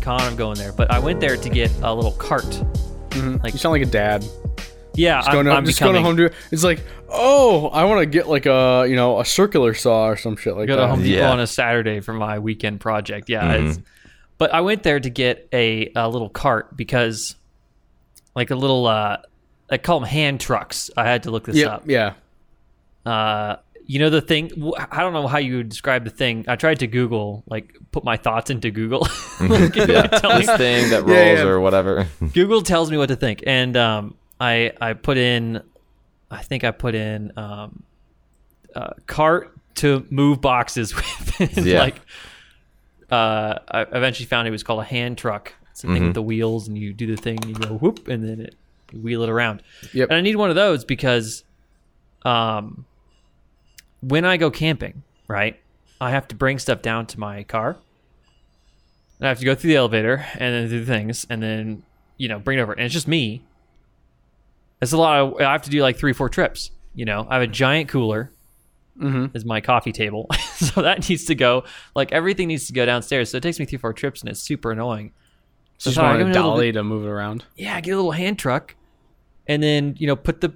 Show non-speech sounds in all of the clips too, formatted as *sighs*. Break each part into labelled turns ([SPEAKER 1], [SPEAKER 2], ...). [SPEAKER 1] con I'm going there, but I went there to get a little cart. Like-
[SPEAKER 2] Mm-hmm. you sound like a dad.
[SPEAKER 1] Yeah,
[SPEAKER 2] Going
[SPEAKER 1] I'm,
[SPEAKER 2] to,
[SPEAKER 1] I'm
[SPEAKER 2] just
[SPEAKER 1] becoming.
[SPEAKER 2] going to Home Depot. It's like, oh, I want to get like a you know a circular saw or some shit like
[SPEAKER 1] go
[SPEAKER 2] that.
[SPEAKER 1] to Home Depot
[SPEAKER 3] Yeah.
[SPEAKER 1] on a Saturday for my weekend project. Yeah, it's, but I went there to get a, a little cart because, like a little, uh, I call them hand trucks. I had to look this
[SPEAKER 2] Yeah,
[SPEAKER 1] up.
[SPEAKER 2] yeah.
[SPEAKER 1] Uh, you know the thing. w- I don't know how you would describe the thing. I tried to Google, like, put my thoughts into Google. *laughs* Like,
[SPEAKER 3] yeah,
[SPEAKER 1] tell me-
[SPEAKER 3] this thing that rolls
[SPEAKER 2] Yeah, yeah.
[SPEAKER 3] or whatever. *laughs*
[SPEAKER 1] Google tells me what to think, and um, I I put in, I think I put in um, uh, cart to move boxes *laughs* with, and
[SPEAKER 3] Yeah.
[SPEAKER 1] like. Uh, I eventually found it was called a hand truck. It's a thing with the wheels, and you do the thing, you go whoop, and then it you wheel it around.
[SPEAKER 2] Yep.
[SPEAKER 1] And I need one of those because, um, when I go camping, right, I have to bring stuff down to my car. And I have to go through the elevator and then do things and then, you know, bring it over. And it's just me. It's a lot of, I have to do like three, four trips. You know, I have a giant cooler
[SPEAKER 2] Mhm.
[SPEAKER 1] as my coffee table. *laughs* so that needs to go, like everything needs to go downstairs. So it takes me three, four trips and it's super annoying.
[SPEAKER 2] So just
[SPEAKER 1] sorry,
[SPEAKER 2] want
[SPEAKER 1] give me
[SPEAKER 2] a
[SPEAKER 1] a little
[SPEAKER 2] dolly to move it around.
[SPEAKER 1] Yeah, get a little hand truck and then, you know, put the,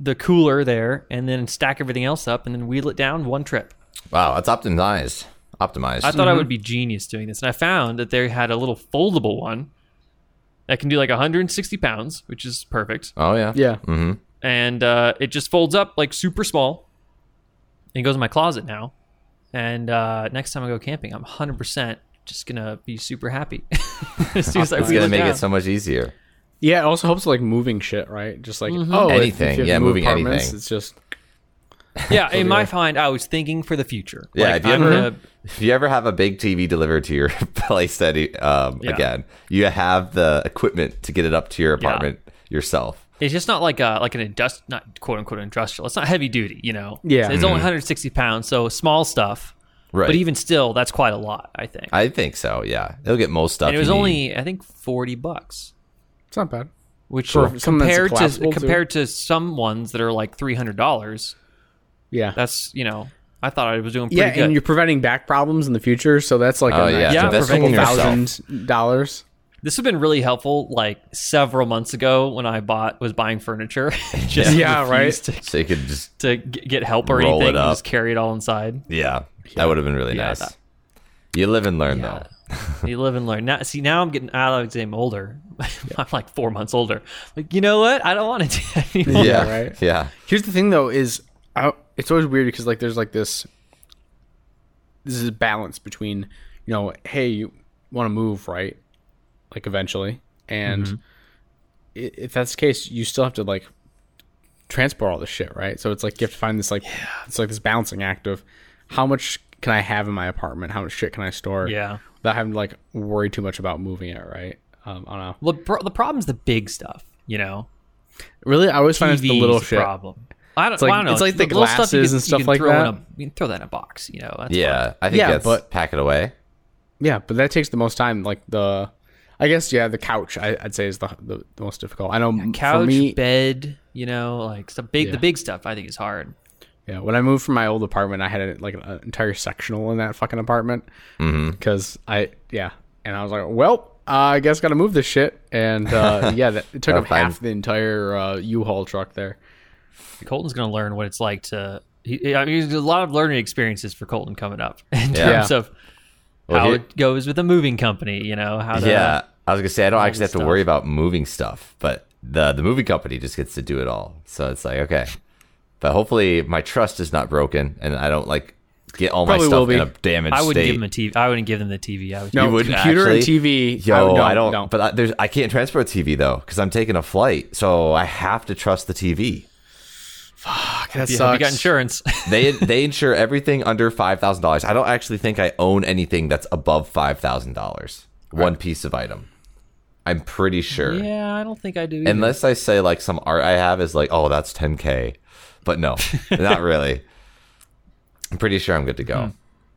[SPEAKER 1] the cooler there and then stack everything else up and then wheel it down one trip.
[SPEAKER 3] Wow, that's optimized. Optimized.
[SPEAKER 1] I thought I would be genius doing this, and I found that they had a little foldable one that can do like 160 pounds, which is perfect,
[SPEAKER 3] oh yeah.
[SPEAKER 2] Yeah.
[SPEAKER 3] Mm-hmm.
[SPEAKER 1] and uh, it just folds up like super small. And it goes in my closet now, and uh, next time I go camping, I'm 100 percent just gonna be super happy. *laughs* as soon as I
[SPEAKER 3] It's
[SPEAKER 1] wheel
[SPEAKER 3] gonna make
[SPEAKER 1] down.
[SPEAKER 3] it so much easier.
[SPEAKER 2] Yeah, it also helps like moving shit, right? Just like oh, if-
[SPEAKER 3] Anything.
[SPEAKER 2] if you have
[SPEAKER 3] Yeah,
[SPEAKER 2] to move
[SPEAKER 3] moving
[SPEAKER 2] apartments,
[SPEAKER 3] anything.
[SPEAKER 2] It's just
[SPEAKER 1] yeah, in my mind, I was thinking for the future.
[SPEAKER 3] Yeah,
[SPEAKER 1] Like,
[SPEAKER 3] if you
[SPEAKER 1] I'm
[SPEAKER 3] ever-
[SPEAKER 1] gonna-
[SPEAKER 3] If you ever have a big TV delivered to your *laughs* place that you- um,
[SPEAKER 1] Yeah.
[SPEAKER 3] again, you have the equipment to get it up to your apartment yourself.
[SPEAKER 1] It's just not like a like an indust not quote unquote industrial. It's not heavy duty, you know.
[SPEAKER 2] Yeah. Mm-hmm.
[SPEAKER 1] So it's only 160 pounds, so small stuff.
[SPEAKER 3] Right.
[SPEAKER 1] But even still, that's quite a lot, I think.
[SPEAKER 3] I think so. Yeah, it'll get most stuff.
[SPEAKER 1] and it was
[SPEAKER 3] you need.
[SPEAKER 1] only I think 40 bucks,
[SPEAKER 2] it's not bad.
[SPEAKER 1] which
[SPEAKER 2] For something that's
[SPEAKER 1] compared to
[SPEAKER 2] collapsible, too.
[SPEAKER 1] compared to some ones that are like 300 dollars.
[SPEAKER 2] Yeah.
[SPEAKER 1] That's you know I thought I was doing pretty
[SPEAKER 2] yeah,
[SPEAKER 1] good.
[SPEAKER 2] and you're preventing back problems in the future, so that's like
[SPEAKER 3] Oh,
[SPEAKER 2] a
[SPEAKER 3] yeah.
[SPEAKER 2] nice
[SPEAKER 1] Yeah,
[SPEAKER 2] couple
[SPEAKER 1] preventing
[SPEAKER 3] yourself.
[SPEAKER 2] thousand dollars.
[SPEAKER 1] this has been really helpful. Like several months ago when I bought was buying furniture, *laughs* and just
[SPEAKER 2] Yeah, right.
[SPEAKER 1] refused To,
[SPEAKER 3] so you could just
[SPEAKER 1] to g- get help or
[SPEAKER 3] Roll it
[SPEAKER 1] anything, and
[SPEAKER 3] up.
[SPEAKER 1] just carry it all inside.
[SPEAKER 3] yeah, that would have been really
[SPEAKER 1] Yeah,
[SPEAKER 3] nice.
[SPEAKER 1] that-
[SPEAKER 3] you live and learn
[SPEAKER 1] Yeah.
[SPEAKER 3] though.
[SPEAKER 1] you live and learn. Now, see, now I'm getting out of exam older. *laughs* I'm like four months older. Like, you know what? I don't want to do that anymore.
[SPEAKER 3] Yeah,
[SPEAKER 2] right.
[SPEAKER 3] Yeah,
[SPEAKER 2] Here's the thing, though, is I, it's always weird because like there's like this this is a balance between you know, hey, you want to move right, like eventually, and i if that's the case, you still have to like transport all this shit, right? So it's like you have to find this like it's like this balancing act of how much can I have in my apartment, how much shit can I store,
[SPEAKER 1] Yeah.
[SPEAKER 2] without having to like worry too much about moving it, right? Um, I don't know.
[SPEAKER 1] Well, pro- the problem's the big stuff, you know?
[SPEAKER 2] Really, I always find it's the
[SPEAKER 1] TV's
[SPEAKER 2] little shit.
[SPEAKER 1] problem. I don't,
[SPEAKER 2] like-
[SPEAKER 1] well, I don't know.
[SPEAKER 2] it's like the
[SPEAKER 1] little stuff you
[SPEAKER 2] glasses
[SPEAKER 1] can-
[SPEAKER 2] and stuff
[SPEAKER 1] you can
[SPEAKER 2] like
[SPEAKER 1] throw
[SPEAKER 2] that.
[SPEAKER 1] in a- you can throw that in a box, you know? That's fine.
[SPEAKER 3] yeah. I think
[SPEAKER 2] Yeah,
[SPEAKER 3] that's
[SPEAKER 2] but-
[SPEAKER 3] pack it away.
[SPEAKER 2] Yeah, but that takes the most time. Like the, I guess yeah, the couch I, I'd say is the, the the most difficult. I know m- for
[SPEAKER 1] Couch,
[SPEAKER 2] me,
[SPEAKER 1] bed, you know, like some big,
[SPEAKER 2] Yeah.
[SPEAKER 1] the big stuff I think is hard.
[SPEAKER 2] yeah. When I moved from my old apartment, I had a, like an entire sectional in that fucking apartment
[SPEAKER 3] Mm-hmm.
[SPEAKER 2] because I yeah, and I was like, well, I guess gotta move this shit, and uh,
[SPEAKER 3] *laughs*
[SPEAKER 2] yeah, that, it took
[SPEAKER 3] Gotta
[SPEAKER 2] up half
[SPEAKER 3] find-
[SPEAKER 2] the entire uh, U-Haul truck there.
[SPEAKER 1] Colton's going to learn what it's like to. He, I mean, there's a lot of learning experiences for Colton coming up *laughs* in
[SPEAKER 3] Yeah.
[SPEAKER 1] terms of
[SPEAKER 3] Well,
[SPEAKER 1] how
[SPEAKER 3] here-
[SPEAKER 1] it goes with a moving company, you know? How to,
[SPEAKER 3] yeah, I was gonna say I don't
[SPEAKER 1] all
[SPEAKER 3] actually
[SPEAKER 1] this
[SPEAKER 3] have to worry about moving stuff, but the the movie company just gets to do it all. So it's like okay, but hopefully my trust is not broken, and I don't like get all
[SPEAKER 2] Probably
[SPEAKER 3] my
[SPEAKER 2] will
[SPEAKER 3] stuff
[SPEAKER 2] be.
[SPEAKER 3] in a damaged
[SPEAKER 1] I wouldn't
[SPEAKER 3] state.
[SPEAKER 1] give them a TV. I wouldn't give them the TV. I would *laughs*
[SPEAKER 2] No,
[SPEAKER 3] You wouldn't
[SPEAKER 2] computer and
[SPEAKER 3] actually?
[SPEAKER 2] TV.
[SPEAKER 3] Yo, I,
[SPEAKER 2] would- no,
[SPEAKER 3] don't.
[SPEAKER 2] no.
[SPEAKER 3] But I, there's I can't transfer a TV though because I'm taking a flight, so I have to trust the TV.
[SPEAKER 2] Fuck, that
[SPEAKER 1] you,
[SPEAKER 2] sucks.
[SPEAKER 1] have you got insurance. *laughs*
[SPEAKER 3] They they insure everything under five thousand dollars. I don't actually think I own anything that's above five thousand dollars. One piece of item. I'm pretty sure.
[SPEAKER 1] yeah, I don't think I do. either.
[SPEAKER 2] Mm-hmm.
[SPEAKER 3] Unless I say like some art I have is like, oh, that's 10k,
[SPEAKER 2] *laughs*
[SPEAKER 3] but no, not really. I'm pretty sure I'm good to
[SPEAKER 2] Hmm.
[SPEAKER 3] go.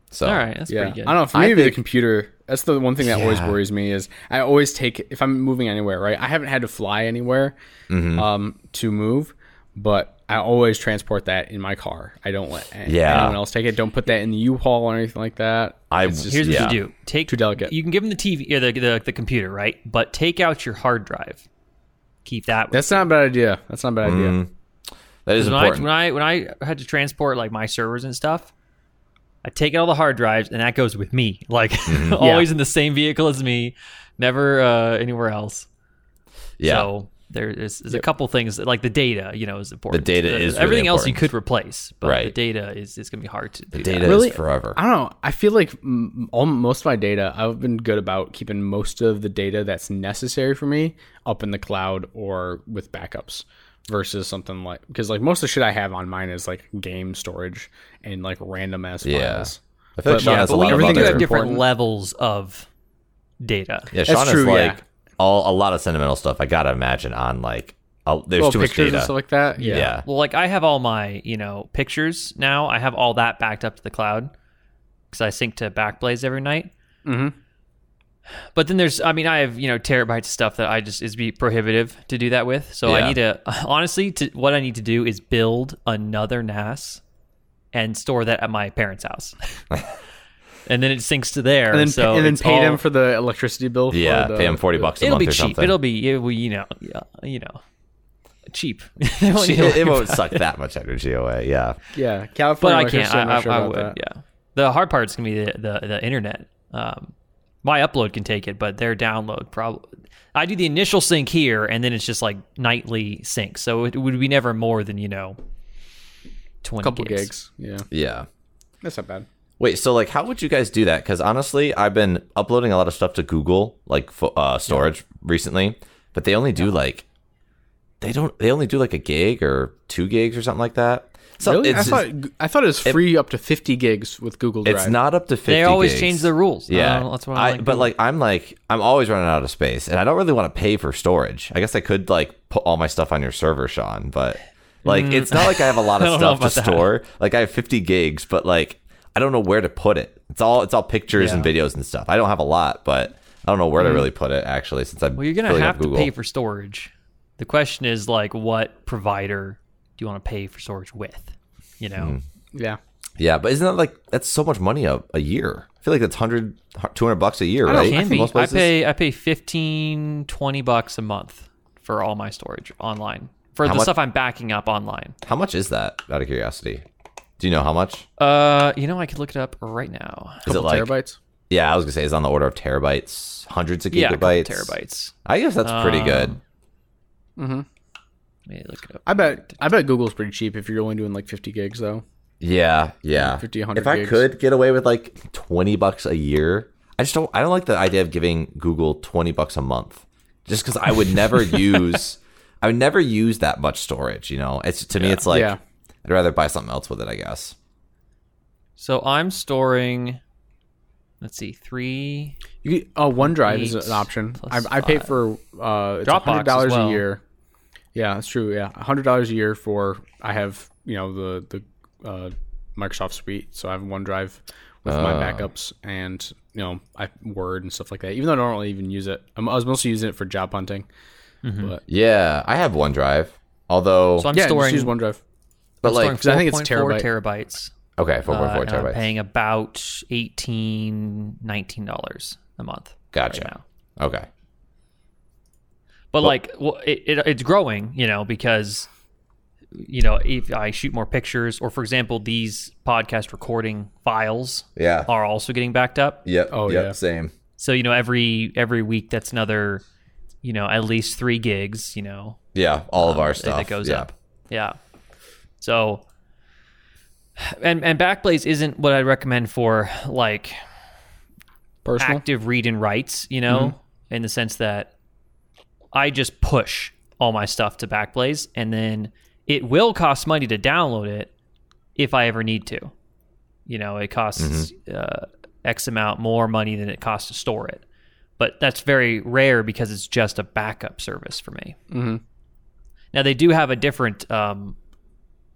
[SPEAKER 3] So
[SPEAKER 1] all right, that's
[SPEAKER 2] yeah,
[SPEAKER 1] pretty good.
[SPEAKER 2] I don't know. For me,
[SPEAKER 3] I
[SPEAKER 2] it'd be the
[SPEAKER 3] think-
[SPEAKER 2] computer. That's the one thing that always
[SPEAKER 3] Yeah.
[SPEAKER 2] worries me is I always take
[SPEAKER 3] Mm-hmm.
[SPEAKER 2] if I'm moving anywhere. Right, I haven't had to fly anywhere um, to move, but I always transport that in my car. I don't let a-
[SPEAKER 3] Yeah.
[SPEAKER 2] anyone else take it. Don't put that in the U-Haul or anything like that.
[SPEAKER 3] I-
[SPEAKER 2] It's just-
[SPEAKER 1] Here's
[SPEAKER 3] Yeah.
[SPEAKER 1] what you do: take
[SPEAKER 2] Too delicate.
[SPEAKER 1] You can give them the TV or the, the the computer, right? But take out your hard drive. Keep that. with
[SPEAKER 2] that's not a bad idea. That's not a bad
[SPEAKER 3] Mm-hmm.
[SPEAKER 2] idea.
[SPEAKER 3] That is
[SPEAKER 1] Because when I,
[SPEAKER 3] important.
[SPEAKER 1] when I when I had to transport like my servers and stuff, I take out all the hard drives, and that goes with me, *laughs* like
[SPEAKER 3] Mm-hmm.
[SPEAKER 1] always in the same vehicle as me, never uh, anywhere else.
[SPEAKER 3] yeah.
[SPEAKER 1] So there is, is a couple things that, like the data, you know, is important.
[SPEAKER 3] The data
[SPEAKER 2] uh,
[SPEAKER 3] is really
[SPEAKER 1] everything else you
[SPEAKER 3] important.
[SPEAKER 1] could replace, but the
[SPEAKER 3] Right.
[SPEAKER 1] data is is going to be hard to. do that.
[SPEAKER 3] data
[SPEAKER 2] Really?
[SPEAKER 3] is forever.
[SPEAKER 2] I don't know. I feel like m- all most of my data, I've been good about keeping most of the data that's necessary for me up in the cloud or with backups versus something like because like most of the shit I have on mine is like game storage and like random ass
[SPEAKER 3] Yeah.
[SPEAKER 2] files.
[SPEAKER 3] I feel like
[SPEAKER 2] But
[SPEAKER 3] Sean
[SPEAKER 2] yeah,
[SPEAKER 3] has a
[SPEAKER 2] but
[SPEAKER 3] lot of
[SPEAKER 2] everything
[SPEAKER 1] You
[SPEAKER 2] is
[SPEAKER 1] have
[SPEAKER 3] other.
[SPEAKER 1] different
[SPEAKER 2] important.
[SPEAKER 1] levels of data.
[SPEAKER 3] Yeah,
[SPEAKER 2] That's
[SPEAKER 3] Sean is
[SPEAKER 2] true, yeah.
[SPEAKER 3] like all a lot of sentimental stuff. I gotta imagine on like a, there's
[SPEAKER 2] Well,
[SPEAKER 3] too much
[SPEAKER 2] pictures
[SPEAKER 3] data.
[SPEAKER 2] and stuff like that.
[SPEAKER 3] yeah.
[SPEAKER 1] Well, like I have all my, you know, pictures now. I have all that backed up to the cloud because I sync to Backblaze every night.
[SPEAKER 2] Mhm.
[SPEAKER 1] But then there's, I mean, I have you know terabytes of stuff that I just is be prohibitive to do that with. So
[SPEAKER 3] Yeah.
[SPEAKER 1] I need to *laughs* honestly, to, what I need to do is build another NAS and store that at my parents' house, and then it syncs to there.
[SPEAKER 2] And then,
[SPEAKER 1] so
[SPEAKER 2] and then
[SPEAKER 1] it's
[SPEAKER 2] pay them
[SPEAKER 1] all-
[SPEAKER 2] for the electricity bill. for
[SPEAKER 3] Yeah,
[SPEAKER 2] the-
[SPEAKER 3] pay him forty bucks a
[SPEAKER 1] it'll
[SPEAKER 3] month
[SPEAKER 1] be
[SPEAKER 3] or
[SPEAKER 1] cheap.
[SPEAKER 3] something. *laughs*
[SPEAKER 1] It'll be it will, you know yeah, you know cheap. *laughs* They won't
[SPEAKER 3] She-
[SPEAKER 2] *laughs*
[SPEAKER 1] need to
[SPEAKER 3] *laughs*
[SPEAKER 1] worry
[SPEAKER 3] it *laughs* won't suck that much energy away. Yeah,
[SPEAKER 2] Yeah,
[SPEAKER 1] but
[SPEAKER 2] California.
[SPEAKER 1] I can't.
[SPEAKER 2] electricity, I'm
[SPEAKER 1] I,
[SPEAKER 2] not
[SPEAKER 1] I,
[SPEAKER 2] sure
[SPEAKER 1] I
[SPEAKER 2] about
[SPEAKER 1] would.
[SPEAKER 2] that.
[SPEAKER 1] Yeah. The hard part's gonna be the the, the internet. Um, my upload can take it, but their download probably. I do the initial sync here, and then it's just like nightly sync. So it would be never more than you know, twenty
[SPEAKER 2] couple
[SPEAKER 1] gigs.
[SPEAKER 2] gigs. Yeah,
[SPEAKER 3] yeah.
[SPEAKER 2] that's not bad.
[SPEAKER 3] Wait, so like, how would you guys do that? Because honestly, I've been uploading a lot of stuff to Google, like fo- uh, storage recently, but they only do like they don't they only do like a gig or two gigs or something like that. So
[SPEAKER 2] really? I
[SPEAKER 3] it's
[SPEAKER 2] thought I thought it was free up to 50 gigs with Google Drive.
[SPEAKER 3] it's not up to fifty.
[SPEAKER 1] They always
[SPEAKER 3] gigs.
[SPEAKER 1] change the rules.
[SPEAKER 3] Yeah,
[SPEAKER 1] Uh, that's what
[SPEAKER 3] I-
[SPEAKER 1] I'm like.
[SPEAKER 3] but like I'm like I'm always running out of space, and I don't really want to pay for storage. I guess I could like put all my stuff on your server, Sean, but like it's not like
[SPEAKER 1] *laughs*
[SPEAKER 3] I have a lot
[SPEAKER 1] Mm. I don't
[SPEAKER 3] of
[SPEAKER 1] know
[SPEAKER 3] stuff to
[SPEAKER 1] about that.
[SPEAKER 3] store. Like I have 50 gigs, but like I don't know where to put it. It's all it's all pictures and
[SPEAKER 1] Yeah. Mm.
[SPEAKER 3] videos and stuff. I don't have a lot, but I don't know where to really put it actually. Since I'm
[SPEAKER 1] well, you're gonna
[SPEAKER 3] filling up
[SPEAKER 1] have to
[SPEAKER 3] Google.
[SPEAKER 1] pay for storage. The question is like, what provider do you want to pay for storage with? You know.
[SPEAKER 3] Hmm.
[SPEAKER 2] Yeah.
[SPEAKER 3] yeah, but isn't that like that's so much money a, a year? I feel like that's 100, 200 bucks a year, right?
[SPEAKER 1] It can
[SPEAKER 3] For
[SPEAKER 1] be.
[SPEAKER 3] most
[SPEAKER 1] I
[SPEAKER 3] places?
[SPEAKER 1] pay I pay 15 20 bucks a month for all my storage online. For the
[SPEAKER 3] much-
[SPEAKER 1] stuff I'm backing up online.
[SPEAKER 3] How much is that? Out of curiosity, do you know how much?
[SPEAKER 1] Uh, you know I could look it up right now.
[SPEAKER 3] Is it like
[SPEAKER 2] terabytes.
[SPEAKER 3] Yeah, I was gonna say it's on the order of terabytes, hundreds of
[SPEAKER 1] Yeah, a couple
[SPEAKER 3] gigabytes.
[SPEAKER 1] terabytes. Um,
[SPEAKER 3] I guess that's pretty good.
[SPEAKER 1] Let me look it up.
[SPEAKER 2] I bet I bet Google's pretty cheap if you're only doing like 50 gigs though.
[SPEAKER 3] Yeah, yeah.
[SPEAKER 2] 50, 100
[SPEAKER 3] if I
[SPEAKER 2] gigs.
[SPEAKER 3] could get away with like twenty bucks a year, I just don't. I don't like the idea of giving Google twenty bucks a month, just because I would
[SPEAKER 1] *laughs*
[SPEAKER 3] never use. I would never use that much storage. You know, it's to me, it's like
[SPEAKER 2] Yeah.
[SPEAKER 3] I'd rather buy something else with it. I guess.
[SPEAKER 1] So I'm storing let's see, 3
[SPEAKER 2] You could, uh, OneDrive is
[SPEAKER 1] Eight
[SPEAKER 2] an option. I,
[SPEAKER 1] plus
[SPEAKER 2] I pay for uh, it's
[SPEAKER 1] Dropbox
[SPEAKER 2] hundred dollars
[SPEAKER 1] as well.
[SPEAKER 2] a year. Yeah, that's true. Yeah, hundred dollars a year for I have you know the the uh, Microsoft suite, so I have OneDrive with my
[SPEAKER 1] Ah.
[SPEAKER 2] backups and you know I Word and stuff like that. Even though I don't really even use it, I'm, I was mostly using it for job hunting. But
[SPEAKER 3] Yeah, I have OneDrive. Although,
[SPEAKER 1] So Mm-hmm. I'm
[SPEAKER 2] yeah,
[SPEAKER 1] storing
[SPEAKER 2] just use OneDrive.
[SPEAKER 3] but
[SPEAKER 1] storing
[SPEAKER 3] like,
[SPEAKER 2] 'cause I think it's
[SPEAKER 1] 4.4
[SPEAKER 2] terabyte.
[SPEAKER 1] terabytes.
[SPEAKER 3] okay, four
[SPEAKER 1] uh,
[SPEAKER 3] point four
[SPEAKER 1] and I'm
[SPEAKER 3] terabytes.
[SPEAKER 1] paying about 18 19 dollars a month.
[SPEAKER 3] Gotcha.
[SPEAKER 1] Right now.
[SPEAKER 3] okay,
[SPEAKER 1] but like well, it, it, it's growing you know because you know if i shoot more pictures or for example these podcast recording files
[SPEAKER 3] yeah,
[SPEAKER 1] are also getting backed up
[SPEAKER 3] yep,
[SPEAKER 2] Oh,
[SPEAKER 3] yep,
[SPEAKER 2] yeah.
[SPEAKER 3] same.
[SPEAKER 1] so you know every every week that's another you know at least three gigs you know
[SPEAKER 3] Yeah, all of our
[SPEAKER 1] that-
[SPEAKER 3] stuff
[SPEAKER 1] that Um, goes
[SPEAKER 3] yeah.
[SPEAKER 1] up yeah so and and backblaze isn't what i recommend for like
[SPEAKER 2] Personal.
[SPEAKER 1] active read and writes, you know, in the sense that I just push all my stuff to Backblaze and then it will cost money to download it if I ever need to. You know, it costs uh, X amount more money than it costs to store it. But that's very rare because it's just a backup service for me.
[SPEAKER 2] Mhm.
[SPEAKER 1] Now they do have a different um,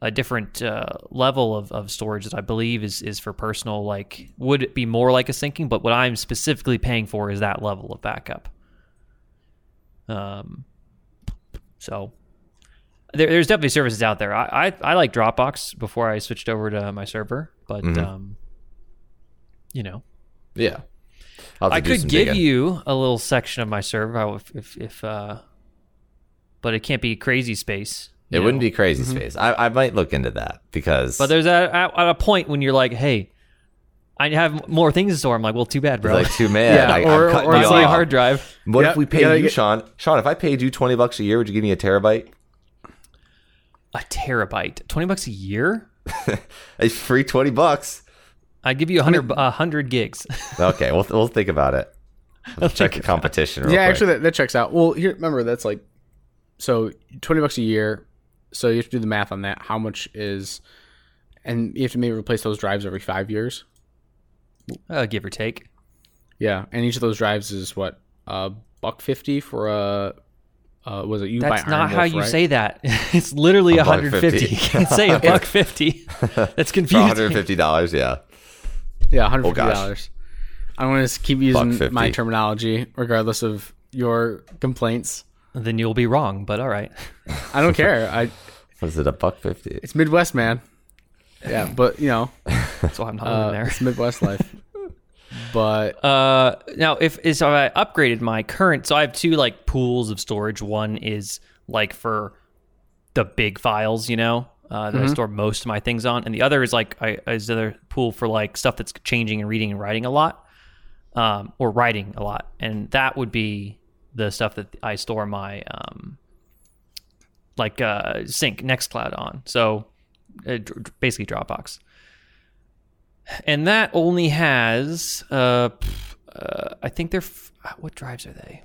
[SPEAKER 1] a different uh, level of, of storage that I believe is is for personal. Like, would it be more like a syncing? But what I'm specifically paying for is that level of backup. Um, so there, there's definitely services out there. I, I I like Dropbox before I switched over to my server, but
[SPEAKER 3] Mhm.
[SPEAKER 1] um, you know,
[SPEAKER 3] Yeah. I'll have to
[SPEAKER 1] I
[SPEAKER 3] do
[SPEAKER 1] could
[SPEAKER 3] some
[SPEAKER 1] give
[SPEAKER 3] digging.
[SPEAKER 1] you a little section of my server I will- if if, if uh, but it can't be crazy space.
[SPEAKER 3] It
[SPEAKER 1] you
[SPEAKER 3] wouldn't
[SPEAKER 1] know?
[SPEAKER 3] be crazy space. I, I might look into that because
[SPEAKER 2] uh,
[SPEAKER 1] But there's a, at at a point when you're like, hey, I have more things to store. I'm like, well, too bad,
[SPEAKER 3] it's
[SPEAKER 1] bro. *laughs*
[SPEAKER 3] like too mad.
[SPEAKER 2] Yeah,
[SPEAKER 3] I,
[SPEAKER 2] or-
[SPEAKER 3] I'm cutting
[SPEAKER 2] or
[SPEAKER 3] you
[SPEAKER 1] It's
[SPEAKER 2] it's
[SPEAKER 3] off.
[SPEAKER 1] like hard drive.
[SPEAKER 3] What
[SPEAKER 2] Yeah,
[SPEAKER 3] if we paid
[SPEAKER 2] you gotta
[SPEAKER 3] you,
[SPEAKER 2] get-
[SPEAKER 3] Sean? Sean, if I paid you twenty bucks a year, would you give me a terabyte?
[SPEAKER 1] A terabyte, twenty bucks a year.
[SPEAKER 3] It's free twenty bucks.
[SPEAKER 1] I'd give you a hundred a hundred gigs. *laughs*
[SPEAKER 3] Okay, we'll we'll think about it. Let's check the
[SPEAKER 1] think
[SPEAKER 3] competition. Real
[SPEAKER 2] yeah,
[SPEAKER 3] quick.
[SPEAKER 2] actually, that, that checks out. Well, here, remember that's like, so twenty bucks a year. So you have to do the math on that. How much is, and you have to maybe replace those drives every five years.
[SPEAKER 1] uh, give or take.
[SPEAKER 2] Yeah, and each of those drives is what a buck fifty for a. Uh, was it you
[SPEAKER 1] That's
[SPEAKER 2] buy Iron
[SPEAKER 1] not how
[SPEAKER 2] Wolf,
[SPEAKER 1] you
[SPEAKER 2] right?
[SPEAKER 1] say that. *laughs* It's literally
[SPEAKER 3] A buck
[SPEAKER 1] 150. *laughs* You
[SPEAKER 3] fifty.
[SPEAKER 1] can't say a buck 50. That's
[SPEAKER 2] *laughs*
[SPEAKER 3] for one hundred
[SPEAKER 1] confusing.
[SPEAKER 3] fifty dollars. Yeah,
[SPEAKER 2] Yeah, one hundred
[SPEAKER 3] Oh,
[SPEAKER 2] fifty
[SPEAKER 3] gosh.
[SPEAKER 2] dollars. I want to keep
[SPEAKER 3] $1.50.
[SPEAKER 2] using my terminology, regardless of your complaints.
[SPEAKER 1] Then you'll be wrong, but all right.
[SPEAKER 2] I don't care. I
[SPEAKER 3] was it a buck fifty?
[SPEAKER 2] it's Midwest, man. Yeah, but you know,
[SPEAKER 1] That's why I'm not
[SPEAKER 2] uh,
[SPEAKER 1] living
[SPEAKER 2] it's
[SPEAKER 1] *laughs*
[SPEAKER 2] Midwest life. But
[SPEAKER 1] there. Uh, now, if is so I upgraded my current, so I have two like pools of storage. One is like for the big files, you know, uh, that I store most of my things on, and the other is like I, is the other pool for like stuff that's changing and reading and writing a lot, um, or writing a lot, and that would be the stuff that I store my um, like uh, sync Nextcloud on. So uh, dr- dr- basically Dropbox. And that only has, uh, pff, uh, I think they're, f- what drives are they?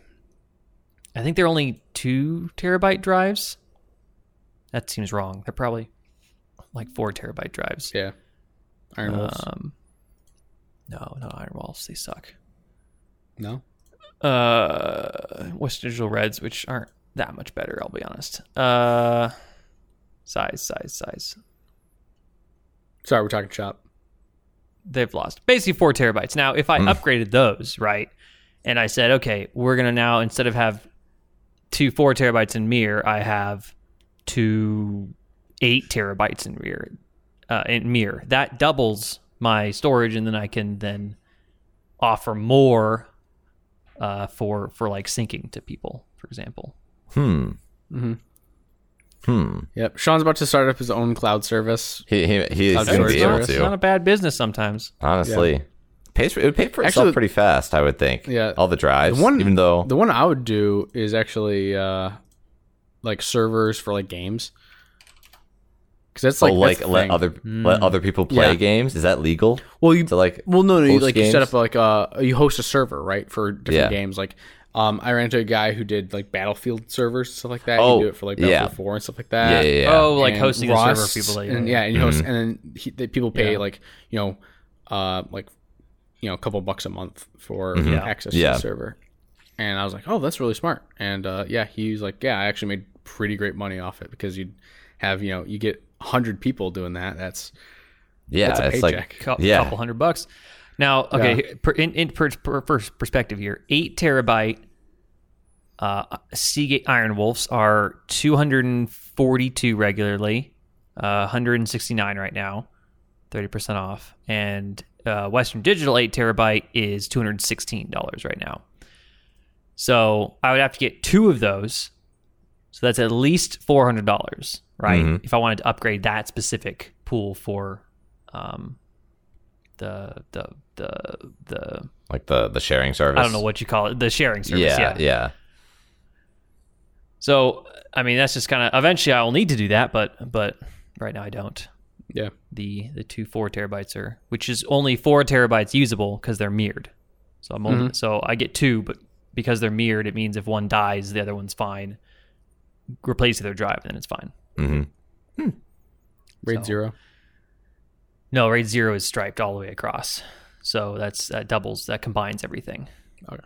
[SPEAKER 1] I think they're only two terabyte drives. That seems wrong. They're probably like four terabyte drives.
[SPEAKER 2] yeah, Iron Wolves.
[SPEAKER 3] Uh,
[SPEAKER 1] Um, no, not Iron Wolves. They suck
[SPEAKER 2] no,
[SPEAKER 1] uh Western Digital Reds, which aren't that much better, I'll be honest. Uh size, size, size.
[SPEAKER 2] sorry, we're talking shop.
[SPEAKER 1] They've lost basically four terabytes. Now, if I upgraded those, right, and I said, okay, we're gonna now instead of have two four terabytes in mirror, I have two eight terabytes in mirror uh in mirror. That doubles my storage and then I can then offer more uh for for like syncing to people, for example.
[SPEAKER 3] Hmm.
[SPEAKER 2] Mm-hmm.
[SPEAKER 3] Hmm.
[SPEAKER 2] Yep, Sean's about to start up his own cloud service.
[SPEAKER 3] He he he's
[SPEAKER 2] That's
[SPEAKER 3] gonna
[SPEAKER 2] what
[SPEAKER 3] be
[SPEAKER 1] it's, not,
[SPEAKER 3] able
[SPEAKER 2] yours.
[SPEAKER 1] it's
[SPEAKER 3] to.
[SPEAKER 1] not a bad business sometimes.
[SPEAKER 3] Honestly, pays for, it would pay for itself
[SPEAKER 2] Actually-
[SPEAKER 3] pretty fast. I would think.
[SPEAKER 2] Yeah.
[SPEAKER 3] all the drives.
[SPEAKER 2] The one-
[SPEAKER 3] even though
[SPEAKER 2] The one I would do is actually uh, like servers for like games, because that's like
[SPEAKER 3] oh,
[SPEAKER 2] that's
[SPEAKER 3] like
[SPEAKER 2] the
[SPEAKER 3] let
[SPEAKER 2] thing.
[SPEAKER 3] other let other people play
[SPEAKER 2] Yeah.
[SPEAKER 3] games. Is that legal?
[SPEAKER 2] well you
[SPEAKER 3] So like,
[SPEAKER 2] Well, no, no. You,
[SPEAKER 3] host
[SPEAKER 2] like you set
[SPEAKER 3] games?
[SPEAKER 2] up like uh you host a server right for different
[SPEAKER 3] Yeah.
[SPEAKER 2] games. Like, um, I ran into a guy who did like Battlefield servers stuff like that.
[SPEAKER 3] Oh,
[SPEAKER 2] you do it for like
[SPEAKER 3] yeah.
[SPEAKER 2] Battlefield Four and stuff like that.
[SPEAKER 3] yeah, yeah, yeah.
[SPEAKER 1] Oh, like
[SPEAKER 2] And
[SPEAKER 1] hosting a server
[SPEAKER 2] Rust,
[SPEAKER 1] for people. Like,
[SPEAKER 2] and, yeah, and you host,
[SPEAKER 3] Mm-hmm.
[SPEAKER 2] and then he, the people pay
[SPEAKER 1] Yeah.
[SPEAKER 2] like you know, uh, like you know, a couple bucks a month for
[SPEAKER 3] Mhm.
[SPEAKER 1] Yeah.
[SPEAKER 2] access
[SPEAKER 3] Yeah.
[SPEAKER 2] to the server. And I was like, oh, that's really smart. And uh, yeah, he was like, yeah, I actually made pretty great money off it because you'd have you know you get hundred people doing that. That's
[SPEAKER 3] yeah.
[SPEAKER 2] that's a
[SPEAKER 3] it's
[SPEAKER 2] paycheck.
[SPEAKER 3] like
[SPEAKER 1] cou-
[SPEAKER 3] Yeah.
[SPEAKER 1] couple hundred bucks. Now, okay, per, in, in per, per, per perspective here, eight terabyte uh, Seagate Iron Wolves are 242 regularly, uh, 169 right now, 30% off. And uh, Western Digital 8 terabyte is $216 right now. So I would have to get two of those. So that's at least $400, right?
[SPEAKER 3] Mm-hmm.
[SPEAKER 1] If I wanted to upgrade that specific pool for um, the, the, the, the,
[SPEAKER 3] like the the sharing service.
[SPEAKER 1] I don't know what you call it, the sharing service.
[SPEAKER 3] yeah, yeah.
[SPEAKER 1] So I mean, that's just kind of. Eventually, I will need to do that, but but right now I don't.
[SPEAKER 2] yeah.
[SPEAKER 1] The the two four terabytes are, which is only four terabytes usable because they're mirrored. So I'm only, so I get two, but because they're mirrored, it means if one dies, the other one's fine. Replace the other drive, then it's fine.
[SPEAKER 3] hmm
[SPEAKER 2] Raid
[SPEAKER 1] So-
[SPEAKER 2] zero.
[SPEAKER 1] No, RAID zero is striped all the way across, so that's that doubles that combines everything.
[SPEAKER 2] Okay.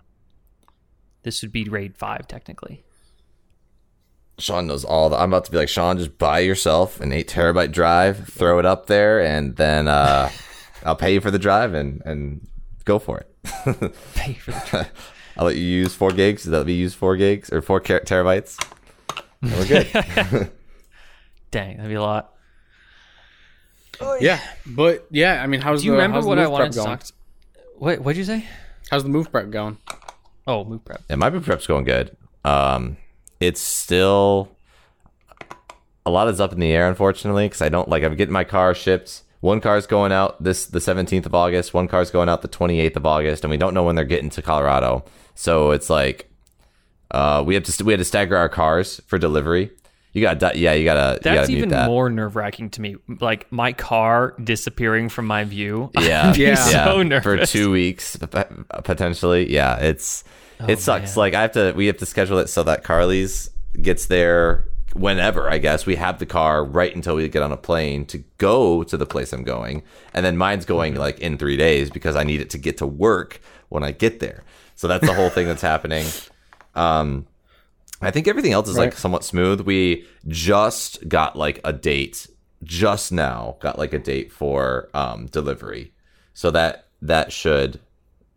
[SPEAKER 1] This would be RAID five technically. *laughs*
[SPEAKER 3] Sean knows all the. I'm about to be like Sean. Just buy yourself an eight terabyte drive, throw it up there, and then uh, I'll pay you for the drive and and go for it. *laughs*
[SPEAKER 1] Pay for the
[SPEAKER 3] I'll let you use four gigs. That'll be used four gigs or four car- terabytes. And we're good.
[SPEAKER 1] Dang, that'd be a lot.
[SPEAKER 2] Yeah, but yeah, I mean, how's
[SPEAKER 1] Do you
[SPEAKER 2] the,
[SPEAKER 1] remember
[SPEAKER 2] how's the
[SPEAKER 1] what I
[SPEAKER 2] move
[SPEAKER 1] wanted
[SPEAKER 2] prep
[SPEAKER 1] to
[SPEAKER 2] going?
[SPEAKER 1] talk? To, what What'd you say?
[SPEAKER 2] How's the move prep going?
[SPEAKER 1] Oh, move prep.
[SPEAKER 3] Yeah, my boot prep's going good. Um, it's still a lot is up in the air, unfortunately, because I don't like I'm getting my car shipped. One car's going out this the 17th of August. One car's going out the 28th of August, and we don't know when they're getting to Colorado. So it's like uh, we have to st- we had to stagger our cars for delivery. You got to yeah, you got to you got
[SPEAKER 1] That's
[SPEAKER 3] to mute
[SPEAKER 1] even
[SPEAKER 3] that.
[SPEAKER 1] more nerve wracking to me. Like my car disappearing from my *laughs* view. uh,
[SPEAKER 3] yeah,
[SPEAKER 2] Yeah.
[SPEAKER 1] so
[SPEAKER 3] for
[SPEAKER 1] nervous.
[SPEAKER 3] two weeks p- potentially. Yeah, it's
[SPEAKER 1] Oh,
[SPEAKER 3] it sucks. Like I have to, we have to schedule it so that Carly's gets there whenever. I guess we have the car right until we get on a plane to go to the place I'm going, and then mine's going
[SPEAKER 1] Mm-hmm.
[SPEAKER 3] like in three days because I need it to get to work when I get there. So that's the whole thing that's happening. Um, I think everything else is like somewhat smooth. We just got like a date just now got like a date for um delivery. So that that should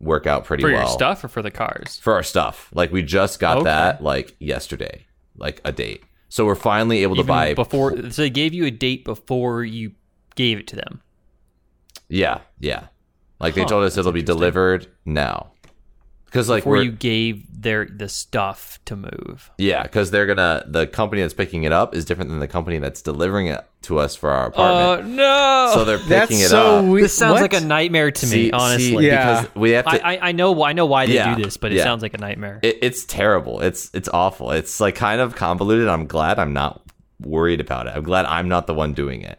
[SPEAKER 3] work out pretty
[SPEAKER 1] for
[SPEAKER 3] well.
[SPEAKER 1] your stuff or for the cars?
[SPEAKER 3] For our stuff. Like we just got
[SPEAKER 1] Okay.
[SPEAKER 3] that like yesterday, like a date. So we're finally able to
[SPEAKER 1] Even
[SPEAKER 3] buy
[SPEAKER 1] before, so they gave you a date before you gave it to them.
[SPEAKER 3] Yeah, yeah. Like they
[SPEAKER 1] Huh,
[SPEAKER 3] told us it'll be delivered now. Cuz like
[SPEAKER 1] Before
[SPEAKER 3] we're
[SPEAKER 1] you gave their the stuff to move.
[SPEAKER 3] yeah, cuz they're going to the company that's picking it up is different than the company that's delivering it to us for our
[SPEAKER 1] Oh
[SPEAKER 3] apartment.
[SPEAKER 1] no! *laughs*
[SPEAKER 3] so they're picking it up.
[SPEAKER 2] weird.
[SPEAKER 1] this sounds like a nightmare to me. honestly,
[SPEAKER 2] Yeah.
[SPEAKER 3] because we have to.
[SPEAKER 1] I, I I know I know why they
[SPEAKER 3] Yeah,
[SPEAKER 1] do this, but it
[SPEAKER 3] yeah.
[SPEAKER 1] sounds like a nightmare.
[SPEAKER 3] it, it's terrible. It's it's awful. It's like kind of convoluted. I'm glad I'm not worried about it. I'm glad I'm not the one doing it,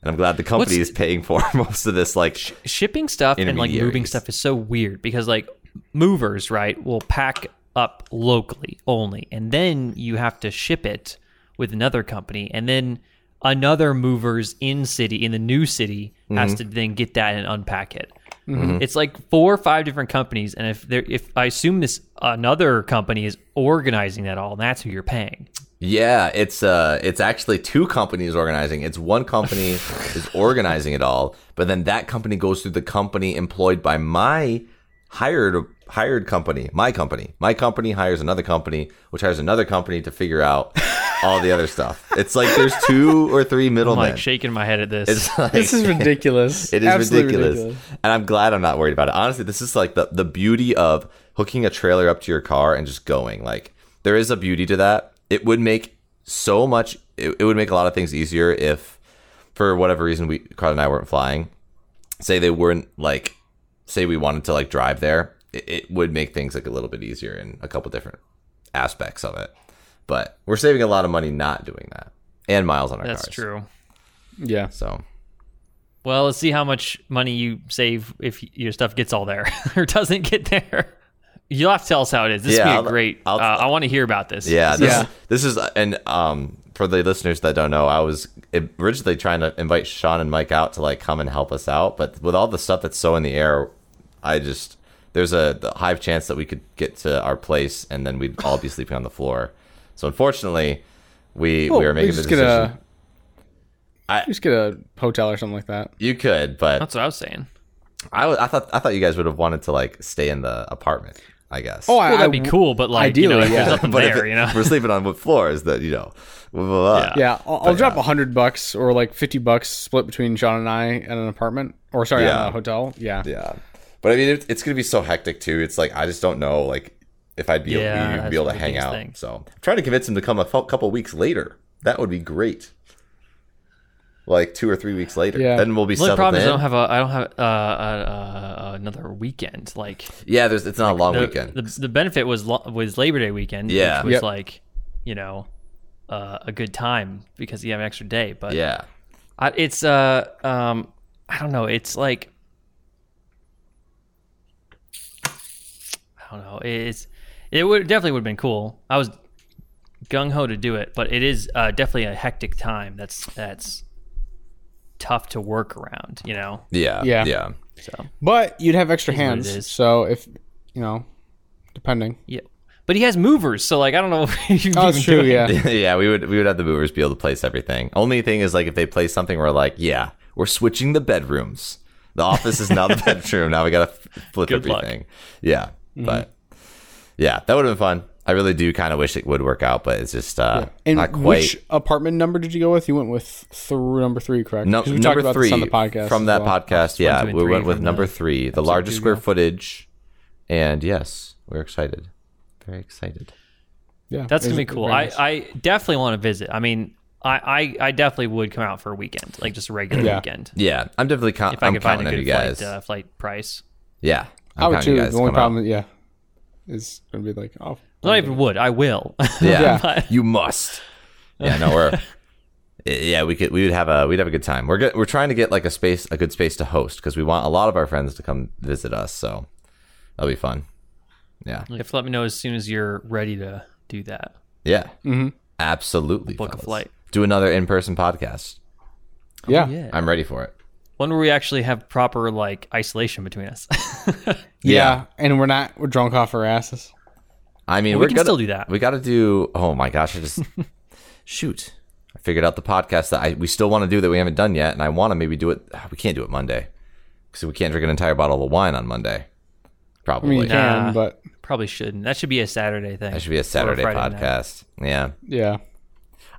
[SPEAKER 3] and I'm glad the company
[SPEAKER 1] What's-
[SPEAKER 3] is paying for *laughs* most of this. Like,
[SPEAKER 1] shipping stuff and like moving
[SPEAKER 3] Intermediaries.
[SPEAKER 1] stuff is so weird because like movers right will pack up locally only and then you have to ship it with another company and then another movers in city in the new city has
[SPEAKER 3] Mm-hmm.
[SPEAKER 1] to then get that and unpack it it's like four or five different companies and if there if i assume this another company is organizing that all and that's who you're paying
[SPEAKER 3] yeah, it's uh, it's actually two companies organizing. It's one company is organizing it all, but then that company goes through the company employed by my hired hired company, my company. My company hires another company, which hires another company to figure out all the other stuff. It's like there's two or three
[SPEAKER 1] i'm
[SPEAKER 3] middlemen.
[SPEAKER 1] like shaking my head at this
[SPEAKER 3] It's *laughs* like-
[SPEAKER 2] This is ridiculous.
[SPEAKER 3] It is
[SPEAKER 2] Absolutely
[SPEAKER 3] ridiculous. And I'm glad I'm not worried about it. Honestly, this is like the, the beauty of hooking a trailer up to your car and just going. Like, there is a beauty to that. It would make so much, it, it would make a lot of things easier if, for whatever reason, we, Carl and I weren't flying. Say they weren't like, say we wanted to like drive there. It, it would make things like a little bit easier in a couple different aspects of it. But we're saving a lot of money not doing that and miles on our *laughs*
[SPEAKER 1] that's
[SPEAKER 3] cars.
[SPEAKER 1] true
[SPEAKER 2] Yeah.
[SPEAKER 3] So,
[SPEAKER 1] Well, let's see how much money you save if your stuff gets all there *laughs* or doesn't get there. You'll have to tell us how it is. This
[SPEAKER 3] Yeah,
[SPEAKER 1] would
[SPEAKER 3] I'll-
[SPEAKER 1] be a great.
[SPEAKER 3] I'll-
[SPEAKER 1] uh, I want to hear about this.
[SPEAKER 3] Yeah, this,
[SPEAKER 2] Yeah.
[SPEAKER 3] this is and um for the listeners that don't know, I was originally trying to invite Sean and Mike out to like come and help us out, but with all the stuff that's so in the air, I just there's a the high chance that we could get to our place and then we'd all be sleeping on the floor. So unfortunately, we we were making the
[SPEAKER 2] just
[SPEAKER 3] decision.
[SPEAKER 2] Get a,
[SPEAKER 3] I-
[SPEAKER 2] just get a hotel or something like that.
[SPEAKER 3] You could, but
[SPEAKER 1] that's what I was saying.
[SPEAKER 3] I, wa- I thought I thought you guys would have wanted to like stay in the apartment. I guess.
[SPEAKER 2] Oh, I,
[SPEAKER 1] Well,
[SPEAKER 2] I
[SPEAKER 1] that'd be cool, but like, you know,
[SPEAKER 2] ideally,
[SPEAKER 1] if there's
[SPEAKER 2] yeah.
[SPEAKER 1] nothing
[SPEAKER 3] But if
[SPEAKER 1] there,
[SPEAKER 3] it-
[SPEAKER 1] you know.
[SPEAKER 3] *laughs* we're sleeping on what floors that you know. uh, blah, blah, blah.
[SPEAKER 2] Yeah, I'll, I'll drop a hundred bucks or like fifty bucks split between Sean and I at an apartment or sorry,
[SPEAKER 3] Yeah.
[SPEAKER 2] at a hotel. Yeah.
[SPEAKER 3] Yeah, but I mean, it, it's gonna be so hectic too. It's like I just don't know, like if I'd be
[SPEAKER 1] Yeah,
[SPEAKER 3] able,
[SPEAKER 1] that's
[SPEAKER 3] be able to
[SPEAKER 1] the
[SPEAKER 3] hang
[SPEAKER 1] biggest
[SPEAKER 3] out.
[SPEAKER 1] thing.
[SPEAKER 3] So I'm trying to convince him to come a f- couple weeks later. That would be great. Like two or three weeks later,
[SPEAKER 2] Yeah.
[SPEAKER 3] then we'll be
[SPEAKER 1] The only
[SPEAKER 3] settled
[SPEAKER 1] problem is I
[SPEAKER 3] in.
[SPEAKER 1] don't have a. I don't have uh, uh, uh, another weekend. Like
[SPEAKER 3] yeah, there's it's not a long
[SPEAKER 1] the,
[SPEAKER 3] weekend.
[SPEAKER 1] the the benefit was lo- was Labor Day weekend.
[SPEAKER 3] Yeah.
[SPEAKER 1] which was
[SPEAKER 2] Yep.
[SPEAKER 1] like, you know, uh, a good time because you have an extra day. But
[SPEAKER 3] yeah,
[SPEAKER 1] I, it's uh um I don't know. It's like I don't know. It's it would definitely would have been cool. I was gung ho to do it, but it is uh, definitely a hectic time. That's that's tough to work around. You know.
[SPEAKER 3] yeah,
[SPEAKER 2] Yeah.
[SPEAKER 3] yeah.
[SPEAKER 1] So
[SPEAKER 2] But you'd have extra
[SPEAKER 1] what it
[SPEAKER 2] hands,
[SPEAKER 1] is.
[SPEAKER 2] so if you know, depending.
[SPEAKER 1] yeah, but he has movers, so like I don't know. *laughs* If you
[SPEAKER 2] Oh, that's true.
[SPEAKER 3] *laughs*
[SPEAKER 2] Yeah.
[SPEAKER 3] yeah, we would we would have the movers be able to place everything. Only thing is like if they place something, we're like, yeah, we're switching the bedrooms. The office is now the
[SPEAKER 2] *laughs*
[SPEAKER 3] bedroom. Now we gotta f- flip
[SPEAKER 1] Good luck.
[SPEAKER 2] Mm-hmm.
[SPEAKER 3] everything. Yeah, but yeah, that would have been fun. I really do kind of wish it would work out, but it's just uh,
[SPEAKER 2] And
[SPEAKER 3] not quite.
[SPEAKER 2] which apartment number did you go with? You went with through number three, correct?
[SPEAKER 3] No,
[SPEAKER 2] 'Cause we
[SPEAKER 3] number
[SPEAKER 2] talked about
[SPEAKER 3] three
[SPEAKER 2] this on the podcast
[SPEAKER 3] from
[SPEAKER 2] as
[SPEAKER 3] that
[SPEAKER 2] well.
[SPEAKER 3] podcast. Yeah,
[SPEAKER 1] two, and
[SPEAKER 3] we
[SPEAKER 1] three
[SPEAKER 3] went with
[SPEAKER 1] from
[SPEAKER 3] number
[SPEAKER 1] the
[SPEAKER 3] three, the
[SPEAKER 2] episode
[SPEAKER 3] largest
[SPEAKER 2] two,
[SPEAKER 3] square
[SPEAKER 2] yeah.
[SPEAKER 3] footage, and yes, we're excited, very excited.
[SPEAKER 2] Yeah,
[SPEAKER 1] That's gonna
[SPEAKER 2] it's
[SPEAKER 1] be cool.
[SPEAKER 2] very
[SPEAKER 1] I,
[SPEAKER 2] nice.
[SPEAKER 1] I definitely want to visit. I mean, I, I I definitely would come out for a weekend, like just a regular
[SPEAKER 2] Yeah.
[SPEAKER 1] weekend.
[SPEAKER 3] Yeah, I'm definitely. Con-
[SPEAKER 1] If i
[SPEAKER 3] I'm
[SPEAKER 1] could find
[SPEAKER 3] counting
[SPEAKER 1] a
[SPEAKER 3] on
[SPEAKER 1] good
[SPEAKER 3] you guys.
[SPEAKER 1] flight, uh, flight price.
[SPEAKER 3] yeah,
[SPEAKER 2] I
[SPEAKER 3] I'm
[SPEAKER 2] would
[SPEAKER 3] counting
[SPEAKER 2] too.
[SPEAKER 3] you guys.
[SPEAKER 2] The
[SPEAKER 3] to
[SPEAKER 2] only
[SPEAKER 3] come out.
[SPEAKER 2] problem, yeah, is gonna be like, oh,
[SPEAKER 1] Not even would. I
[SPEAKER 3] *laughs*
[SPEAKER 1] will.
[SPEAKER 3] Yeah,
[SPEAKER 1] But-
[SPEAKER 3] you must. Yeah, no, we're. *laughs* Yeah, we could. We would have a. We'd have a good time. We're good, we're trying to get like a space, a good space to host because we want a lot of our friends to come visit us. So that'll be fun. Yeah,
[SPEAKER 1] you have to let me know as soon as you're ready to do that.
[SPEAKER 3] yeah,
[SPEAKER 2] hmm
[SPEAKER 3] absolutely.
[SPEAKER 1] Mm-hmm. Book a
[SPEAKER 3] fellas.
[SPEAKER 1] flight.
[SPEAKER 3] Do another in-person podcast.
[SPEAKER 2] yeah,
[SPEAKER 1] Oh, Yeah.
[SPEAKER 3] I'm ready for it.
[SPEAKER 1] One where we actually have proper like isolation between us. *laughs*
[SPEAKER 2] yeah, and we're not we're drunk off our asses.
[SPEAKER 3] I mean,
[SPEAKER 1] Well, we
[SPEAKER 3] we're
[SPEAKER 1] can
[SPEAKER 3] gonna,
[SPEAKER 1] still do that.
[SPEAKER 3] We got to do. Oh my gosh! I just *laughs* shoot. I figured out the podcast that I we still want to do that we haven't done yet, and I want to maybe do it. *sighs* We can't do it Monday because we can't drink an entire bottle of wine on Monday.
[SPEAKER 2] I
[SPEAKER 3] Probably
[SPEAKER 2] mean, you
[SPEAKER 1] Nah.
[SPEAKER 2] can, but
[SPEAKER 1] Probably shouldn't. That should be a Saturday thing.
[SPEAKER 3] that should be
[SPEAKER 1] Or
[SPEAKER 3] a Saturday
[SPEAKER 1] Friday night.
[SPEAKER 3] podcast. Yeah,
[SPEAKER 2] yeah,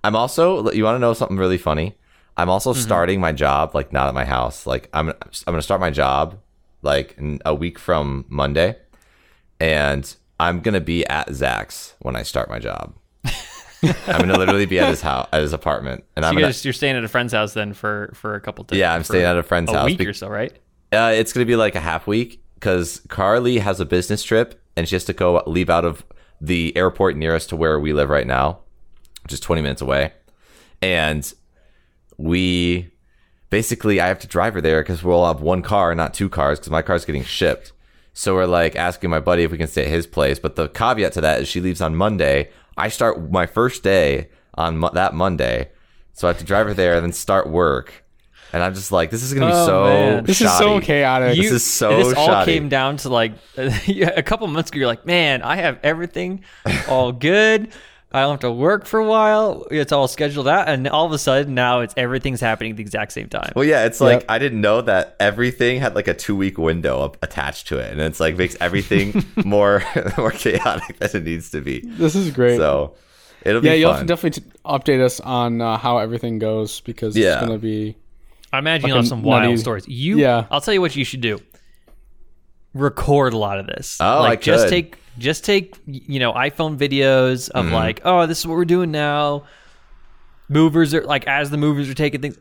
[SPEAKER 3] I'm also. You want to know something really funny? I'm also
[SPEAKER 1] Mm-hmm.
[SPEAKER 3] starting my job like not at my house. Like I'm I'm gonna start my job like in a week from Monday, and I'm gonna be at Zach's when I start my
[SPEAKER 1] *laughs*
[SPEAKER 3] job. I'm gonna literally be at his house, at his apartment, and
[SPEAKER 1] So
[SPEAKER 3] I'm
[SPEAKER 1] you
[SPEAKER 3] gonna.
[SPEAKER 1] guys, you're staying at a friend's house then for for a couple days.
[SPEAKER 3] yeah, I'm
[SPEAKER 1] for
[SPEAKER 3] staying at a friend's
[SPEAKER 1] a
[SPEAKER 3] house.
[SPEAKER 1] week
[SPEAKER 3] be-
[SPEAKER 1] or so, right?
[SPEAKER 3] uh, it's gonna be like a half week because Carly has a business trip and she has to go leave out of the airport nearest to where we live right now, which is 20 minutes away, and we basically I have to drive her there because we'll have one car, not two cars, because my car's getting shipped. So we're like asking my buddy if we can stay at his place, but the caveat to that is she leaves on Monday. I start my first day on mo- that Monday, so I have to drive her there and then start work. And I'm just like, this is gonna be
[SPEAKER 1] Oh,
[SPEAKER 3] so
[SPEAKER 1] man.
[SPEAKER 2] this is so
[SPEAKER 3] shoddy.
[SPEAKER 2] chaotic.
[SPEAKER 3] You- This is so
[SPEAKER 1] This all
[SPEAKER 3] shoddy.
[SPEAKER 1] came down to like *laughs* a couple months ago. You're like, man, I have
[SPEAKER 3] *laughs*
[SPEAKER 1] everything all good. I don't have to work for a while. It's all scheduled out, and all of a sudden now it's everything's happening at the exact same time.
[SPEAKER 3] Well, yeah, it's like
[SPEAKER 2] Yep.
[SPEAKER 3] I didn't know that everything had like a two week window up attached to it, and it's like makes
[SPEAKER 2] *laughs*
[SPEAKER 3] everything more *laughs* more chaotic than it needs to be.
[SPEAKER 2] this is great.
[SPEAKER 3] So it'll
[SPEAKER 2] yeah,
[SPEAKER 3] be
[SPEAKER 2] you'll have
[SPEAKER 3] fun.
[SPEAKER 2] to definitely t- update us on uh, how everything goes because
[SPEAKER 3] Yeah.
[SPEAKER 2] it's gonna be
[SPEAKER 1] I imagine you'll have some
[SPEAKER 2] Fucking
[SPEAKER 1] wild
[SPEAKER 2] nutty.
[SPEAKER 1] stories. You,
[SPEAKER 2] Yeah.
[SPEAKER 1] I'll tell you what you should do. Record a lot of this.
[SPEAKER 3] Oh,
[SPEAKER 1] like
[SPEAKER 3] I
[SPEAKER 1] just
[SPEAKER 3] could.
[SPEAKER 1] take just take you know iPhone videos of
[SPEAKER 3] Mm-hmm.
[SPEAKER 1] like, oh, this is what we're doing now. Movers are like as the movers are taking things.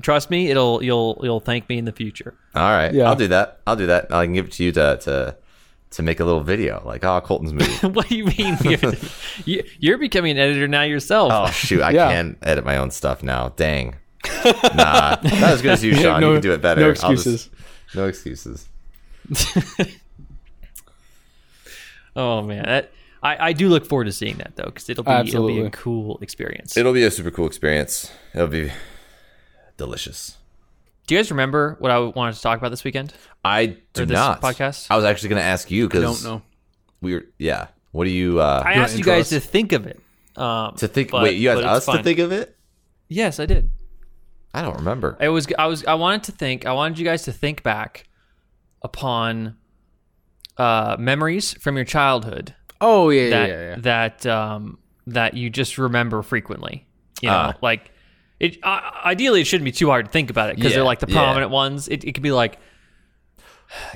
[SPEAKER 1] Trust me, it'll you'll you'll thank me in the future. *laughs*
[SPEAKER 3] All right,
[SPEAKER 2] Yeah.
[SPEAKER 3] I'll do that. I'll do that. I can give it to you to to to make a little video, like oh
[SPEAKER 2] *laughs*
[SPEAKER 3] Colton's movie.
[SPEAKER 1] what do you mean? *laughs* You're, you- you're becoming an editor now yourself.
[SPEAKER 3] oh shoot, I
[SPEAKER 2] Yeah.
[SPEAKER 3] can edit my own stuff now. Dang. nah, not as good
[SPEAKER 2] *laughs*
[SPEAKER 3] as you, Sean.
[SPEAKER 2] no-
[SPEAKER 3] you can do it better.
[SPEAKER 2] no
[SPEAKER 3] I'll just-
[SPEAKER 2] excuses.
[SPEAKER 3] no excuses.
[SPEAKER 1] Oh, man, that, I I do look forward to seeing that though because it'll be it'll be
[SPEAKER 2] Absolutely.
[SPEAKER 1] a cool experience.
[SPEAKER 3] It'll be a super cool experience. It'll be delicious.
[SPEAKER 1] do you guys remember what I wanted to talk about this weekend?
[SPEAKER 3] I do
[SPEAKER 1] Or this
[SPEAKER 3] not
[SPEAKER 1] podcast?
[SPEAKER 3] I was actually going to ask you because
[SPEAKER 2] don't know.
[SPEAKER 3] we were yeah what do you uh
[SPEAKER 1] I
[SPEAKER 2] You wanna
[SPEAKER 1] asked you
[SPEAKER 2] intro
[SPEAKER 1] guys
[SPEAKER 2] us?
[SPEAKER 1] to think of it. Um,
[SPEAKER 3] to think
[SPEAKER 1] but-
[SPEAKER 3] wait you asked
[SPEAKER 1] but it's
[SPEAKER 3] us to
[SPEAKER 1] fine.
[SPEAKER 3] think of it
[SPEAKER 1] Yes, I did.
[SPEAKER 3] i don't remember
[SPEAKER 1] It was I was I wanted to think. I wanted you guys to think back upon uh, memories from your childhood
[SPEAKER 2] Oh yeah,
[SPEAKER 1] that
[SPEAKER 2] yeah, yeah.
[SPEAKER 1] that um, that you just remember frequently. You know,
[SPEAKER 3] Ah.
[SPEAKER 1] like it. Uh, ideally, it shouldn't be too hard to think about it because
[SPEAKER 3] Yeah,
[SPEAKER 1] they're like the
[SPEAKER 3] yeah.
[SPEAKER 1] prominent ones. It it could be like,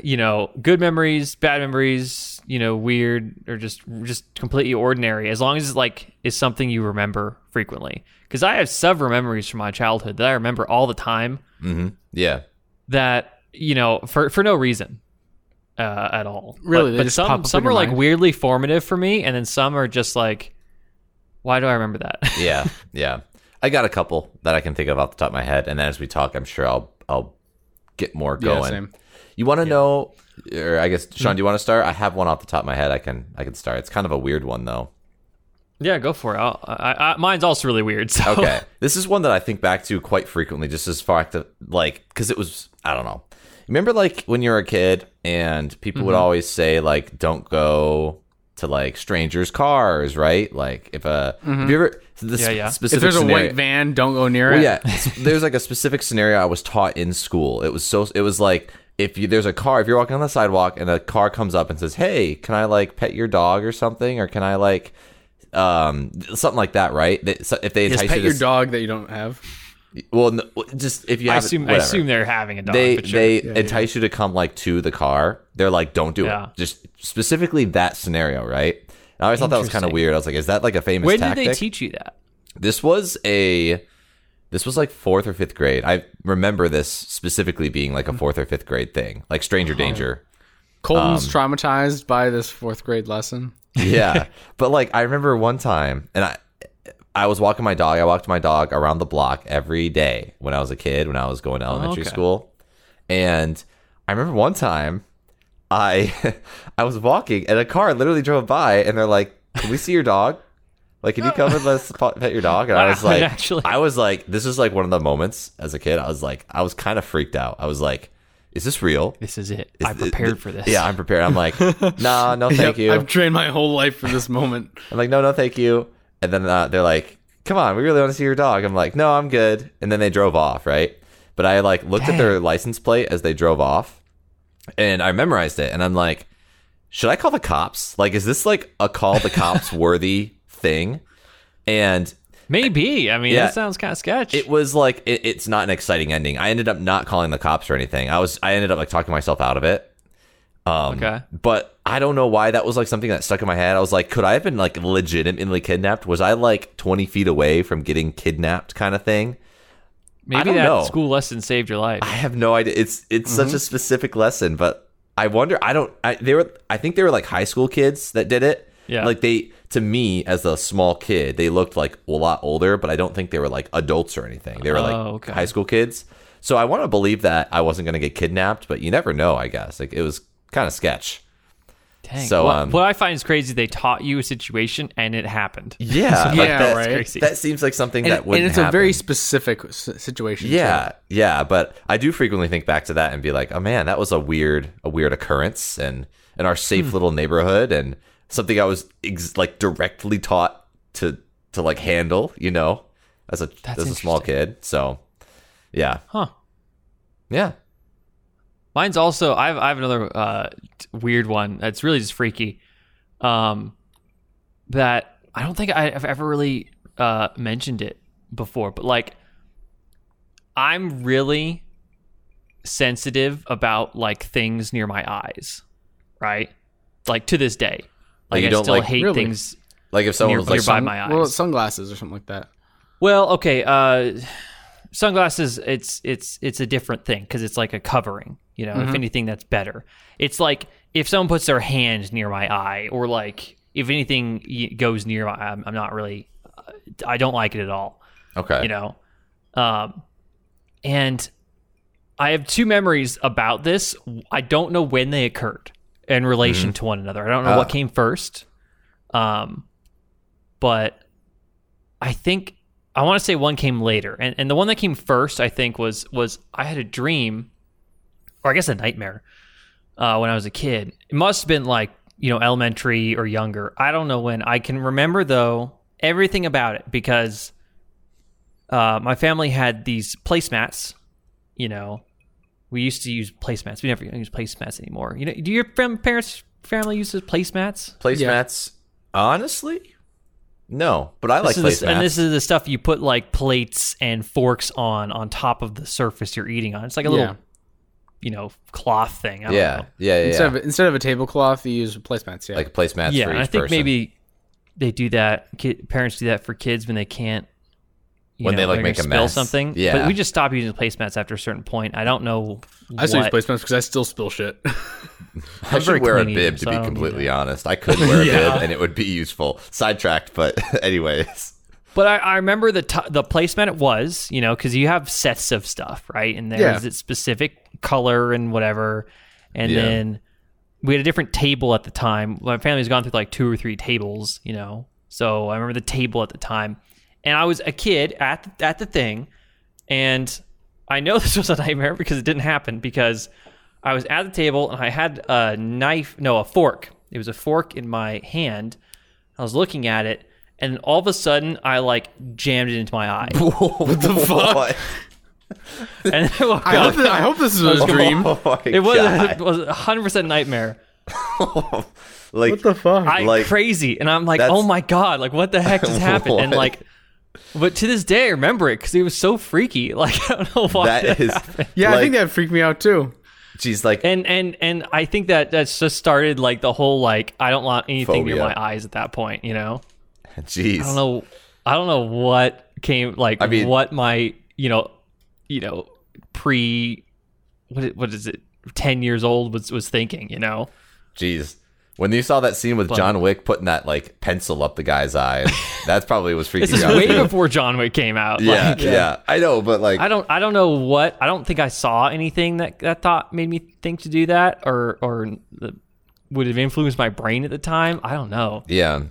[SPEAKER 1] you know, good memories, bad memories. You know, weird or just just completely ordinary. As long as it's like is something you remember frequently. Because I have several memories from my childhood that I remember all the time
[SPEAKER 3] mm-hmm. yeah
[SPEAKER 1] that you know for for no reason uh, at all.
[SPEAKER 2] Really?
[SPEAKER 1] but,
[SPEAKER 2] They
[SPEAKER 1] but
[SPEAKER 2] just
[SPEAKER 1] some
[SPEAKER 2] pop up
[SPEAKER 1] some
[SPEAKER 2] in your
[SPEAKER 1] are like
[SPEAKER 2] mind?
[SPEAKER 1] weirdly formative for me, and then some are just like, why do I remember that? *laughs*
[SPEAKER 3] yeah yeah i got a couple that i can think of off the top of my head and as we talk i'm sure i'll i'll get more going
[SPEAKER 2] same.
[SPEAKER 3] you want to know or i guess sean do you want to start i have one off the top of my head i can i can start it's kind of a weird one though
[SPEAKER 1] yeah, go for it. I'll, I, I, mine's also really weird. *laughs* So
[SPEAKER 2] *laughs*
[SPEAKER 3] okay *laughs* this is one that i think back to quite frequently just as far as like because it was i don't know remember like when you were a kid and people
[SPEAKER 2] Mm-hmm.
[SPEAKER 3] would always say like don't go to like strangers cars right like if a have you ever this
[SPEAKER 1] Yeah, yeah.
[SPEAKER 2] Mm-hmm.
[SPEAKER 3] specific
[SPEAKER 2] If there's a
[SPEAKER 3] scenario-
[SPEAKER 2] white van, don't go near
[SPEAKER 3] well,
[SPEAKER 2] it.
[SPEAKER 3] yeah, it's- there's like a specific scenario I was taught in school. It was so it was like if you, there's a car, if you're walking on the sidewalk and a car comes up and says, "Hey, can I like pet your dog or something, or can I like um something like that?" Right? They, so if they
[SPEAKER 2] Just
[SPEAKER 3] entice
[SPEAKER 2] pet
[SPEAKER 3] you,
[SPEAKER 2] your
[SPEAKER 3] to,
[SPEAKER 2] dog that you don't have.
[SPEAKER 3] s- well, no, just if you
[SPEAKER 1] I
[SPEAKER 3] have,
[SPEAKER 1] assume I
[SPEAKER 3] whatever.
[SPEAKER 1] assume they're having a dog.
[SPEAKER 3] they
[SPEAKER 1] but sure.
[SPEAKER 3] they entice you to come like to the car. They're like, "Don't do
[SPEAKER 1] Yeah.
[SPEAKER 3] it." Just specifically that scenario, right? And I always thought that was kind of
[SPEAKER 1] Interesting.
[SPEAKER 3] weird. I was like, "Is that like a famous?"
[SPEAKER 1] Where
[SPEAKER 3] tactic?
[SPEAKER 1] did they teach you that?
[SPEAKER 3] This was a this was like fourth or fifth grade. I remember this specifically being like a
[SPEAKER 1] Hmm.
[SPEAKER 3] fourth or fifth grade thing, like Stranger
[SPEAKER 1] Uh-huh.
[SPEAKER 3] Danger.
[SPEAKER 2] Colton's
[SPEAKER 3] Um,
[SPEAKER 2] traumatized by this fourth grade lesson.
[SPEAKER 3] Yeah, *laughs* but like I remember one time, and I I was walking my dog. I walked my dog around the block every day when I was a kid, when I was going to
[SPEAKER 1] Oh,
[SPEAKER 3] elementary
[SPEAKER 1] okay.
[SPEAKER 3] school, and I remember one time I *laughs* I was walking and a car literally drove by, and they're like, "Can we see your dog?" Like,
[SPEAKER 1] *laughs*
[SPEAKER 3] can you come and let's po- pet your dog? And I was
[SPEAKER 1] Wow, *laughs*
[SPEAKER 3] like,
[SPEAKER 1] actually.
[SPEAKER 3] I was like, this is like one of the moments as a kid. I was like, I was kind of freaked out. I was like, is this real?
[SPEAKER 1] This is it.
[SPEAKER 3] Is
[SPEAKER 1] I
[SPEAKER 3] th-
[SPEAKER 1] prepared
[SPEAKER 3] th-
[SPEAKER 1] for this.
[SPEAKER 3] Yeah, I'm prepared.
[SPEAKER 1] *laughs*
[SPEAKER 3] I'm like, nah, no, thank
[SPEAKER 2] Yep,
[SPEAKER 3] you.
[SPEAKER 2] I've trained my whole life for this
[SPEAKER 3] *laughs*
[SPEAKER 2] moment.
[SPEAKER 3] I'm like, no, no, thank you. And then uh, they're like, come on, we really want to see your dog. I'm like, no, I'm good. And then they drove off, right? But I like looked at their license plate as they drove off, and I memorized it. And I'm like, should I call the cops? Like, is this like a call the cops worthy thing? And
[SPEAKER 1] Maybe. I mean,
[SPEAKER 3] Yeah.
[SPEAKER 1] that sounds kind of sketch.
[SPEAKER 3] it was like it, it's not an exciting ending. I ended up not calling the cops or anything. I was I ended up like talking myself out of it. Um,
[SPEAKER 1] Okay.
[SPEAKER 3] But I don't know why that was like something that stuck in my head. I was like, could I have been like legitimately kidnapped? Was I like twenty feet away from getting kidnapped, kind of thing?
[SPEAKER 1] Maybe
[SPEAKER 3] don't
[SPEAKER 1] that
[SPEAKER 3] know. Ah,
[SPEAKER 1] school lesson saved your life.
[SPEAKER 3] I have no idea. It's it's
[SPEAKER 1] Mm-hmm.
[SPEAKER 3] such a specific lesson, but I wonder. I don't. I, they were. I think they were like high school kids that did it.
[SPEAKER 1] Yeah.
[SPEAKER 3] Like they to me as a small kid, they looked like a lot older, but I don't think they were like adults or anything. They were like
[SPEAKER 1] Oh, okay.
[SPEAKER 3] high school kids. So I want to believe that I wasn't going to get kidnapped, but you never know. I guess like it was kind of sketch.
[SPEAKER 1] Dang.
[SPEAKER 3] so,
[SPEAKER 1] what,
[SPEAKER 3] um,
[SPEAKER 1] what I find is crazy. They taught you a situation and it happened. *laughs*
[SPEAKER 3] Yeah.
[SPEAKER 2] Yeah,
[SPEAKER 3] like that,
[SPEAKER 2] right.
[SPEAKER 1] Crazy.
[SPEAKER 3] That seems like something
[SPEAKER 2] And,
[SPEAKER 3] that would.
[SPEAKER 2] and it's a very specific s- situation. too.
[SPEAKER 3] Yeah, yeah, but I do frequently think back to that and be like, "Oh man, that was a weird, a weird occurrence," and in our safe
[SPEAKER 1] Hmm.
[SPEAKER 3] little neighborhood, and something I was ex- like directly taught to to like handle, you know, as a
[SPEAKER 1] That's
[SPEAKER 3] as a small kid. So, yeah,
[SPEAKER 1] Huh.
[SPEAKER 3] yeah,
[SPEAKER 1] Mine's also I have I have another uh, t- weird one that's really just freaky. Um, that I don't think I- I've ever really uh, mentioned it before, but like I'm really sensitive about like things near my eyes, right? Like to this day, like
[SPEAKER 3] Like, you
[SPEAKER 1] I
[SPEAKER 3] don't
[SPEAKER 1] still
[SPEAKER 3] like-
[SPEAKER 1] hate
[SPEAKER 2] Really?
[SPEAKER 1] things
[SPEAKER 3] like if someone
[SPEAKER 1] near,
[SPEAKER 3] was like,
[SPEAKER 1] nearby
[SPEAKER 3] some-
[SPEAKER 1] my eyes.
[SPEAKER 2] Well, sunglasses or something like that.
[SPEAKER 1] Well, okay. Uh, sunglasses, it's it's it's a different thing because it's like a covering. You know, if anything, that's better. It's like if someone puts their hand near my eye, or like if anything y- goes near my, I'm, I'm not really, uh, I don't like it at all.
[SPEAKER 3] okay,
[SPEAKER 1] You know, um, and I have two memories about this. I don't know when they occurred in relation to one another. I don't know what
[SPEAKER 3] Ah.
[SPEAKER 1] came first. Um, but I think I want to say one came later, and and the one that came first, I think, was was I had a dream, or I guess a nightmare, uh, when I was a kid. It must have been like you know elementary or younger. I don't know when. I can remember though everything about it because uh, my family had these placemats. You know, we used to use placemats. We never use placemats anymore. You know, do your fam- parents' family use those placemats?
[SPEAKER 3] placemats. Honestly, no, but I
[SPEAKER 1] This
[SPEAKER 3] like
[SPEAKER 1] is the-
[SPEAKER 3] placemats.
[SPEAKER 1] and this is the stuff you put like plates and forks on on top of the surface you're eating on. It's like a little,
[SPEAKER 2] Yeah.
[SPEAKER 1] you know, cloth thing. I don't
[SPEAKER 3] yeah,
[SPEAKER 1] know.
[SPEAKER 3] yeah, yeah,
[SPEAKER 2] Instead
[SPEAKER 3] yeah.
[SPEAKER 2] of instead of a tablecloth, you use placemats. Yeah.
[SPEAKER 3] like placemats
[SPEAKER 1] yeah.
[SPEAKER 3] for each
[SPEAKER 1] and I think
[SPEAKER 3] person.
[SPEAKER 1] maybe they do that. Kid, parents do that for kids when they can't. you
[SPEAKER 3] When they,
[SPEAKER 1] know,
[SPEAKER 3] like,
[SPEAKER 1] they're
[SPEAKER 3] make
[SPEAKER 1] gonna
[SPEAKER 3] a
[SPEAKER 1] spill
[SPEAKER 3] mess.
[SPEAKER 1] something.
[SPEAKER 3] Yeah.
[SPEAKER 1] but we just stop using placemats after a certain point. I don't know.
[SPEAKER 2] I still
[SPEAKER 1] what-
[SPEAKER 2] use placemats because I still spill shit. *laughs*
[SPEAKER 3] I
[SPEAKER 1] very
[SPEAKER 3] should wear a
[SPEAKER 1] clean
[SPEAKER 3] bib
[SPEAKER 1] eater,
[SPEAKER 3] to
[SPEAKER 1] so I
[SPEAKER 3] be
[SPEAKER 1] don't need
[SPEAKER 3] completely honest. I could
[SPEAKER 2] *laughs*
[SPEAKER 3] wear a
[SPEAKER 2] Yeah.
[SPEAKER 3] bib and it would be useful. Sidetracked, but
[SPEAKER 2] *laughs*
[SPEAKER 3] *laughs* anyways.
[SPEAKER 1] But I, I remember the t- the placement it was, you know, because you have sets of stuff, right? And there's
[SPEAKER 2] Yeah.
[SPEAKER 1] its specific color and whatever. And
[SPEAKER 3] Yeah.
[SPEAKER 1] then we had a different table at the time. My family's gone through like two or three tables, you know. So I remember the table at the time, and I was a kid at the, at the thing, and I know *laughs* this was a nightmare because it didn't happen because I was at the table and I had a knife, no, a fork. It was a fork in my hand. I was looking at it,
[SPEAKER 3] *laughs*
[SPEAKER 2] *laughs*
[SPEAKER 1] and all of a sudden I like jammed it into my eye.
[SPEAKER 3] what the fuck?
[SPEAKER 1] and *laughs* I woke
[SPEAKER 2] I hope,
[SPEAKER 1] up.
[SPEAKER 2] this, I hope this is a dream.
[SPEAKER 3] *laughs* Oh my
[SPEAKER 1] It was it
[SPEAKER 3] God.
[SPEAKER 1] was a hundred percent nightmare.
[SPEAKER 3] like
[SPEAKER 2] *laughs* What the fuck?
[SPEAKER 1] I
[SPEAKER 3] Like,
[SPEAKER 1] crazy, and I'm like,
[SPEAKER 3] that's-
[SPEAKER 1] oh my god, like what the
[SPEAKER 3] *laughs*
[SPEAKER 1] heck just happened? And
[SPEAKER 3] What?
[SPEAKER 1] like, but to this day, I remember it because it was so freaky. *laughs* Like I don't know why
[SPEAKER 3] that is
[SPEAKER 2] yeah, I think
[SPEAKER 3] like,
[SPEAKER 2] that freaked me out too.
[SPEAKER 3] geez,
[SPEAKER 1] *laughs*
[SPEAKER 3] like
[SPEAKER 1] and and and I think that that's just started like the whole like I don't want anything near
[SPEAKER 3] Phobia.
[SPEAKER 1] my eyes at that point. You know,
[SPEAKER 3] geez.
[SPEAKER 1] I don't know, I don't know what came like
[SPEAKER 3] I mean-
[SPEAKER 1] what my you know, you know, pre what i- what is it, ten years old was was thinking. You know,
[SPEAKER 3] Jeez. When you saw that scene with John Wick putting that like pencil up the
[SPEAKER 1] *laughs*
[SPEAKER 3] guy's eye, that's probably was freaking
[SPEAKER 1] this is
[SPEAKER 3] you
[SPEAKER 1] *laughs*
[SPEAKER 3] out. *laughs*
[SPEAKER 1] way
[SPEAKER 3] too.
[SPEAKER 1] before John Wick came out.
[SPEAKER 3] yeah,
[SPEAKER 1] like,
[SPEAKER 3] yeah, I know, but like,
[SPEAKER 1] I don't I don't know what I don't think I saw anything that that thought made me think to do that or or the, would have influenced my brain at the time. I don't know.
[SPEAKER 3] yeah,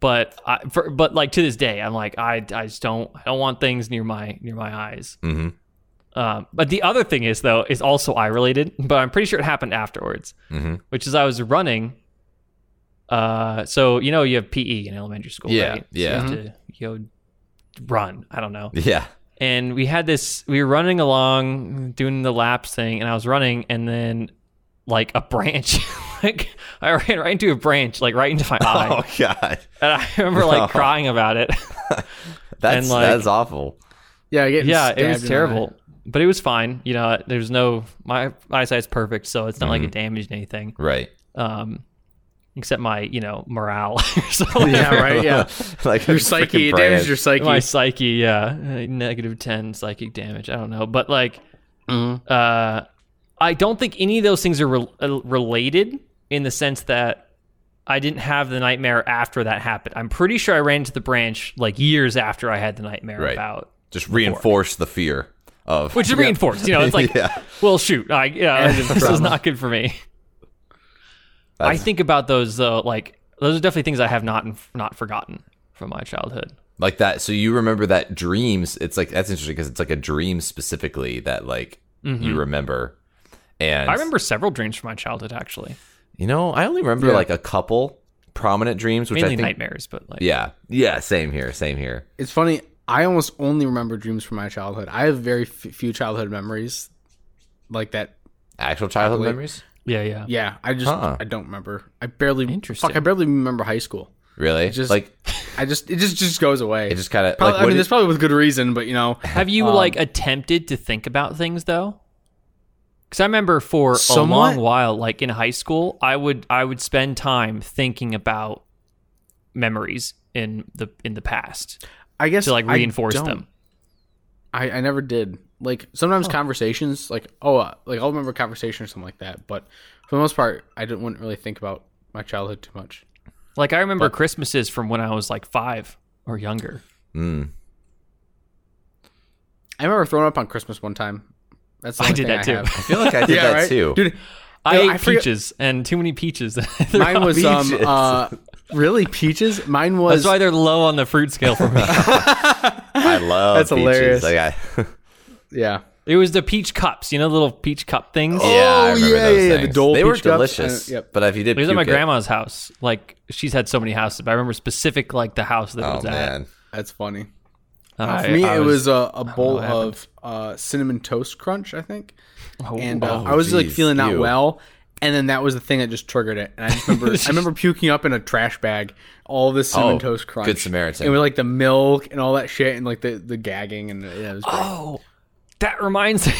[SPEAKER 1] But I for, but like to this day I'm like I I just don't I don't want things near my near my eyes.
[SPEAKER 3] Mhm.
[SPEAKER 1] Um, but the other thing is though is also eye related, but I'm pretty sure it happened afterwards,
[SPEAKER 3] Mhm.
[SPEAKER 1] which is I was running. Uh, so you know you have PE in elementary school,
[SPEAKER 3] Yeah,
[SPEAKER 1] right? So
[SPEAKER 3] yeah.
[SPEAKER 1] you have to you know, run. I don't know
[SPEAKER 3] yeah,
[SPEAKER 1] and we had this we were running along doing the laps thing and i was running and then like a branch *laughs* like i ran right into a branch like right into my eye
[SPEAKER 3] Oh god,
[SPEAKER 1] and i remember like
[SPEAKER 3] No.
[SPEAKER 2] *laughs*
[SPEAKER 1] crying about it
[SPEAKER 3] that's
[SPEAKER 1] like-
[SPEAKER 3] that's awful.
[SPEAKER 2] Yeah, getting
[SPEAKER 1] yeah it was
[SPEAKER 2] stabbed in the
[SPEAKER 1] terrible but it was fine you know there's no my eyesight's perfect so it's not like
[SPEAKER 2] Mm-hmm.
[SPEAKER 1] it damaged anything
[SPEAKER 3] Right.
[SPEAKER 1] um except my you know morale *laughs* or
[SPEAKER 2] eye. *laughs*
[SPEAKER 1] something
[SPEAKER 2] Yeah, right. Yeah,
[SPEAKER 3] *laughs* like
[SPEAKER 2] your psyche. It damaged your psyche.
[SPEAKER 1] my psyche yeah Uh, negative 10 psychic damage i don't know but like
[SPEAKER 3] Mm-hmm.
[SPEAKER 1] uh i don't think any of those things are rel uh, related in the sense that i didn't have the nightmare after that happened i'm pretty sure i ran into the branch like years after i had the nightmare
[SPEAKER 3] Right.
[SPEAKER 1] about
[SPEAKER 3] Just reinforce the fear of
[SPEAKER 1] which is reinforced you know
[SPEAKER 3] *laughs*
[SPEAKER 1] it's like
[SPEAKER 3] Yeah.
[SPEAKER 1] well shoot i yeah,
[SPEAKER 2] Added
[SPEAKER 1] this is
[SPEAKER 2] trauma.
[SPEAKER 1] not good for me i
[SPEAKER 3] That's-
[SPEAKER 1] think about those though like those are definitely things i have not not forgotten from my childhood
[SPEAKER 3] like that. So you remember that dreams? It's like that's interesting because it's like a dream specifically that like you remember. And
[SPEAKER 1] Mm-hmm. i remember several dreams from my childhood actually
[SPEAKER 3] You know, I only remember
[SPEAKER 2] Yeah.
[SPEAKER 3] like a couple prominent dreams, which
[SPEAKER 1] mainly
[SPEAKER 3] I think.
[SPEAKER 1] nightmares but like
[SPEAKER 3] Yeah, yeah, same here, same here.
[SPEAKER 2] It's funny. I almost only remember dreams from my childhood. I have very f- few childhood memories like that.
[SPEAKER 3] Actual childhood
[SPEAKER 2] Happily.
[SPEAKER 3] memories,
[SPEAKER 1] yeah yeah
[SPEAKER 2] Yeah, I just
[SPEAKER 3] Huh.
[SPEAKER 2] I don't remember. I barely
[SPEAKER 1] Interesting.
[SPEAKER 2] Fuck, I barely remember high school.
[SPEAKER 3] really?
[SPEAKER 2] just-
[SPEAKER 3] like
[SPEAKER 2] I just it just just goes away.
[SPEAKER 3] it just kind of
[SPEAKER 2] Probably-
[SPEAKER 3] like
[SPEAKER 2] I
[SPEAKER 3] what
[SPEAKER 2] mean,
[SPEAKER 3] did-
[SPEAKER 2] that's probably with good reason, but you know,
[SPEAKER 1] Have you like attempted to think about things though? Because I remember for a
[SPEAKER 2] Somewhat.
[SPEAKER 1] long while, like in high school, I would I would spend time thinking about memories in the in the past
[SPEAKER 2] I guess
[SPEAKER 1] to like
[SPEAKER 2] I
[SPEAKER 1] reinforce
[SPEAKER 2] don't.
[SPEAKER 1] them.
[SPEAKER 2] I, I never did. Like sometimes conversations, like oh, uh, like I'll remember a conversation or something like that. But for the most part, I didn't wouldn't really think about my childhood too much.
[SPEAKER 1] Like I remember Christmases from when I was like five or younger.
[SPEAKER 2] *laughs*
[SPEAKER 3] Mm.
[SPEAKER 2] I remember throwing up on Christmas one time. That's the
[SPEAKER 1] I
[SPEAKER 2] only
[SPEAKER 1] did
[SPEAKER 2] thing
[SPEAKER 1] that
[SPEAKER 2] I
[SPEAKER 1] too.
[SPEAKER 2] have.
[SPEAKER 3] *laughs* I feel like I
[SPEAKER 2] *laughs*
[SPEAKER 3] did
[SPEAKER 2] yeah,
[SPEAKER 3] that
[SPEAKER 2] right,
[SPEAKER 3] too.
[SPEAKER 2] dude.
[SPEAKER 1] I
[SPEAKER 2] Yo,
[SPEAKER 1] ate
[SPEAKER 2] I forget-
[SPEAKER 1] peaches and too many peaches. *laughs* They're
[SPEAKER 2] Mine
[SPEAKER 1] all-
[SPEAKER 2] was um
[SPEAKER 3] *laughs* Peaches.
[SPEAKER 2] uh really peaches. Mine was
[SPEAKER 1] that's why they're low on the fruit scale for
[SPEAKER 2] *laughs*
[SPEAKER 1] me.
[SPEAKER 3] I love
[SPEAKER 2] That's
[SPEAKER 3] peaches.
[SPEAKER 2] hilarious.
[SPEAKER 3] Like, I,
[SPEAKER 2] yeah.
[SPEAKER 1] it was the peach cups, you know, the little peach cup things.
[SPEAKER 3] *laughs* yeah, I
[SPEAKER 2] Oh, yeah,
[SPEAKER 3] remember
[SPEAKER 2] yeah,
[SPEAKER 3] those
[SPEAKER 2] yeah, the
[SPEAKER 3] things.
[SPEAKER 2] Dole
[SPEAKER 3] they were
[SPEAKER 2] peach cups,
[SPEAKER 3] delicious.
[SPEAKER 2] and- yep.
[SPEAKER 3] But if you did,
[SPEAKER 1] It was at my
[SPEAKER 3] puke it-
[SPEAKER 1] grandma's house. Like she's had so many houses, but I remember specific like the house that it
[SPEAKER 3] Oh
[SPEAKER 1] was at.
[SPEAKER 3] man,
[SPEAKER 2] That's funny.
[SPEAKER 1] Uh, I-
[SPEAKER 2] for me,
[SPEAKER 1] I
[SPEAKER 2] it was a, a bowl
[SPEAKER 1] what happened.
[SPEAKER 2] of uh, cinnamon toast crunch, I think.
[SPEAKER 1] Oh,
[SPEAKER 2] and uh,
[SPEAKER 3] oh,
[SPEAKER 2] I was like
[SPEAKER 3] geez,
[SPEAKER 2] feeling not
[SPEAKER 3] ew.
[SPEAKER 2] well, and then that was the thing that just triggered it. And I just remember, I remember puking up in a trash bag all this cinnamon
[SPEAKER 3] Oh,
[SPEAKER 2] toast crunch,
[SPEAKER 3] Good Samaritan.
[SPEAKER 2] and with like the milk and all that shit, and like the, the gagging, and yeah, it was great.
[SPEAKER 1] Oh, that reminds me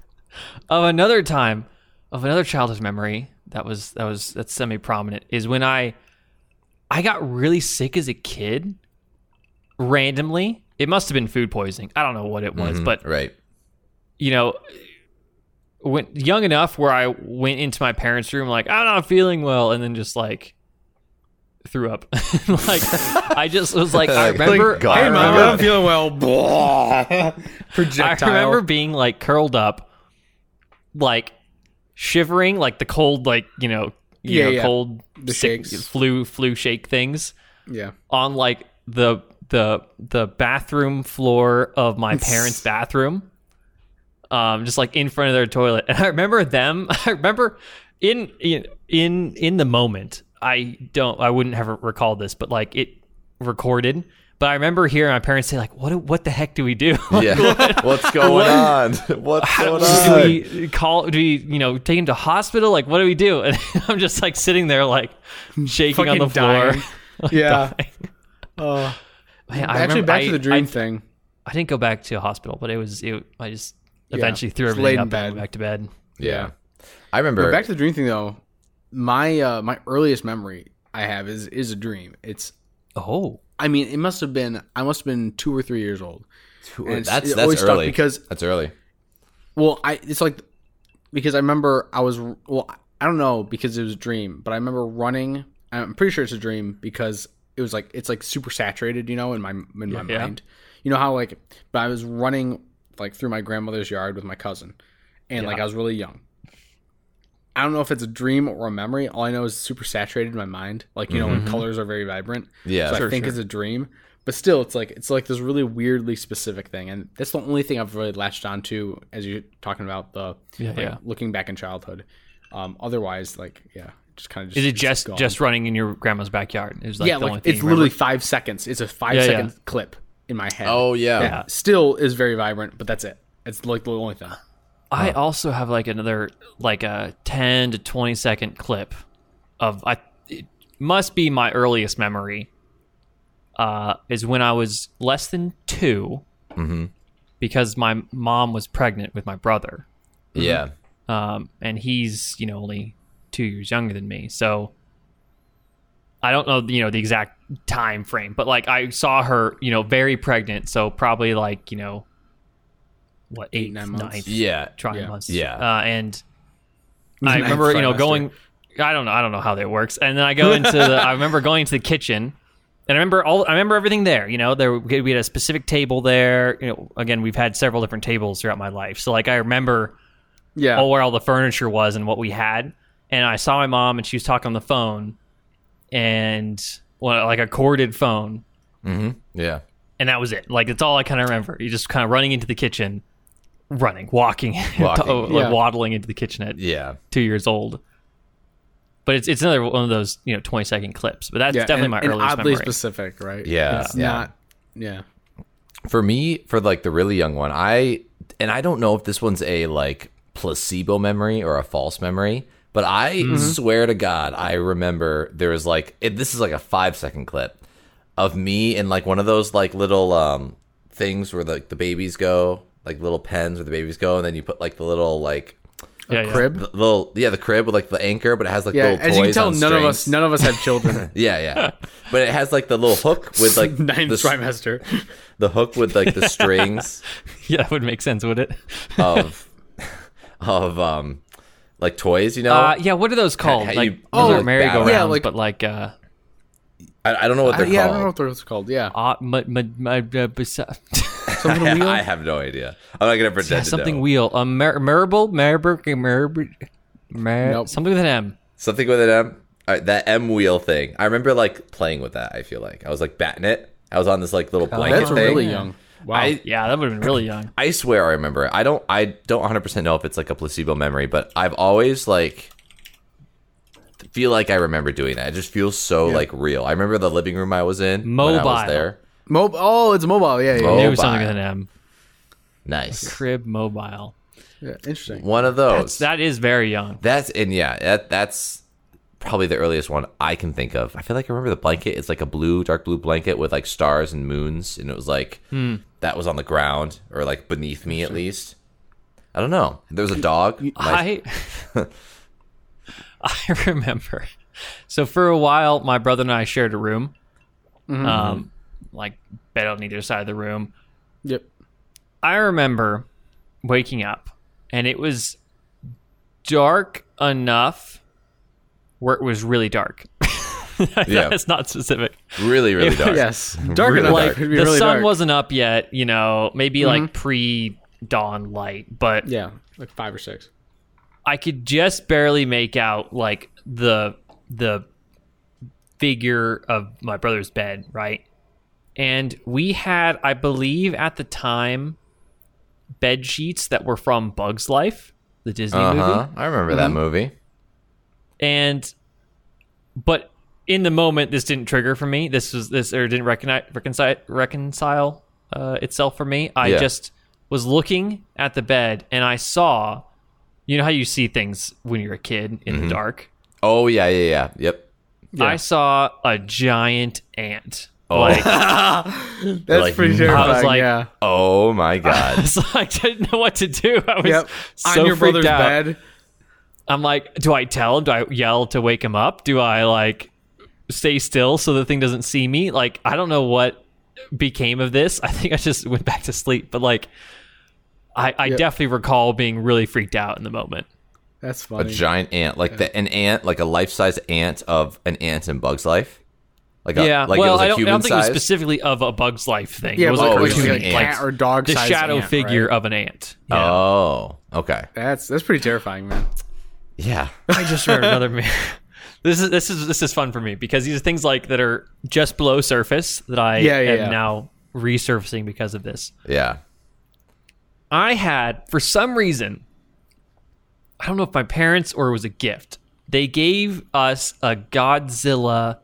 [SPEAKER 1] *laughs* of another time, of another childhood memory that was that was that's semi prominent is when I I got really sick as a kid randomly. It must have been food poisoning. I don't know what it was,
[SPEAKER 3] Mhm,
[SPEAKER 1] but
[SPEAKER 3] right,
[SPEAKER 1] you know, went young enough where I went into my parents' room like I'm not feeling well, and then just like threw up. *laughs* like I just was like I
[SPEAKER 3] Like,
[SPEAKER 1] remember
[SPEAKER 3] God,
[SPEAKER 1] I
[SPEAKER 2] Hey, *laughs* mom,
[SPEAKER 1] remember
[SPEAKER 2] I'm feeling well. Blah. Projectile.
[SPEAKER 1] I remember being like curled up, like shivering, like the cold, like you know, you
[SPEAKER 2] Yeah,
[SPEAKER 1] know,
[SPEAKER 2] yeah.
[SPEAKER 1] cold
[SPEAKER 2] The
[SPEAKER 1] sick-
[SPEAKER 2] shakes.
[SPEAKER 1] flu, flu shake things
[SPEAKER 2] Yeah.
[SPEAKER 1] on like the the the bathroom floor of my parents' bathroom. Um, just like in front of their toilet, and I remember them. *laughs* I remember in in in in the moment. I don't. I wouldn't have recalled this, but like it recorded. But I remember hearing my parents say, like, what, what the heck do we do?
[SPEAKER 2] *laughs*
[SPEAKER 3] Yeah. What's going on? What's going
[SPEAKER 1] *laughs* do
[SPEAKER 3] on?
[SPEAKER 1] we call do we you know take him to hospital like what do we do *laughs* and i'm just like sitting there like shaking on
[SPEAKER 2] Fucking
[SPEAKER 1] the floor *laughs*
[SPEAKER 2] dying. yeah. Uh,
[SPEAKER 1] Man, I remember-
[SPEAKER 2] actually, back
[SPEAKER 1] I-
[SPEAKER 2] to the dream
[SPEAKER 1] I,
[SPEAKER 2] thing.
[SPEAKER 1] I didn't go back to a hospital but it was it i just
[SPEAKER 2] Yeah,
[SPEAKER 1] eventually threw
[SPEAKER 2] just
[SPEAKER 1] everything
[SPEAKER 2] laid in
[SPEAKER 1] up and
[SPEAKER 2] bed.
[SPEAKER 1] went back to bed
[SPEAKER 3] Yeah.
[SPEAKER 2] But
[SPEAKER 3] I remember.
[SPEAKER 2] back to the dream thing though. My uh, my earliest memory I have is is a dream. It's
[SPEAKER 1] oh
[SPEAKER 2] I mean it must have been I must have been two or three years old. And it's-
[SPEAKER 3] that's
[SPEAKER 2] it
[SPEAKER 3] that's
[SPEAKER 2] always stuck
[SPEAKER 3] early.
[SPEAKER 2] because
[SPEAKER 3] that's early.
[SPEAKER 2] Well, I it's like because I remember I was well I don't know because it was a dream, but I remember running. I'm pretty sure it's a dream because it was like it's like super saturated, you know, in my in my
[SPEAKER 1] Yeah.
[SPEAKER 2] mind. You know how like but I was running like through my grandmother's yard with my cousin, and like
[SPEAKER 1] Yeah.
[SPEAKER 2] I was really young. I don't know if it's a dream or a memory. All I know is it's super saturated in my mind. Like you know
[SPEAKER 1] Mm-hmm.
[SPEAKER 2] when colors are very vibrant.
[SPEAKER 3] Yeah.
[SPEAKER 2] So I think it's a dream. But still, it's like it's like this really weirdly specific thing, and that's the only thing I've really latched onto as you're talking about the
[SPEAKER 1] Yeah,
[SPEAKER 2] like,
[SPEAKER 1] yeah.
[SPEAKER 2] looking back in childhood. Um, otherwise, like yeah, just kind of just
[SPEAKER 1] is it just
[SPEAKER 2] gone.
[SPEAKER 1] just running in your grandma's backyard is like
[SPEAKER 2] yeah,
[SPEAKER 1] the only
[SPEAKER 2] like
[SPEAKER 1] thing you
[SPEAKER 2] it's
[SPEAKER 1] remember?
[SPEAKER 2] literally five seconds. It's a five
[SPEAKER 1] Yeah,
[SPEAKER 2] second
[SPEAKER 1] yeah.
[SPEAKER 2] clip in my head.
[SPEAKER 3] Oh yeah.
[SPEAKER 1] Yeah. Oh,
[SPEAKER 2] still is very vibrant, but that's it. It's like the only thing.
[SPEAKER 1] I also have like another like a 10 to 20 second clip of I it must be my earliest memory uh is when I was less than 2
[SPEAKER 2] Mm-hmm.
[SPEAKER 1] because my mom was pregnant with my brother
[SPEAKER 3] Yeah.
[SPEAKER 1] um and he's you know only 2 years younger than me so I don't know you know the exact time frame but like I saw her you know very pregnant so probably like you know what eight,
[SPEAKER 2] nine
[SPEAKER 1] nine
[SPEAKER 2] months.
[SPEAKER 1] ninth
[SPEAKER 3] Yeah.
[SPEAKER 1] trimester.
[SPEAKER 3] Yeah.
[SPEAKER 1] Uh, and I remember, you know,
[SPEAKER 2] trimester.
[SPEAKER 1] going. I don't know. I don't know how that works. And then I go into the. I remember going to the kitchen, and I remember all. I remember everything there. You know, there we had a specific table there. You know, again, we've had several different tables throughout my life, so like I remember
[SPEAKER 2] Yeah,
[SPEAKER 1] oh, where all the furniture was and what we had. And I saw my mom, and she was talking on the phone, and well, like a corded phone,
[SPEAKER 2] Mm-hmm.
[SPEAKER 3] hmm Yeah.
[SPEAKER 1] and that was it. Like it's all I kind of remember. You just kind of running into the kitchen, running, walking, *laughs*
[SPEAKER 3] Walking,
[SPEAKER 1] oh, like
[SPEAKER 2] yeah.
[SPEAKER 1] waddling into the kitchen at
[SPEAKER 3] Yeah.
[SPEAKER 1] two years old. But it's it's another one of those you know twenty second clips. But that's
[SPEAKER 2] yeah,
[SPEAKER 1] definitely
[SPEAKER 2] and-
[SPEAKER 1] my
[SPEAKER 2] and
[SPEAKER 1] earliest
[SPEAKER 2] oddly
[SPEAKER 1] memory.
[SPEAKER 2] specific, right?
[SPEAKER 3] Yeah,
[SPEAKER 2] it's
[SPEAKER 3] yeah.
[SPEAKER 2] not. Yeah,
[SPEAKER 3] for me for like the really young one i and i don't know if this one's a like placebo memory or a false memory but i
[SPEAKER 2] Mm-hmm.
[SPEAKER 3] swear to god i remember there was like it, this is like a five second clip of me in like one of those like little um things where like the babies go like little pens where the babies go and then you put like the little like
[SPEAKER 1] yeah, yeah.
[SPEAKER 2] crib.
[SPEAKER 3] the little yeah the crib with like the anchor but it has like
[SPEAKER 2] Yeah,
[SPEAKER 3] little
[SPEAKER 2] as
[SPEAKER 3] toys
[SPEAKER 2] you can tell,
[SPEAKER 3] on
[SPEAKER 2] none of us
[SPEAKER 3] strings.
[SPEAKER 2] none of us have children.
[SPEAKER 3] yeah yeah but it has like the little hook *laughs* with
[SPEAKER 2] *laughs*
[SPEAKER 3] like
[SPEAKER 2] ninth
[SPEAKER 3] the,
[SPEAKER 2] trimester.
[SPEAKER 3] the hook with
[SPEAKER 2] *laughs*
[SPEAKER 3] like the strings
[SPEAKER 1] *laughs* Yeah, that would make sense, would it?
[SPEAKER 3] of *laughs* of um like toys, you know.
[SPEAKER 1] Uh, yeah, what are those called?
[SPEAKER 3] how you-
[SPEAKER 1] like
[SPEAKER 3] oh,
[SPEAKER 1] those are
[SPEAKER 3] like
[SPEAKER 1] merry-go-rounds,
[SPEAKER 2] Yeah, like-
[SPEAKER 1] but like uh,
[SPEAKER 3] I, I don't know what
[SPEAKER 2] I,
[SPEAKER 3] they're
[SPEAKER 2] uh, yeah, I don't know
[SPEAKER 3] called.
[SPEAKER 2] what those are called. Yeah,
[SPEAKER 1] uh, ma- ma- ma- uh, bes- *laughs*
[SPEAKER 2] something
[SPEAKER 3] *laughs* I,
[SPEAKER 2] wheel.
[SPEAKER 3] have no idea. I'm not gonna pretend to
[SPEAKER 1] something um,
[SPEAKER 3] know.
[SPEAKER 1] wheel, a mer- merable, merable, merable, mer-
[SPEAKER 2] Nope.
[SPEAKER 1] something with an M.
[SPEAKER 3] something with an M. All right, that M wheel thing. I remember like playing with that. I feel like I was like batting it. I was on this like little blanket
[SPEAKER 2] That's
[SPEAKER 3] thing.
[SPEAKER 2] really young. Wow.
[SPEAKER 3] I
[SPEAKER 1] Yeah, that would have been really young.
[SPEAKER 3] I swear I remember it. I don't I don't 100% know if it's like a placebo memory, but I've always like feel like I remember doing that. It just feels so like real. I remember the living room I was in when I
[SPEAKER 1] Mobile.
[SPEAKER 3] was there.
[SPEAKER 2] Mob- oh, it's mobile. Yeah, yeah.
[SPEAKER 3] Oh,
[SPEAKER 2] yeah.
[SPEAKER 1] Knew something
[SPEAKER 3] bye.
[SPEAKER 1] with an M.
[SPEAKER 3] Nice.
[SPEAKER 1] Crib mobile.
[SPEAKER 2] Yeah, Interesting.
[SPEAKER 3] One of those.
[SPEAKER 1] That is very young.
[SPEAKER 3] That's and yeah, that that's probably the earliest one I can think of. I feel like I remember the blanket. It's like a blue, dark blue blanket with like stars and moons, and it was like
[SPEAKER 1] Hmm.
[SPEAKER 3] that was on the ground or like beneath me at least. I don't know. There was a dog. My-
[SPEAKER 1] I *laughs* I remember. So for a while, my brother and I shared a room,
[SPEAKER 2] Mm-hmm.
[SPEAKER 1] um, like bed on either side of the room.
[SPEAKER 2] Yep.
[SPEAKER 1] I remember waking up, and it was dark enough where it was really dark. *laughs*
[SPEAKER 3] Yeah.
[SPEAKER 1] it's not specific.
[SPEAKER 3] really,
[SPEAKER 1] *laughs*
[SPEAKER 3] really *laughs* dark.
[SPEAKER 2] Yes. Dark
[SPEAKER 3] Really
[SPEAKER 2] enough.
[SPEAKER 3] dark.
[SPEAKER 2] It
[SPEAKER 1] Like
[SPEAKER 2] could be
[SPEAKER 1] the
[SPEAKER 2] really
[SPEAKER 1] sun
[SPEAKER 2] dark. Mm-hmm.
[SPEAKER 1] wasn't up yet, you know, maybe like pre dawn light, but
[SPEAKER 2] Yeah, like five or six.
[SPEAKER 1] I could just barely make out like the the figure of my brother's bed, right? And we had, I believe, at the time, bed sheets that were from Bugs Life, the Mm-hmm. Disney
[SPEAKER 3] Uh
[SPEAKER 1] movie,
[SPEAKER 3] huh. I remember that movie.
[SPEAKER 1] and but in the moment this didn't trigger for me. This was this or didn't recognize reconcile reconcile uh, itself for me. I
[SPEAKER 3] Yeah.
[SPEAKER 1] just was looking at the bed and I saw, you know how you see things when you're a kid in the dark.
[SPEAKER 3] Oh yeah, yeah, yeah. Yep.
[SPEAKER 1] I saw a giant ant.
[SPEAKER 3] Oh.
[SPEAKER 1] Like *laughs*
[SPEAKER 2] That's
[SPEAKER 3] Like,
[SPEAKER 2] pretty
[SPEAKER 3] I was
[SPEAKER 2] terrifying.
[SPEAKER 1] like,
[SPEAKER 2] yeah.
[SPEAKER 3] *laughs*
[SPEAKER 1] *laughs*
[SPEAKER 3] Oh my god.
[SPEAKER 1] it's like I didn't know what to do. I was
[SPEAKER 2] Yep.
[SPEAKER 1] so
[SPEAKER 2] On your
[SPEAKER 1] freaked
[SPEAKER 2] brother's
[SPEAKER 1] out.
[SPEAKER 2] bed.
[SPEAKER 1] I'm like, do I tell him? Do I yell to wake him up? Do I like stay still so the thing doesn't see me? Like, I don't know what became of this. I think I just went back to sleep. But like, I, I definitely recall being really freaked out in the moment.
[SPEAKER 2] That's
[SPEAKER 3] a
[SPEAKER 2] funny.
[SPEAKER 3] giant ant, like the, an ant, like a life-size ant of an ant in Bug's life. Like a,
[SPEAKER 1] yeah.
[SPEAKER 3] like
[SPEAKER 1] well,
[SPEAKER 3] it was a
[SPEAKER 1] I, don't, I
[SPEAKER 3] human
[SPEAKER 1] don't think it
[SPEAKER 3] size.
[SPEAKER 1] was specifically of a Bug's Life thing.
[SPEAKER 2] yeah,
[SPEAKER 1] it was a
[SPEAKER 2] but
[SPEAKER 3] like a
[SPEAKER 2] like,
[SPEAKER 1] cartoon,
[SPEAKER 2] like
[SPEAKER 3] human
[SPEAKER 2] an
[SPEAKER 3] ant.
[SPEAKER 2] ant or dog
[SPEAKER 1] the shadow figure
[SPEAKER 2] Right?
[SPEAKER 1] of an ant. Yeah.
[SPEAKER 3] *laughs* Oh, okay.
[SPEAKER 2] That's that's pretty terrifying, man.
[SPEAKER 3] Yeah.
[SPEAKER 1] I just remember another man. *laughs* This is this is this is fun for me because these are things like that are just below surface that I
[SPEAKER 2] Yeah, yeah,
[SPEAKER 1] am
[SPEAKER 2] yeah.
[SPEAKER 1] now resurfacing because of this.
[SPEAKER 3] Yeah.
[SPEAKER 1] I had, for some reason, I don't know if my parents or it was a gift, they gave us a Godzilla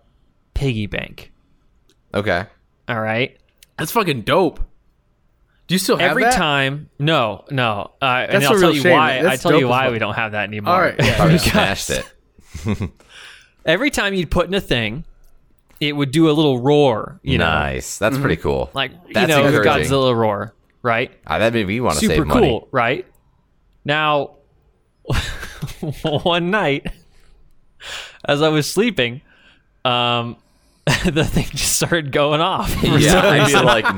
[SPEAKER 1] piggy bank.
[SPEAKER 3] Okay.
[SPEAKER 1] All right.
[SPEAKER 2] That's fucking dope. Do you still have
[SPEAKER 1] Every
[SPEAKER 2] that?
[SPEAKER 1] time, no, no. Uh, and
[SPEAKER 2] That's
[SPEAKER 1] I'll
[SPEAKER 2] a
[SPEAKER 1] tell
[SPEAKER 2] real
[SPEAKER 1] you
[SPEAKER 2] shame.
[SPEAKER 1] why.
[SPEAKER 2] That's
[SPEAKER 1] I tell you
[SPEAKER 2] dope as
[SPEAKER 1] why
[SPEAKER 2] fuck.
[SPEAKER 1] we don't have that anymore.
[SPEAKER 2] All right. *laughs* Yeah.
[SPEAKER 3] Probably
[SPEAKER 1] Because-
[SPEAKER 3] smashed it.
[SPEAKER 1] *laughs* Every time you'd put in a thing, it would do a little roar. You know,
[SPEAKER 3] nice. That's pretty cool.
[SPEAKER 1] Mm-hmm. like
[SPEAKER 3] That's
[SPEAKER 1] you know, the
[SPEAKER 3] encouraging.
[SPEAKER 1] Godzilla roar, right?
[SPEAKER 3] Ah, that made me want to
[SPEAKER 1] super
[SPEAKER 3] save
[SPEAKER 1] cool, *laughs*
[SPEAKER 3] money.
[SPEAKER 1] right? Now, *laughs* one night, as I was sleeping, um, *laughs* the thing just started going off. *laughs* for
[SPEAKER 3] Yeah,
[SPEAKER 1] some
[SPEAKER 3] I'd be
[SPEAKER 1] reason.
[SPEAKER 3] like,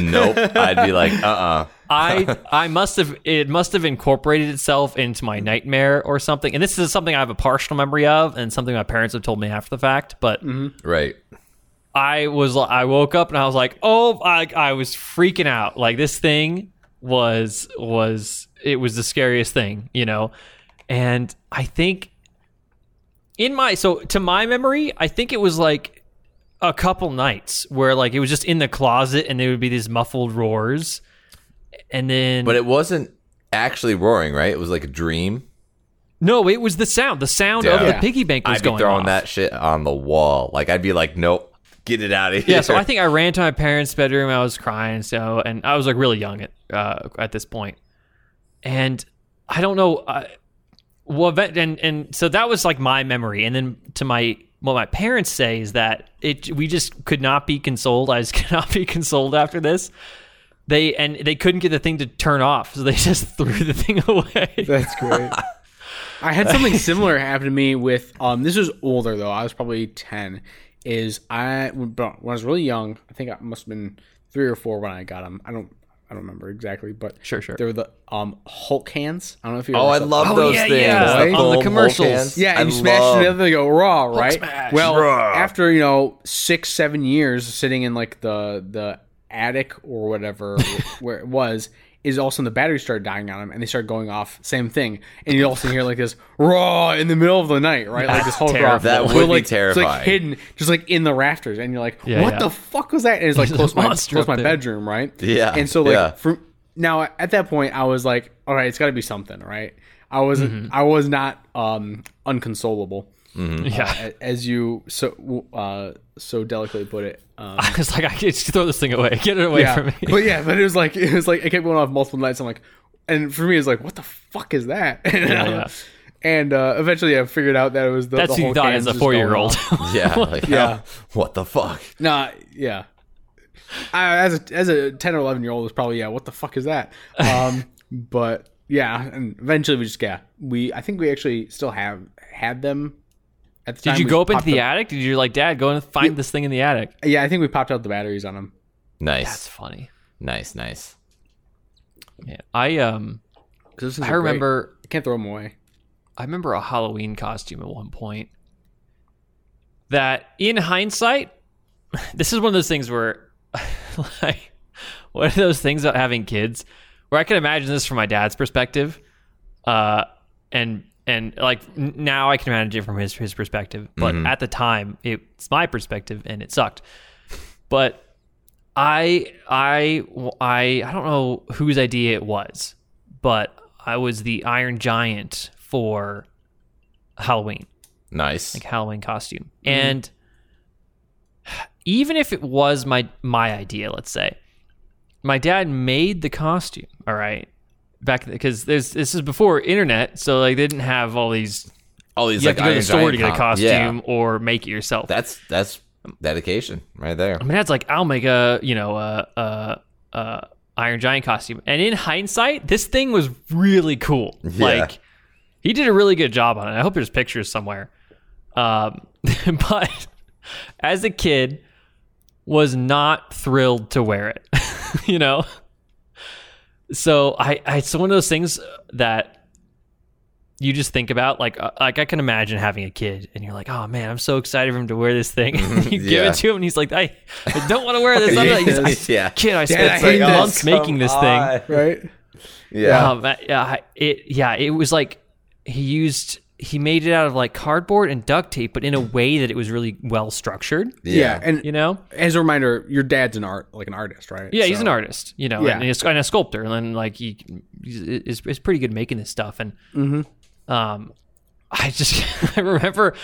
[SPEAKER 3] nope,
[SPEAKER 1] *laughs*
[SPEAKER 3] nope. I'd be like, uh, uh
[SPEAKER 1] I I must have it must have incorporated itself into my nightmare or something. And this is something I have a partial memory of, and something my parents have told me after the fact.
[SPEAKER 3] Mm-hmm.
[SPEAKER 1] But
[SPEAKER 3] Right.
[SPEAKER 1] I was li- I woke up and I was like, oh, I I was freaking out. Like this thing was was it was the scariest thing, you know. And I think in my so to my memory, I think it was like a couple nights where like it was just in the closet and there would be these muffled roars. And then
[SPEAKER 3] But it wasn't actually roaring, right? It was like a dream.
[SPEAKER 1] no, it was the sound. The sound of
[SPEAKER 3] Yeah.
[SPEAKER 1] the piggy bank was
[SPEAKER 3] I'd be
[SPEAKER 1] going
[SPEAKER 3] throwing
[SPEAKER 1] off.
[SPEAKER 3] that shit on the wall. Like I'd be like, nope, get it out of here.
[SPEAKER 1] yeah, so I think I ran to my parents' bedroom. I was crying, so and I was like really young at uh, at this point, and I don't know. Uh, well, that- and and so that was like my memory, and then to my what my parents say is that it we just could not be consoled. I just *laughs* could not be consoled after this. They and they couldn't get the thing to turn off, so they *laughs* just threw the thing *laughs* away.
[SPEAKER 2] *laughs* That's great. I had something similar happen to me with um this was older though. I was probably 10 is I when when I was really young, I think I must have been 3 or 4 when I got them. I don't I don't remember exactly, but
[SPEAKER 1] Sure, sure.
[SPEAKER 2] They were the um Hulk hands. I don't know if you
[SPEAKER 3] Oh,
[SPEAKER 2] ever
[SPEAKER 3] I
[SPEAKER 2] saw-
[SPEAKER 3] love
[SPEAKER 1] Oh,
[SPEAKER 3] those
[SPEAKER 1] yeah,
[SPEAKER 3] things.
[SPEAKER 1] yeah.
[SPEAKER 2] On the
[SPEAKER 3] foam Hulk
[SPEAKER 1] commercials.
[SPEAKER 3] hands.
[SPEAKER 2] Yeah,
[SPEAKER 3] I
[SPEAKER 2] and you smash
[SPEAKER 3] love-
[SPEAKER 2] it together, they go raw, right?
[SPEAKER 1] smash.
[SPEAKER 2] Well,
[SPEAKER 3] Raw.
[SPEAKER 2] after you know six, seven years sitting in like the the attic
[SPEAKER 1] *laughs*
[SPEAKER 2] or whatever where it was, is all of a sudden the batteries started dying on them, and they started going off. Same thing, and you all of a sudden hear like this raw in the middle of the night, right? Like this whole raw.
[SPEAKER 1] terrible.
[SPEAKER 3] That would
[SPEAKER 2] So,
[SPEAKER 3] be
[SPEAKER 2] like, It's
[SPEAKER 3] terrifying.
[SPEAKER 2] like hidden, just like in the rafters, and you're like,
[SPEAKER 1] Yeah,
[SPEAKER 2] what
[SPEAKER 1] yeah.
[SPEAKER 2] the fuck was that? And
[SPEAKER 1] *laughs*
[SPEAKER 2] it's like
[SPEAKER 1] There's a
[SPEAKER 2] close my
[SPEAKER 1] monster
[SPEAKER 2] close
[SPEAKER 1] up
[SPEAKER 2] my
[SPEAKER 1] there.
[SPEAKER 2] bedroom, right?
[SPEAKER 3] Yeah,
[SPEAKER 2] and so like
[SPEAKER 3] yeah.
[SPEAKER 2] for now at that point i was like all right it's got to be something right i was
[SPEAKER 1] Mm-hmm.
[SPEAKER 2] i was not um unconsolable Mm.
[SPEAKER 1] yeah,
[SPEAKER 2] a- as you so uh so delicately put it um
[SPEAKER 1] I was like, I could just throw this thing away. Get it *laughs* away
[SPEAKER 2] yeah
[SPEAKER 1] from me.
[SPEAKER 2] but yeah but it was like *laughs* it was like it kept going off multiple nights i'm like and for me it's like what the fuck is that *laughs* and, uh,
[SPEAKER 1] yeah.
[SPEAKER 2] and, uh, eventually i figured out that it was the
[SPEAKER 1] That's
[SPEAKER 2] the
[SPEAKER 1] what you
[SPEAKER 2] whole
[SPEAKER 1] thought as
[SPEAKER 2] can's
[SPEAKER 1] a
[SPEAKER 2] just going
[SPEAKER 1] four year old. *laughs*
[SPEAKER 2] off.
[SPEAKER 3] *laughs* Yeah. like,
[SPEAKER 2] Yeah.
[SPEAKER 3] *laughs* What the fuck?
[SPEAKER 2] Nah, yeah. I, as a as a ten or eleven year old was probably yeah. What the fuck is that?
[SPEAKER 1] *laughs*
[SPEAKER 2] Um, but yeah, and eventually we just yeah we I think we actually still have had them. At the
[SPEAKER 1] Did
[SPEAKER 2] time
[SPEAKER 1] you
[SPEAKER 2] we
[SPEAKER 1] go up into
[SPEAKER 2] popped
[SPEAKER 1] the attic? Did you like, Dad, go and find this thing in the attic?
[SPEAKER 2] Yeah, I think we popped out the batteries on them.
[SPEAKER 1] That's
[SPEAKER 3] Nice.
[SPEAKER 1] funny.
[SPEAKER 3] Nice. Nice.
[SPEAKER 1] Yeah, I um, I remember,
[SPEAKER 2] I can't throw them away.
[SPEAKER 1] I remember a Halloween costume at one point. That in hindsight, *laughs* this is one of those things where, *laughs* like, one of those things about having kids, where I can imagine this from my dad's perspective, uh, and and like n- now I can imagine it from his his perspective, but at the time it's my perspective and it sucked. But I I I I don't know whose idea it was, but I was the Iron Giant for Halloween.
[SPEAKER 3] Nice.
[SPEAKER 1] like Halloween costume.
[SPEAKER 3] Mm-hmm.
[SPEAKER 1] And even if it was my my idea, let's say, my dad made the costume. All right, back because there's this is before internet, so like they didn't have all these.
[SPEAKER 3] All these
[SPEAKER 1] you
[SPEAKER 3] like
[SPEAKER 1] have to go to
[SPEAKER 3] Iron
[SPEAKER 1] the store to
[SPEAKER 3] Giant
[SPEAKER 1] get a
[SPEAKER 3] com-
[SPEAKER 1] costume
[SPEAKER 3] Yeah.
[SPEAKER 1] or make it yourself.
[SPEAKER 3] That's that's dedication right there.
[SPEAKER 1] my dad's like, I'll make a you know a a, a Iron Giant costume. And in hindsight, this thing was really cool.
[SPEAKER 3] Yeah.
[SPEAKER 1] Like he did a really good job on it. I hope there's pictures somewhere. Um, *laughs* but as a kid, was not thrilled to wear it. *laughs* you know. So I, I, it's one of those things that you just think about like uh, like I can imagine having a kid and you're like oh man I'm so excited for him to wear this thing *laughs* you give
[SPEAKER 3] Mm-hmm. Yeah.
[SPEAKER 1] it to him and he's like I, I don't want to wear
[SPEAKER 3] *laughs*
[SPEAKER 1] this I'm not, he's, like,
[SPEAKER 3] yeah.
[SPEAKER 1] *laughs*
[SPEAKER 3] oh,
[SPEAKER 1] kid I
[SPEAKER 2] Dad, I
[SPEAKER 1] spent
[SPEAKER 2] hate
[SPEAKER 1] three
[SPEAKER 2] this.
[SPEAKER 1] months making this thing
[SPEAKER 2] right?
[SPEAKER 3] Yeah.
[SPEAKER 1] um, I- yeah I- it yeah it was like he used he made it out of like cardboard and duct tape but in a way that it was really well structured
[SPEAKER 2] Yeah. And
[SPEAKER 1] you know
[SPEAKER 2] as a reminder, your dad's an art like an artist, right?
[SPEAKER 1] Yeah, he's
[SPEAKER 2] So-
[SPEAKER 1] an artist, you know,
[SPEAKER 2] Yeah.
[SPEAKER 1] and, he's, and a sculptor, and then like he he's, is, is pretty good making this stuff. And um, *laughs* I just I remember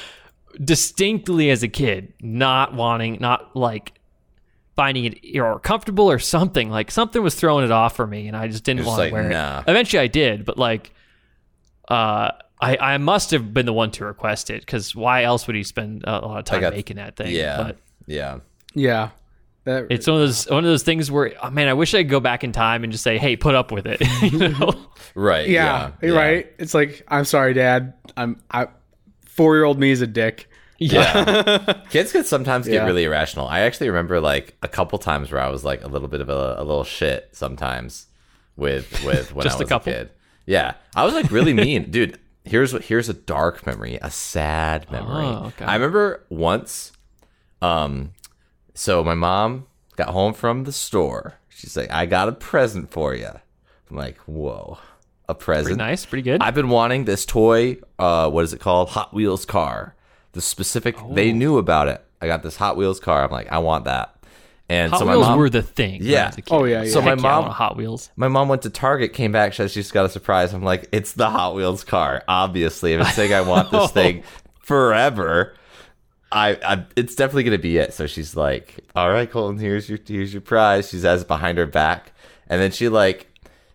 [SPEAKER 1] distinctly as a kid not wanting, not like finding it e-, or comfortable or something. Like something was throwing it off for me, and I just didn't
[SPEAKER 3] You're just
[SPEAKER 1] want to wear
[SPEAKER 3] like, nah.
[SPEAKER 1] it. Eventually, I did, but like, uh, I I must have been the one to request it because why else would he spend a a lot of time
[SPEAKER 3] got-
[SPEAKER 1] making that thing?
[SPEAKER 3] Yeah.
[SPEAKER 1] But,
[SPEAKER 3] yeah.
[SPEAKER 2] Yeah. That,
[SPEAKER 1] it's one of those one of those things where oh man, I wish I could go back in time and just say, "Hey, put up with it." *laughs*
[SPEAKER 3] *laughs*
[SPEAKER 1] you know?
[SPEAKER 3] Right.
[SPEAKER 2] yeah,
[SPEAKER 3] Yeah.
[SPEAKER 2] you're
[SPEAKER 3] yeah.
[SPEAKER 2] right. It's like I'm sorry, Dad. I'm I four year old me is a dick.
[SPEAKER 3] Yeah. Kids could sometimes get
[SPEAKER 2] Yeah.
[SPEAKER 3] really irrational. I actually remember like a couple times where I was like a little bit of a, a little shit sometimes with with when
[SPEAKER 1] Just a
[SPEAKER 3] I was a,
[SPEAKER 1] couple?
[SPEAKER 3] kid. Yeah. I was like really mean. Dude, here's what here's a dark memory, a sad memory.
[SPEAKER 1] Oh, okay.
[SPEAKER 3] I remember once um so my mom got home from the store. She's like, "I got a present for you." I'm like, "Whoa." A present.
[SPEAKER 1] nice, pretty good.
[SPEAKER 3] I've been wanting this toy. Uh, what is it called? Hot Wheels car. The specific. They
[SPEAKER 1] Oh.
[SPEAKER 3] knew about it. I got this Hot Wheels car. I'm like, I want that. And
[SPEAKER 1] Hot
[SPEAKER 3] so my
[SPEAKER 1] Wheels
[SPEAKER 3] mom.
[SPEAKER 1] were the thing. when I
[SPEAKER 3] Yeah.
[SPEAKER 1] was a kid.
[SPEAKER 2] Oh yeah, yeah.
[SPEAKER 3] So my
[SPEAKER 1] Heck yeah, I
[SPEAKER 3] mom-
[SPEAKER 1] want Hot Wheels.
[SPEAKER 3] *laughs* my mom went to Target, came back, says she's got a surprise. I'm like, it's the Hot Wheels car. Obviously, I've been saying I
[SPEAKER 1] *laughs*
[SPEAKER 3] want this thing forever. I, I it's definitely gonna be it. So she's like, All right, Colton, here's your here's your prize. She says it behind her back. And then she like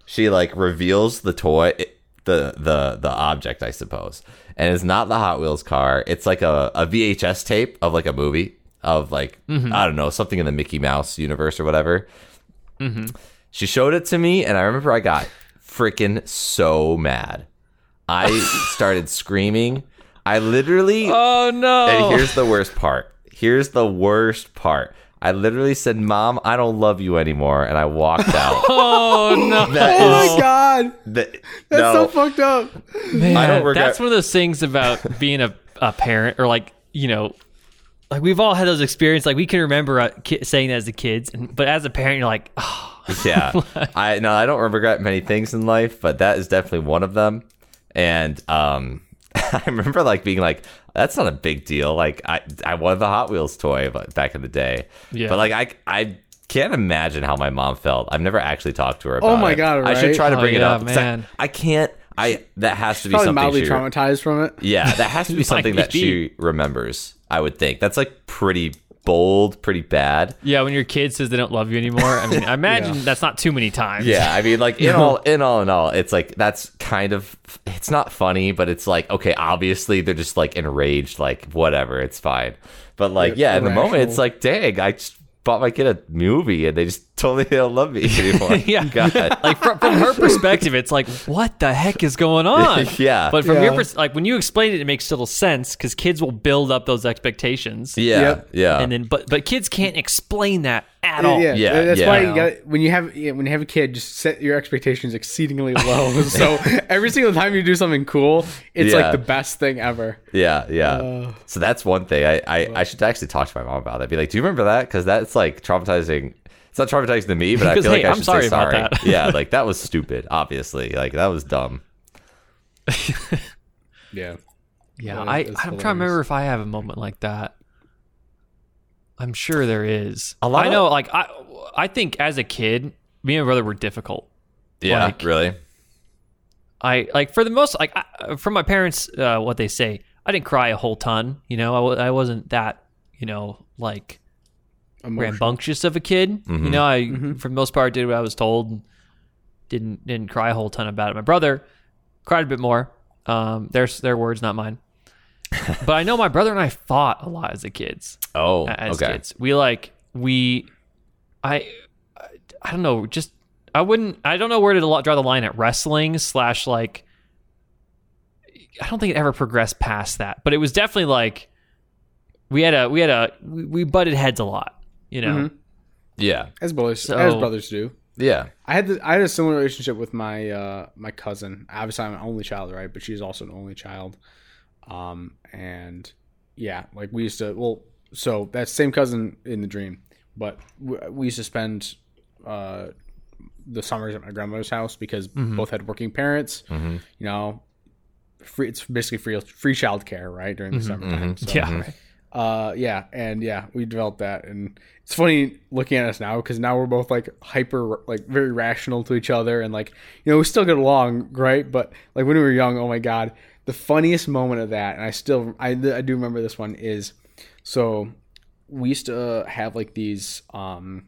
[SPEAKER 3] she like reveals the toy it, the the the object, I suppose. And it's not the Hot Wheels car. It's like a, a VHS tape of like a movie of like I don't know, something in the Mickey Mouse universe or whatever. She showed it to me, and I remember I got freaking so mad. I started screaming. I literally.
[SPEAKER 1] Oh
[SPEAKER 3] And *laughs*
[SPEAKER 1] no!
[SPEAKER 3] here's the worst part. Here's the worst part. I literally said, "Mom, I don't love you anymore," and I walked out.
[SPEAKER 1] Oh no!
[SPEAKER 3] *laughs* That
[SPEAKER 2] Oh
[SPEAKER 3] is-
[SPEAKER 2] my god,
[SPEAKER 3] the-
[SPEAKER 2] *laughs* that's
[SPEAKER 3] no,
[SPEAKER 2] so fucked up.
[SPEAKER 1] Man,
[SPEAKER 3] I don't regret-
[SPEAKER 1] That's one of those things about being a, a parent, or like you know, like we've all had those experiences. Like we can remember uh, ki- saying that as the kids, and, but as a parent, you're like, oh,
[SPEAKER 3] yeah. I no, I don't regret many things in life, but that is definitely one of them. And um, *laughs* I remember like being like, "That's not a big deal." Like I, I wanted the Hot Wheels toy but- back in the day.
[SPEAKER 1] Yeah.
[SPEAKER 3] But like I, I can't imagine how my mom felt. I've never actually talked to her. about
[SPEAKER 2] Oh my
[SPEAKER 3] it.
[SPEAKER 2] God,
[SPEAKER 3] I should
[SPEAKER 2] right?
[SPEAKER 3] try to
[SPEAKER 1] Oh,
[SPEAKER 3] bring it
[SPEAKER 1] yeah,
[SPEAKER 3] up. 'cause I-
[SPEAKER 1] man.
[SPEAKER 3] I, can't. I that has to be
[SPEAKER 2] Probably
[SPEAKER 3] something
[SPEAKER 2] mildly
[SPEAKER 3] she-
[SPEAKER 2] traumatized from it.
[SPEAKER 3] yeah, that has to be something that she remembers. I would think that's like pretty bold, pretty bad.
[SPEAKER 1] yeah. When your kid says they don't love you anymore, I mean,
[SPEAKER 3] *laughs*
[SPEAKER 1] I imagine that's not too many times.
[SPEAKER 3] Yeah, I mean, like in all, in all, in all, it's like that's kind of it's not funny, but it's like okay, obviously they're just like enraged, like whatever, it's fine. But like, yeah, in the moment,
[SPEAKER 2] irrational.
[SPEAKER 3] it's like, dang, I just bought my kid a movie, and they just *laughs* totally don't love me anymore.
[SPEAKER 1] Yeah.
[SPEAKER 3] God.
[SPEAKER 1] like from, from
[SPEAKER 3] *laughs*
[SPEAKER 1] her perspective, it's like, what the heck is going on?
[SPEAKER 3] Yeah.
[SPEAKER 1] But from your
[SPEAKER 2] Yeah.
[SPEAKER 1] pers- like when you explain it, it makes little sense because kids will build up those expectations.
[SPEAKER 3] yeah,
[SPEAKER 2] Yep.
[SPEAKER 3] yeah,
[SPEAKER 1] And then, but but kids can't explain that at all.
[SPEAKER 2] Yeah,
[SPEAKER 3] Yeah,
[SPEAKER 2] that's
[SPEAKER 3] yeah.
[SPEAKER 2] why you got when you have yeah, when you have a kid, just set your expectations exceedingly low. *laughs* so every single time you do something cool, it's
[SPEAKER 3] Yeah.
[SPEAKER 2] like the best thing ever.
[SPEAKER 3] Yeah, yeah.
[SPEAKER 1] Uh,
[SPEAKER 3] so that's one thing. I, I, I should actually talk to my mom about that. Be like, do you remember that? Because that's like traumatizing. It's not traumatizing to me, but
[SPEAKER 1] *laughs*
[SPEAKER 3] I
[SPEAKER 1] Because,
[SPEAKER 3] feel like
[SPEAKER 1] hey,
[SPEAKER 3] I
[SPEAKER 1] I'm
[SPEAKER 3] should
[SPEAKER 1] sorry
[SPEAKER 3] say
[SPEAKER 1] about
[SPEAKER 3] sorry.
[SPEAKER 1] that.
[SPEAKER 3] yeah,
[SPEAKER 1] *laughs*
[SPEAKER 3] like that was stupid. Obviously, like that was dumb.
[SPEAKER 2] Yeah,
[SPEAKER 1] Yeah,
[SPEAKER 2] That
[SPEAKER 1] I, I'm trying
[SPEAKER 2] is
[SPEAKER 1] to
[SPEAKER 2] hilarious.
[SPEAKER 1] remember if I have a moment like that. I'm sure there is.
[SPEAKER 3] A lot
[SPEAKER 1] I
[SPEAKER 3] of-
[SPEAKER 1] know. like I, I think as a kid, me and my brother were difficult.
[SPEAKER 3] Yeah,
[SPEAKER 1] Like-
[SPEAKER 3] really.
[SPEAKER 1] I like for the most like I, from my parents, uh, what they say. I didn't cry a whole ton. You know, I w- I wasn't that you know like
[SPEAKER 2] Emotional.
[SPEAKER 1] rambunctious of a kid. You
[SPEAKER 3] Mhm.
[SPEAKER 1] know, I
[SPEAKER 2] Mhm.
[SPEAKER 1] for the most part did what I was told. And didn't didn't cry a whole ton about it. My brother cried a bit more. Um, their their words, not mine. but I know my brother and I fought a lot as a kids.
[SPEAKER 3] Oh,
[SPEAKER 1] As
[SPEAKER 3] okay.
[SPEAKER 1] kids, we like we, I, I don't know. Just I wouldn't. I don't know where to lo- draw the line at wrestling slash like. I don't think it ever progressed past that, but it was definitely like we had a we had a we, we butted heads a lot, you know.
[SPEAKER 2] Mhm.
[SPEAKER 3] Yeah,
[SPEAKER 2] as brothers
[SPEAKER 1] So-
[SPEAKER 2] as brothers do.
[SPEAKER 3] yeah.
[SPEAKER 2] I had the, I had a similar relationship with my uh, my cousin. Obviously, I'm an only child, right? But she's also an only child. Um, and yeah, like we used to. Well, so that same cousin in the dream, but we, we used to spend uh, the summers at my grandmother's house because both had working parents.
[SPEAKER 3] Mhm.
[SPEAKER 2] You know, free, it's basically free free childcare, right? During the summertime. So,
[SPEAKER 1] Yeah.
[SPEAKER 2] uh, yeah, and yeah, we developed that, and it's funny looking at us now because now we're both like hyper, like very rational to each other, and like you know we still get along, right? But like when we were young, oh my god, the funniest moment of that, and I still I, I do remember this one is, so we used to uh, have like these um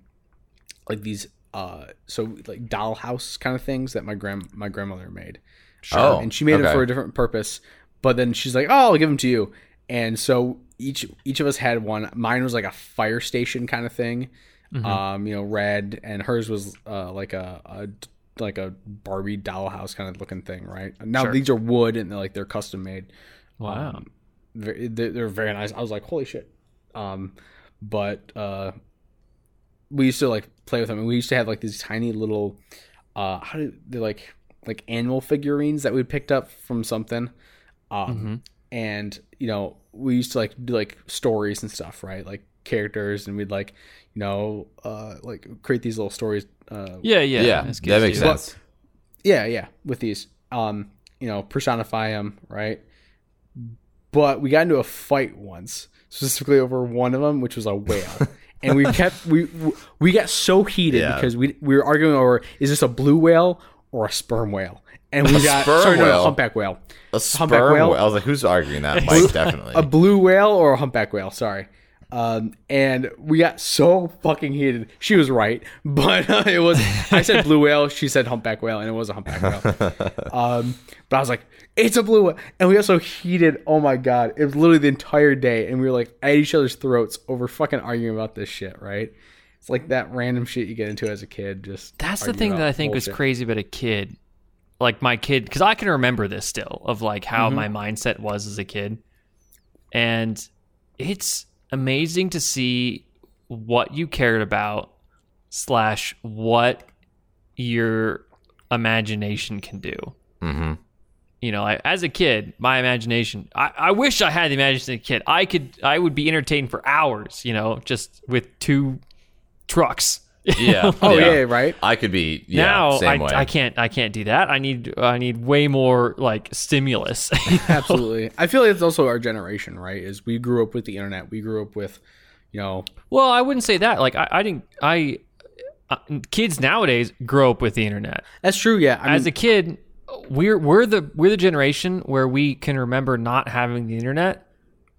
[SPEAKER 2] like these uh so like dollhouse kind of things that my grand my grandmother made.
[SPEAKER 3] Oh,
[SPEAKER 2] and she made them
[SPEAKER 3] okay.
[SPEAKER 2] for a different purpose. But then she's like, "Oh, I'll give them to you." And so each each of us had one. Mine was like a fire station kind of thing,
[SPEAKER 3] Mm-hmm.
[SPEAKER 2] um, you know, red, and hers was uh, like a, a like a Barbie dollhouse kind of looking thing, right? Now
[SPEAKER 1] Sure.
[SPEAKER 2] these are wood and they're like they're custom made.
[SPEAKER 1] Wow.
[SPEAKER 2] Um, ve- they're, they're very nice. I was like, holy shit. Um, but uh, we used to like play with them, and we used to have like these tiny little, uh, how do they like like animal figurines that we picked up from something. Um,
[SPEAKER 1] Mhm.
[SPEAKER 2] and you know we used to like do like stories and stuff right like characters and we'd like you know uh like create these little stories uh
[SPEAKER 1] Yeah, yeah,
[SPEAKER 3] Yeah,
[SPEAKER 1] as
[SPEAKER 3] that
[SPEAKER 1] kids
[SPEAKER 3] makes
[SPEAKER 1] do.
[SPEAKER 2] But-
[SPEAKER 3] sense.
[SPEAKER 2] yeah yeah with these um you know personify them right but we got into a fight once specifically over one of them which was a
[SPEAKER 3] *laughs*
[SPEAKER 2] whale and we kept we we got so heated
[SPEAKER 3] Yeah.
[SPEAKER 2] because we we were arguing over is this a blue whale or a sperm whale and we got
[SPEAKER 3] sperm
[SPEAKER 2] sorry, no, no,
[SPEAKER 3] whale?
[SPEAKER 2] humpback whale
[SPEAKER 3] A
[SPEAKER 2] humpback
[SPEAKER 3] sperm
[SPEAKER 2] whale-
[SPEAKER 3] whale. I was like, who's arguing
[SPEAKER 1] *laughs*
[SPEAKER 3] that? Mike, definitely.
[SPEAKER 2] a blue whale or a humpback whale. Sorry. Um, and we got so fucking heated. She was right, *laughs* but uh, it was I said blue whale, she said humpback whale, and it was a humpback whale. Um, but I was like, it's a blue whale, and we got so heated. Oh my god, it was literally the entire day, and we were like at each other's throats over fucking arguing about this shit. Right? It's like that random shit you get into as a kid. Just
[SPEAKER 1] That's the
[SPEAKER 2] arguing
[SPEAKER 1] thing that
[SPEAKER 2] about
[SPEAKER 1] I think was
[SPEAKER 2] bullshit.
[SPEAKER 1] crazy about a kid. Like my kid, because I can remember this still of like how my mindset was as a kid. And it's amazing to see what you cared about, slash, what your imagination can do. *laughs*
[SPEAKER 3] hmm
[SPEAKER 1] You know, I, as a kid, my imagination, I, I wish I had the imagination of a kid. I could, I would be entertained for hours, you know, just with two trucks.
[SPEAKER 3] Yeah.
[SPEAKER 2] Oh yeah,
[SPEAKER 1] *laughs*
[SPEAKER 2] right.
[SPEAKER 3] I could be. Yeah.
[SPEAKER 1] now I,
[SPEAKER 3] same way.
[SPEAKER 1] I can't I can't do that. I need I need way more like stimulus. *laughs*
[SPEAKER 2] Absolutely. I feel like it's also our generation, right? Is we grew up with the internet. We grew up with, you know,
[SPEAKER 1] well, I wouldn't say that. Like I, I didn't I uh, kids nowadays grow up with the internet.
[SPEAKER 2] that's true. Yeah. I
[SPEAKER 1] As a kid, we're we're the we're the generation where we can remember not having the internet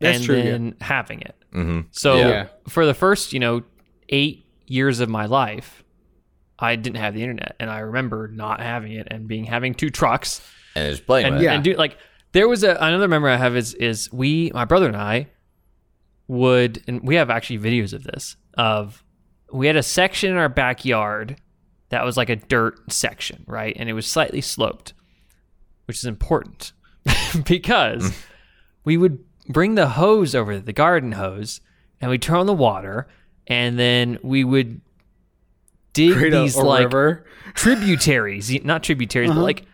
[SPEAKER 2] That's
[SPEAKER 1] and
[SPEAKER 2] true, yeah.
[SPEAKER 1] then having it.
[SPEAKER 3] Mhm.
[SPEAKER 1] So
[SPEAKER 2] Yeah.
[SPEAKER 1] for the first, you know, 8 years of my life, I didn't have the internet and I remember not having it and being having two trucks
[SPEAKER 3] And it's blame
[SPEAKER 1] and,
[SPEAKER 3] it.
[SPEAKER 2] Yeah.
[SPEAKER 1] and do like there was a, another memory I have is is we my brother and I would and we have actually videos of this of we had a section in our backyard that was like a dirt section right and it was slightly sloped which is important *laughs* because
[SPEAKER 2] Mm.
[SPEAKER 1] we would bring the hose over the garden hose and we'd turn on the water and then we would dig
[SPEAKER 2] create a,
[SPEAKER 1] these
[SPEAKER 2] a
[SPEAKER 1] like
[SPEAKER 2] river.
[SPEAKER 1] tributaries, y- not tributaries,
[SPEAKER 2] Uh-huh.
[SPEAKER 1] but like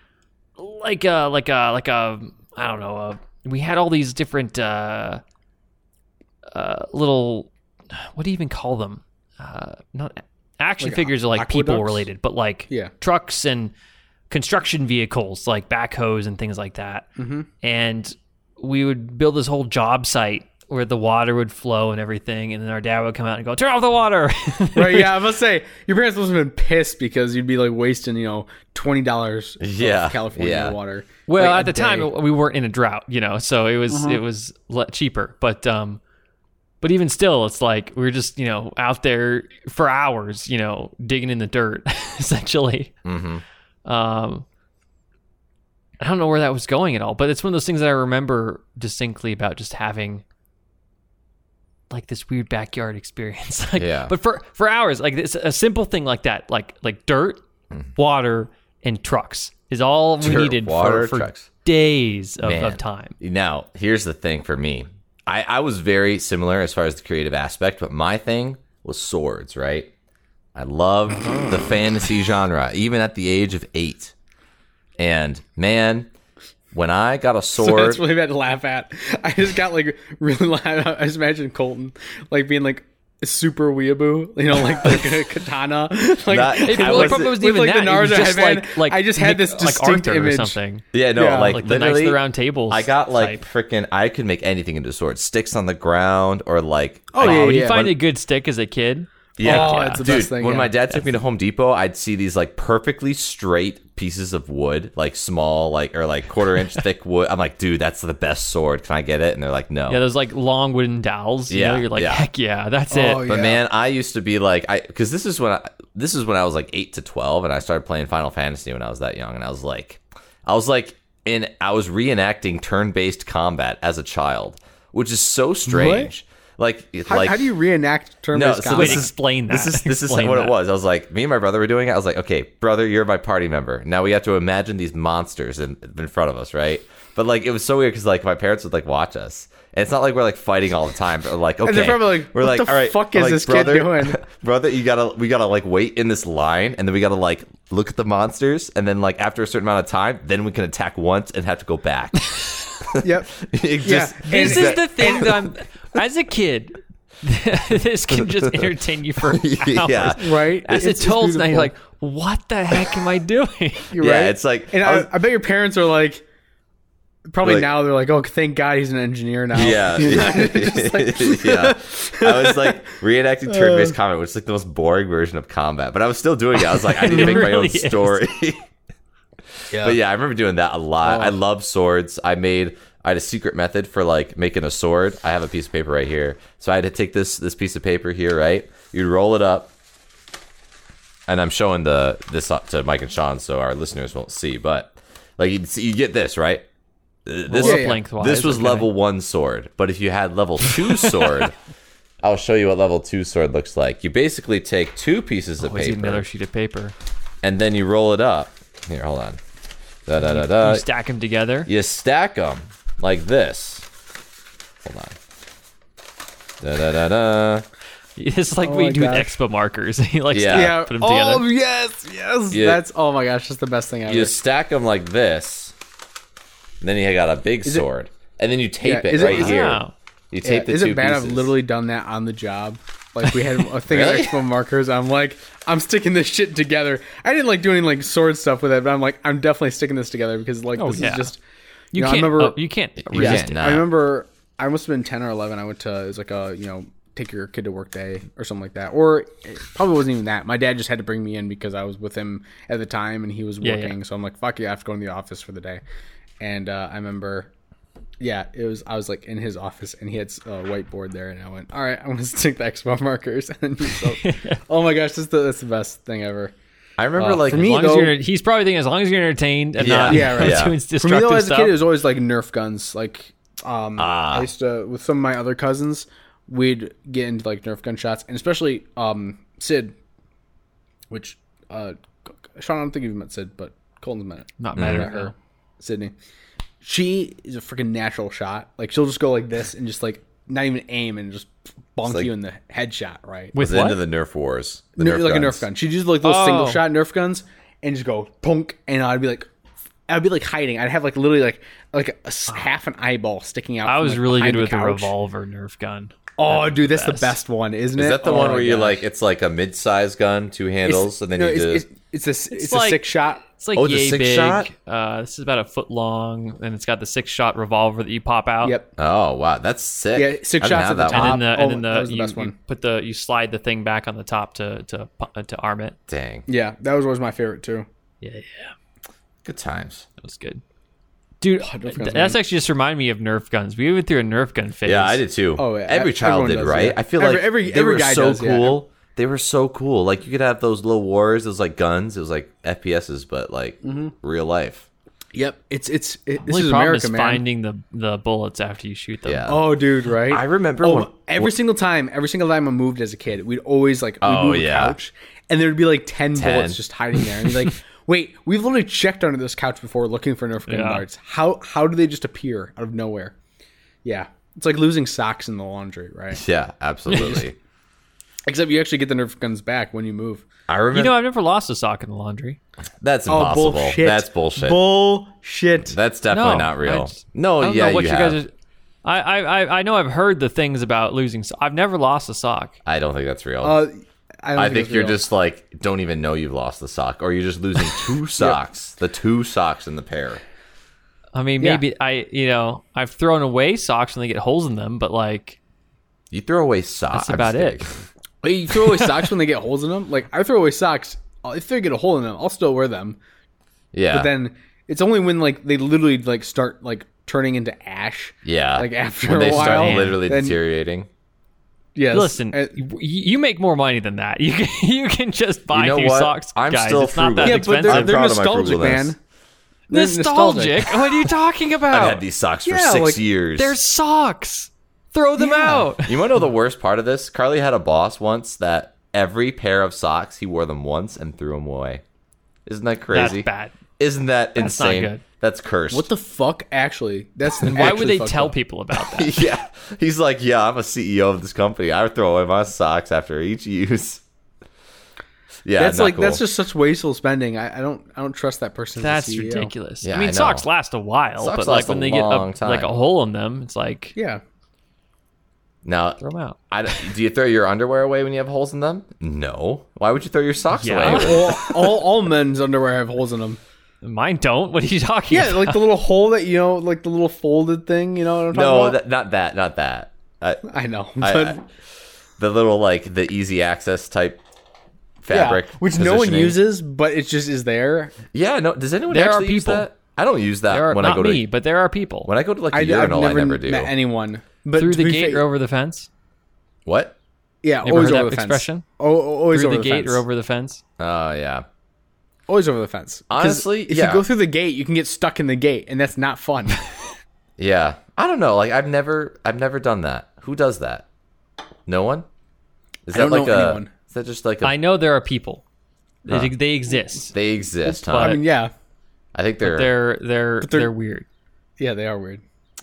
[SPEAKER 1] like a like a like a I don't know. A, we had all these different uh, uh, little what do you even call them? Uh, not action
[SPEAKER 2] Like a-
[SPEAKER 1] figures are like people
[SPEAKER 2] aqueducts?
[SPEAKER 1] related, but like
[SPEAKER 2] Yeah.
[SPEAKER 1] trucks and construction vehicles like backhoes and things like that.
[SPEAKER 2] Mhm.
[SPEAKER 1] And we would build this whole job site where the water would flow and everything, and then our dad would come out and go, "Turn off the water." *laughs*
[SPEAKER 2] *laughs* right? Yeah, I must say your parents must have been pissed because you'd be like wasting, you know, twenty dollars.
[SPEAKER 3] Yeah,
[SPEAKER 2] California
[SPEAKER 3] yeah.
[SPEAKER 2] water.
[SPEAKER 1] Well,
[SPEAKER 2] like,
[SPEAKER 1] at the
[SPEAKER 2] a
[SPEAKER 1] time
[SPEAKER 2] day. Mm-hmm.
[SPEAKER 1] we weren't in a drought, you know, so it was it was le- cheaper. But um, but even still, it's like we were just you know out there for hours, you know, digging in the dirt, *laughs* essentially.
[SPEAKER 3] hmm
[SPEAKER 1] Um, I don't know where that was going at all, but it's one of those things that I remember distinctly about just having like this weird backyard *laughs* experience. like,
[SPEAKER 3] Yeah.
[SPEAKER 1] But for for hours, like it's a simple thing like that, like like dirt, water, and trucks is all we
[SPEAKER 3] Mm. Dirt,
[SPEAKER 1] needed
[SPEAKER 3] water,
[SPEAKER 1] for, for
[SPEAKER 3] trucks.
[SPEAKER 1] days of,
[SPEAKER 3] Man.
[SPEAKER 1] of time.
[SPEAKER 3] Now, here's the thing for me. I, I was very similar as far as the creative aspect, but my thing was swords, right? I loved the fantasy genre, even at the age of eight. And man, when
[SPEAKER 1] *laughs*
[SPEAKER 3] I got
[SPEAKER 2] *laughs*
[SPEAKER 3] a
[SPEAKER 2] So
[SPEAKER 3] sword,
[SPEAKER 2] that's really bad to laugh at. I just got like really *laughs* loud. I just imagine Colton like being like a super weeaboo, you know, like, like
[SPEAKER 3] *laughs*
[SPEAKER 2] a katana. *laughs* Like,
[SPEAKER 3] Not- It-
[SPEAKER 1] Well,
[SPEAKER 3] I
[SPEAKER 1] it
[SPEAKER 3] was-
[SPEAKER 1] probably
[SPEAKER 2] with,
[SPEAKER 1] wasn't even that.
[SPEAKER 2] like, The
[SPEAKER 1] it
[SPEAKER 2] Naruto
[SPEAKER 1] was just
[SPEAKER 2] headband.
[SPEAKER 1] like, like
[SPEAKER 2] I just had
[SPEAKER 1] Nick-
[SPEAKER 2] this
[SPEAKER 1] like
[SPEAKER 2] distinct
[SPEAKER 1] Arthur
[SPEAKER 2] image.
[SPEAKER 1] or something.
[SPEAKER 3] yeah, no,
[SPEAKER 2] Yeah.
[SPEAKER 3] like,
[SPEAKER 1] Like the
[SPEAKER 3] literally,
[SPEAKER 1] Knights of the Round Tables.
[SPEAKER 3] I got like
[SPEAKER 1] type.
[SPEAKER 3] freaking, I could make anything into swords, sticks on the ground, or like,
[SPEAKER 2] Oh,
[SPEAKER 1] Oh,
[SPEAKER 2] yeah,
[SPEAKER 1] would
[SPEAKER 2] yeah.
[SPEAKER 1] you find a good stick as a kid?
[SPEAKER 3] Yeah,
[SPEAKER 2] Oh,
[SPEAKER 3] yeah.
[SPEAKER 2] that's the
[SPEAKER 3] dude.
[SPEAKER 2] best thing,
[SPEAKER 3] when
[SPEAKER 2] yeah.
[SPEAKER 3] my dad took me to Home Depot, I'd see these like perfectly straight pieces of wood, like small, like or like
[SPEAKER 2] *laughs*
[SPEAKER 3] quarter inch thick wood. I'm like, dude, that's the best sword. Can I get it? And they're like, no.
[SPEAKER 1] Yeah, those like long wooden dowels. You
[SPEAKER 3] Yeah,
[SPEAKER 1] know, you're like,
[SPEAKER 3] yeah.
[SPEAKER 1] heck yeah, that's
[SPEAKER 2] Oh,
[SPEAKER 1] it.
[SPEAKER 2] yeah.
[SPEAKER 3] but man, I used to be like, I because this is when I this is when I was like eight to twelve, and I started playing Final Fantasy when I was that young, and I was like, I was like in I was reenacting turn based combat as a child, which is so strange. Like, it-
[SPEAKER 2] How,
[SPEAKER 3] like
[SPEAKER 2] how do you reenact turn-based
[SPEAKER 3] No, so
[SPEAKER 2] combat?
[SPEAKER 1] Wait,
[SPEAKER 3] this is-
[SPEAKER 1] explain that.
[SPEAKER 2] *laughs*
[SPEAKER 3] This is this is
[SPEAKER 1] Explain
[SPEAKER 3] what
[SPEAKER 1] that.
[SPEAKER 3] it was. I was like, me and my brother were doing it. I was like, okay, brother, you're my party member. Now we have to imagine these monsters in, in front of us, right? But like, it was so weird because like my parents would like watch us, and it's not like we're like fighting all the time.
[SPEAKER 2] *laughs*
[SPEAKER 3] But like, okay,
[SPEAKER 2] they're probably like,
[SPEAKER 3] we're
[SPEAKER 2] what
[SPEAKER 3] like,
[SPEAKER 2] the
[SPEAKER 3] all right,
[SPEAKER 2] fuck
[SPEAKER 3] we're
[SPEAKER 2] is
[SPEAKER 3] like,
[SPEAKER 2] this kid
[SPEAKER 3] brother,
[SPEAKER 2] doing?
[SPEAKER 3] *laughs* brother? You gotta we gotta like wait in this line, and then we gotta like look at the monsters, and then like after a certain amount of time, then we can attack once and have to go back. *laughs*
[SPEAKER 2] yep.
[SPEAKER 3] It
[SPEAKER 2] Yeah.
[SPEAKER 3] just- *laughs*
[SPEAKER 1] This
[SPEAKER 2] And-
[SPEAKER 1] is the thing that I'm. As a kid, *laughs* this can just entertain you
[SPEAKER 3] *laughs*
[SPEAKER 1] for hours.
[SPEAKER 3] Yeah.
[SPEAKER 2] Right?
[SPEAKER 1] As it's
[SPEAKER 2] It's- it's
[SPEAKER 1] told now, you're
[SPEAKER 2] beautiful.
[SPEAKER 1] like, what the heck am I *laughs* doing?
[SPEAKER 2] You're *laughs*
[SPEAKER 3] Yeah,
[SPEAKER 2] right.
[SPEAKER 3] it's like-
[SPEAKER 2] and
[SPEAKER 3] I
[SPEAKER 2] I,
[SPEAKER 3] was-
[SPEAKER 2] I bet your parents are like, probably
[SPEAKER 3] Like-
[SPEAKER 2] now they're like, oh, thank God he's an engineer now.
[SPEAKER 3] Yeah, *laughs* yeah. yeah. I was like reenacting turn-based combat, which is like the most boring version of combat. But I was still doing it. I was like, I need to
[SPEAKER 1] It
[SPEAKER 3] make my own
[SPEAKER 1] really is.
[SPEAKER 3] story. *laughs* But yeah, I remember doing that a lot. I love swords. I made. I had a secret method for like making a sword. I have a piece of paper right here. So I had to take this this piece of paper here, right? You'd roll it up, and I'm showing the this up to Mike and Sean, so our listeners won't see. But like you see, you get this right. Uh, This
[SPEAKER 1] Roll up
[SPEAKER 2] yeah.
[SPEAKER 1] lengthwise,
[SPEAKER 3] this was
[SPEAKER 1] okay.
[SPEAKER 3] level one sword, but if you had level two sword, I'll show you what level two sword looks like. You basically take two pieces of
[SPEAKER 1] Oh, is it another
[SPEAKER 3] paper
[SPEAKER 1] sheet of paper.
[SPEAKER 3] and then you roll it up. Here, hold on. Da da da da.
[SPEAKER 1] you stack them together.
[SPEAKER 3] You stack them like this. Hold on. Da da da da.
[SPEAKER 1] It's like
[SPEAKER 2] Oh
[SPEAKER 1] we
[SPEAKER 2] my
[SPEAKER 1] do with
[SPEAKER 2] gosh.
[SPEAKER 1] expo markers. *laughs* you like yeah.
[SPEAKER 2] *laughs*
[SPEAKER 3] Yeah.
[SPEAKER 2] Yeah.
[SPEAKER 1] put them
[SPEAKER 2] Oh,
[SPEAKER 1] together.
[SPEAKER 2] yes. Yes.
[SPEAKER 3] Yeah.
[SPEAKER 2] That's, oh my gosh, that's the best thing ever.
[SPEAKER 3] You stack them like this. And then you got a big
[SPEAKER 2] it-
[SPEAKER 3] sword. and then you tape
[SPEAKER 2] Yeah,
[SPEAKER 3] it
[SPEAKER 2] is it-
[SPEAKER 3] right
[SPEAKER 2] is it-
[SPEAKER 3] here.
[SPEAKER 1] Wow.
[SPEAKER 3] You
[SPEAKER 2] Yeah,
[SPEAKER 3] tape the
[SPEAKER 2] is
[SPEAKER 3] two
[SPEAKER 2] it bad
[SPEAKER 3] pieces.
[SPEAKER 2] I've literally done that on the job? Like we
[SPEAKER 3] *laughs*
[SPEAKER 2] had a thing
[SPEAKER 3] Really?
[SPEAKER 2] of expo markers. I'm like, I'm sticking this shit together. I didn't like doing like sword stuff with it, but I'm like, I'm definitely sticking this together because like this
[SPEAKER 1] Oh, yeah.
[SPEAKER 2] is just.
[SPEAKER 1] You
[SPEAKER 2] know,
[SPEAKER 1] can't.
[SPEAKER 2] I remember.
[SPEAKER 1] oh, you can't
[SPEAKER 3] Yeah,
[SPEAKER 1] resist
[SPEAKER 3] nah.
[SPEAKER 2] I remember. I must have been ten or eleven. I went to it was like a you know take your kid to work day or something like that, or it probably wasn't even that. My dad just had to bring me in because I was with him at the time and he was
[SPEAKER 1] Yeah, yeah.
[SPEAKER 2] working. So I'm like, fuck you, I have to go in the office for the day. And uh, I remember, yeah, it was I was like in his office and he had a whiteboard there, and I went, all right, I'm gonna *laughs* stick the Expo markers. *laughs* And
[SPEAKER 1] *laughs*
[SPEAKER 2] then he wrote- oh my gosh, that's the, that's the best thing ever.
[SPEAKER 3] I remember like
[SPEAKER 2] for
[SPEAKER 1] As
[SPEAKER 2] me,
[SPEAKER 1] long as
[SPEAKER 2] though-
[SPEAKER 1] you're, he's probably thinking as long as you're entertained and
[SPEAKER 3] Yeah.
[SPEAKER 1] not
[SPEAKER 2] Yeah, right.
[SPEAKER 1] *laughs*
[SPEAKER 3] Yeah.
[SPEAKER 1] doing
[SPEAKER 2] For me
[SPEAKER 1] destructive
[SPEAKER 2] though, as a
[SPEAKER 1] stuff.
[SPEAKER 2] kid, it was always like Nerf guns. Like um,
[SPEAKER 3] Ah.
[SPEAKER 2] I used to with some of my other cousins, we'd get into like Nerf gun shots, and especially um, Sid, which uh, Sean, I don't think you've met Sid, but Colton's met it.
[SPEAKER 3] Mm-hmm.
[SPEAKER 1] Not matter.
[SPEAKER 2] Met her, Sydney. She is a freaking natural shot. Like she'll just go like this and just like not even aim and just bonk
[SPEAKER 3] like-
[SPEAKER 2] you in the headshot. Right.
[SPEAKER 1] With
[SPEAKER 3] the
[SPEAKER 1] what?
[SPEAKER 3] end of the Nerf wars. The
[SPEAKER 2] Ner- like
[SPEAKER 3] guns.
[SPEAKER 2] a Nerf gun. She'd use like those single
[SPEAKER 1] Oh.
[SPEAKER 2] shot Nerf guns and just go punk, and I'd be like, I'd be like hiding. I'd have like literally like like a s half an eyeball sticking out.
[SPEAKER 1] I
[SPEAKER 2] from,
[SPEAKER 1] was
[SPEAKER 2] like,
[SPEAKER 1] really
[SPEAKER 2] behind
[SPEAKER 1] good with the
[SPEAKER 2] couch.
[SPEAKER 1] revolver Nerf gun.
[SPEAKER 2] Oh, dude, that's the best one, isn't
[SPEAKER 3] Is
[SPEAKER 2] it?
[SPEAKER 3] that the
[SPEAKER 2] Oh
[SPEAKER 3] one
[SPEAKER 2] my
[SPEAKER 3] where you
[SPEAKER 2] gosh.
[SPEAKER 3] like it's like a mid-sized gun, two
[SPEAKER 2] It's-
[SPEAKER 3] handles, and then
[SPEAKER 2] no,
[SPEAKER 3] you
[SPEAKER 2] it's,
[SPEAKER 3] do
[SPEAKER 2] it's, it's a s- it's, a
[SPEAKER 1] like-
[SPEAKER 2] six shot
[SPEAKER 1] It's like
[SPEAKER 3] Oh, the
[SPEAKER 1] yay
[SPEAKER 3] six
[SPEAKER 1] big.
[SPEAKER 3] shot?
[SPEAKER 1] Uh, this is about a foot long, and it's got the six shot revolver that you pop out.
[SPEAKER 2] Yep.
[SPEAKER 3] Oh wow, that's sick.
[SPEAKER 2] Yeah, six
[SPEAKER 3] I didn't
[SPEAKER 2] shots
[SPEAKER 3] have
[SPEAKER 2] at the
[SPEAKER 3] that one.
[SPEAKER 1] And then the, and
[SPEAKER 2] Oh,
[SPEAKER 1] then
[SPEAKER 2] that
[SPEAKER 1] the,
[SPEAKER 2] was the
[SPEAKER 1] you,
[SPEAKER 2] best
[SPEAKER 1] you
[SPEAKER 2] one.
[SPEAKER 1] put the you slide the thing back on the top to to pu- uh, to arm it.
[SPEAKER 3] Dang,
[SPEAKER 2] Yeah, that was always my favorite too.
[SPEAKER 1] Yeah, yeah,
[SPEAKER 3] good times.
[SPEAKER 1] that was good, dude.
[SPEAKER 2] Oh, Nerf guns,
[SPEAKER 1] that's
[SPEAKER 2] man.
[SPEAKER 1] actually just reminded me of Nerf guns. We went through a Nerf gun phase.
[SPEAKER 3] Yeah, I did too.
[SPEAKER 2] Oh, yeah,
[SPEAKER 3] every
[SPEAKER 2] e-
[SPEAKER 3] child
[SPEAKER 2] everyone
[SPEAKER 3] did,
[SPEAKER 2] does,
[SPEAKER 3] right?
[SPEAKER 2] yeah.
[SPEAKER 3] I feel
[SPEAKER 2] Every-
[SPEAKER 3] like
[SPEAKER 2] every-
[SPEAKER 3] they
[SPEAKER 2] every
[SPEAKER 3] were
[SPEAKER 2] guy
[SPEAKER 3] so
[SPEAKER 2] does, yeah.
[SPEAKER 3] cool. They were so cool. Like you could have those little wars. It was like guns. It was like FPSs, but like
[SPEAKER 2] Mm-hmm.
[SPEAKER 3] real life.
[SPEAKER 2] Yep. It's it's it, this
[SPEAKER 1] Only
[SPEAKER 2] is
[SPEAKER 1] problem
[SPEAKER 2] America,
[SPEAKER 1] is
[SPEAKER 2] man.
[SPEAKER 1] finding the the bullets after you shoot them.
[SPEAKER 3] Yeah.
[SPEAKER 2] Oh, dude, right?
[SPEAKER 3] I remember
[SPEAKER 2] Oh,
[SPEAKER 3] when-
[SPEAKER 2] every single time, every single time I moved as a kid, we'd always like we'd
[SPEAKER 3] Oh,
[SPEAKER 2] move a
[SPEAKER 3] yeah.
[SPEAKER 2] couch, and there'd be like ten,
[SPEAKER 3] 10.
[SPEAKER 2] bullets just hiding there, and you're
[SPEAKER 3] *laughs*
[SPEAKER 2] like, wait, we've literally checked under this couch before looking for Nerf gun
[SPEAKER 1] Yeah.
[SPEAKER 2] darts. How how do they just appear out of nowhere? Yeah, it's like losing socks in the laundry, right?
[SPEAKER 3] Yeah, absolutely.
[SPEAKER 2] Except you actually get the Nerf guns back when you move.
[SPEAKER 3] I remember.
[SPEAKER 1] You know, I've never lost a sock in the laundry.
[SPEAKER 3] that's
[SPEAKER 2] oh,
[SPEAKER 3] impossible. Oh, That's bullshit.
[SPEAKER 2] Bullshit.
[SPEAKER 3] that's definitely
[SPEAKER 1] No,
[SPEAKER 3] not
[SPEAKER 1] I
[SPEAKER 3] real.
[SPEAKER 1] just- I
[SPEAKER 3] no,
[SPEAKER 1] don't
[SPEAKER 3] yeah,
[SPEAKER 1] know what
[SPEAKER 3] you,
[SPEAKER 1] you,
[SPEAKER 3] have.
[SPEAKER 1] guys. Are, I, I I I know I've heard the things about losing. So- I've never lost a sock.
[SPEAKER 3] I don't think that's real.
[SPEAKER 2] uh, I, don't
[SPEAKER 3] I think
[SPEAKER 2] it's
[SPEAKER 3] you're
[SPEAKER 2] real.
[SPEAKER 3] just like don't even know you've lost the sock, or you're just losing two socks, the two socks in the pair.
[SPEAKER 1] I mean,
[SPEAKER 2] Yeah.
[SPEAKER 1] maybe I you know I've thrown away socks when they get holes in them, but like
[SPEAKER 3] You throw away
[SPEAKER 1] that's
[SPEAKER 3] socks.
[SPEAKER 1] about
[SPEAKER 3] I'm just
[SPEAKER 1] it.
[SPEAKER 3] kidding.
[SPEAKER 2] Wait, you throw away socks when they get holes in them. Like I throw away socks uh, if they get a hole in them, I'll still wear them.
[SPEAKER 3] Yeah.
[SPEAKER 2] But then it's only when like they literally like start like turning into ash.
[SPEAKER 3] yeah.
[SPEAKER 2] Like after
[SPEAKER 3] when they
[SPEAKER 2] a while,
[SPEAKER 3] start literally
[SPEAKER 2] then-
[SPEAKER 3] deteriorating.
[SPEAKER 2] Yes.
[SPEAKER 1] Listen,
[SPEAKER 2] Uh,
[SPEAKER 1] you, you make more money than that. *laughs* You can, you can just buy
[SPEAKER 3] You know
[SPEAKER 1] new
[SPEAKER 3] what?
[SPEAKER 1] socks,
[SPEAKER 3] I'm
[SPEAKER 1] guys.
[SPEAKER 3] still
[SPEAKER 1] it's not
[SPEAKER 3] frugal.
[SPEAKER 1] that
[SPEAKER 2] yeah, but
[SPEAKER 1] expensive.
[SPEAKER 2] they're, they're
[SPEAKER 3] proud of my
[SPEAKER 2] nostalgic, man.
[SPEAKER 3] frugalness.
[SPEAKER 2] They're
[SPEAKER 1] nostalgic. what are you talking about?
[SPEAKER 3] *laughs* I've had these socks for
[SPEAKER 2] Yeah,
[SPEAKER 3] six
[SPEAKER 2] like,
[SPEAKER 3] years.
[SPEAKER 1] They're socks. Throw them out.
[SPEAKER 3] You want to know the worst part of this? Carly had a boss once that every pair of socks he wore them once and threw them away. Isn't that crazy?
[SPEAKER 1] That's bad.
[SPEAKER 3] Isn't that
[SPEAKER 1] not
[SPEAKER 3] insane?
[SPEAKER 1] good.
[SPEAKER 3] That's cursed. *laughs*
[SPEAKER 2] What the fuck? Actually, that's
[SPEAKER 1] Why would they tell people about that?
[SPEAKER 3] yeah, he's like, yeah, I'm a CEO of this company. I throw away my socks after each use. *laughs* Yeah,
[SPEAKER 2] That's
[SPEAKER 3] not
[SPEAKER 2] like
[SPEAKER 3] cool.
[SPEAKER 2] that's just such wasteful spending. I, I don't I don't trust that person. as a
[SPEAKER 1] That's
[SPEAKER 2] E CEO.
[SPEAKER 1] ridiculous.
[SPEAKER 3] Yeah,
[SPEAKER 1] I
[SPEAKER 3] I
[SPEAKER 1] mean,
[SPEAKER 3] know.
[SPEAKER 1] socks last a while,
[SPEAKER 3] Socks
[SPEAKER 1] but
[SPEAKER 3] last
[SPEAKER 1] like when
[SPEAKER 3] a
[SPEAKER 1] they get
[SPEAKER 3] long
[SPEAKER 1] a, like a
[SPEAKER 3] time.
[SPEAKER 1] hole in them, it's like
[SPEAKER 2] Yeah.
[SPEAKER 3] now.
[SPEAKER 1] throw them out.
[SPEAKER 3] I, don't- do you throw your underwear away when you have holes in them? No. Why would you throw your socks
[SPEAKER 1] Yeah.
[SPEAKER 3] away?
[SPEAKER 2] all, all all men's underwear have holes in them.
[SPEAKER 1] Mine don't. *laughs* What are you talking
[SPEAKER 2] Yeah,
[SPEAKER 1] about?
[SPEAKER 2] like the little hole that you know, like the little folded thing. You know what I'm talking
[SPEAKER 3] *laughs* No,
[SPEAKER 2] about?
[SPEAKER 3] that, not that, not that. I,
[SPEAKER 2] I know.
[SPEAKER 3] I-
[SPEAKER 2] but-
[SPEAKER 3] I- the little like the easy access type fabric,
[SPEAKER 2] yeah, which no one
[SPEAKER 3] positioning.
[SPEAKER 2] uses, but it just is there.
[SPEAKER 3] Yeah, no. Does anyone
[SPEAKER 1] There are
[SPEAKER 3] actually use
[SPEAKER 1] people.
[SPEAKER 3] that? I don't use that
[SPEAKER 1] There are,
[SPEAKER 3] when I
[SPEAKER 1] not
[SPEAKER 3] go
[SPEAKER 1] me,
[SPEAKER 3] to
[SPEAKER 1] but there are people.
[SPEAKER 3] when I go to like a
[SPEAKER 2] I, I've
[SPEAKER 3] urinal.
[SPEAKER 2] never,
[SPEAKER 3] I never do.
[SPEAKER 2] met anyone. But
[SPEAKER 1] through
[SPEAKER 2] to
[SPEAKER 1] the
[SPEAKER 2] be
[SPEAKER 1] gate
[SPEAKER 2] fair-
[SPEAKER 1] or over the fence?
[SPEAKER 3] What?
[SPEAKER 2] yeah,
[SPEAKER 1] You ever
[SPEAKER 2] always
[SPEAKER 1] heard
[SPEAKER 2] over
[SPEAKER 1] that
[SPEAKER 2] the fence.
[SPEAKER 1] expression?
[SPEAKER 2] Oh, oh, always
[SPEAKER 1] Through
[SPEAKER 2] over
[SPEAKER 1] the, gate
[SPEAKER 2] fence.
[SPEAKER 1] or over the fence?
[SPEAKER 3] Oh yeah.
[SPEAKER 2] always over the fence. 'Cause
[SPEAKER 3] Honestly,
[SPEAKER 2] if
[SPEAKER 3] yeah.
[SPEAKER 2] you go through the gate, you can get stuck in the gate, and that's not
[SPEAKER 3] *laughs*
[SPEAKER 2] fun.
[SPEAKER 3] Yeah. I don't know. Like I've never I've never done that. Who does that? No one? Is
[SPEAKER 2] I don't
[SPEAKER 3] like
[SPEAKER 2] know
[SPEAKER 3] a
[SPEAKER 2] anyone.
[SPEAKER 3] is that just like a
[SPEAKER 1] I know there are people. They, they exist.
[SPEAKER 3] they exist, huh?
[SPEAKER 1] But-
[SPEAKER 2] I mean, yeah,
[SPEAKER 3] I think they're,
[SPEAKER 1] They're they're they're,
[SPEAKER 2] they're-
[SPEAKER 1] weird.
[SPEAKER 2] yeah, they are weird.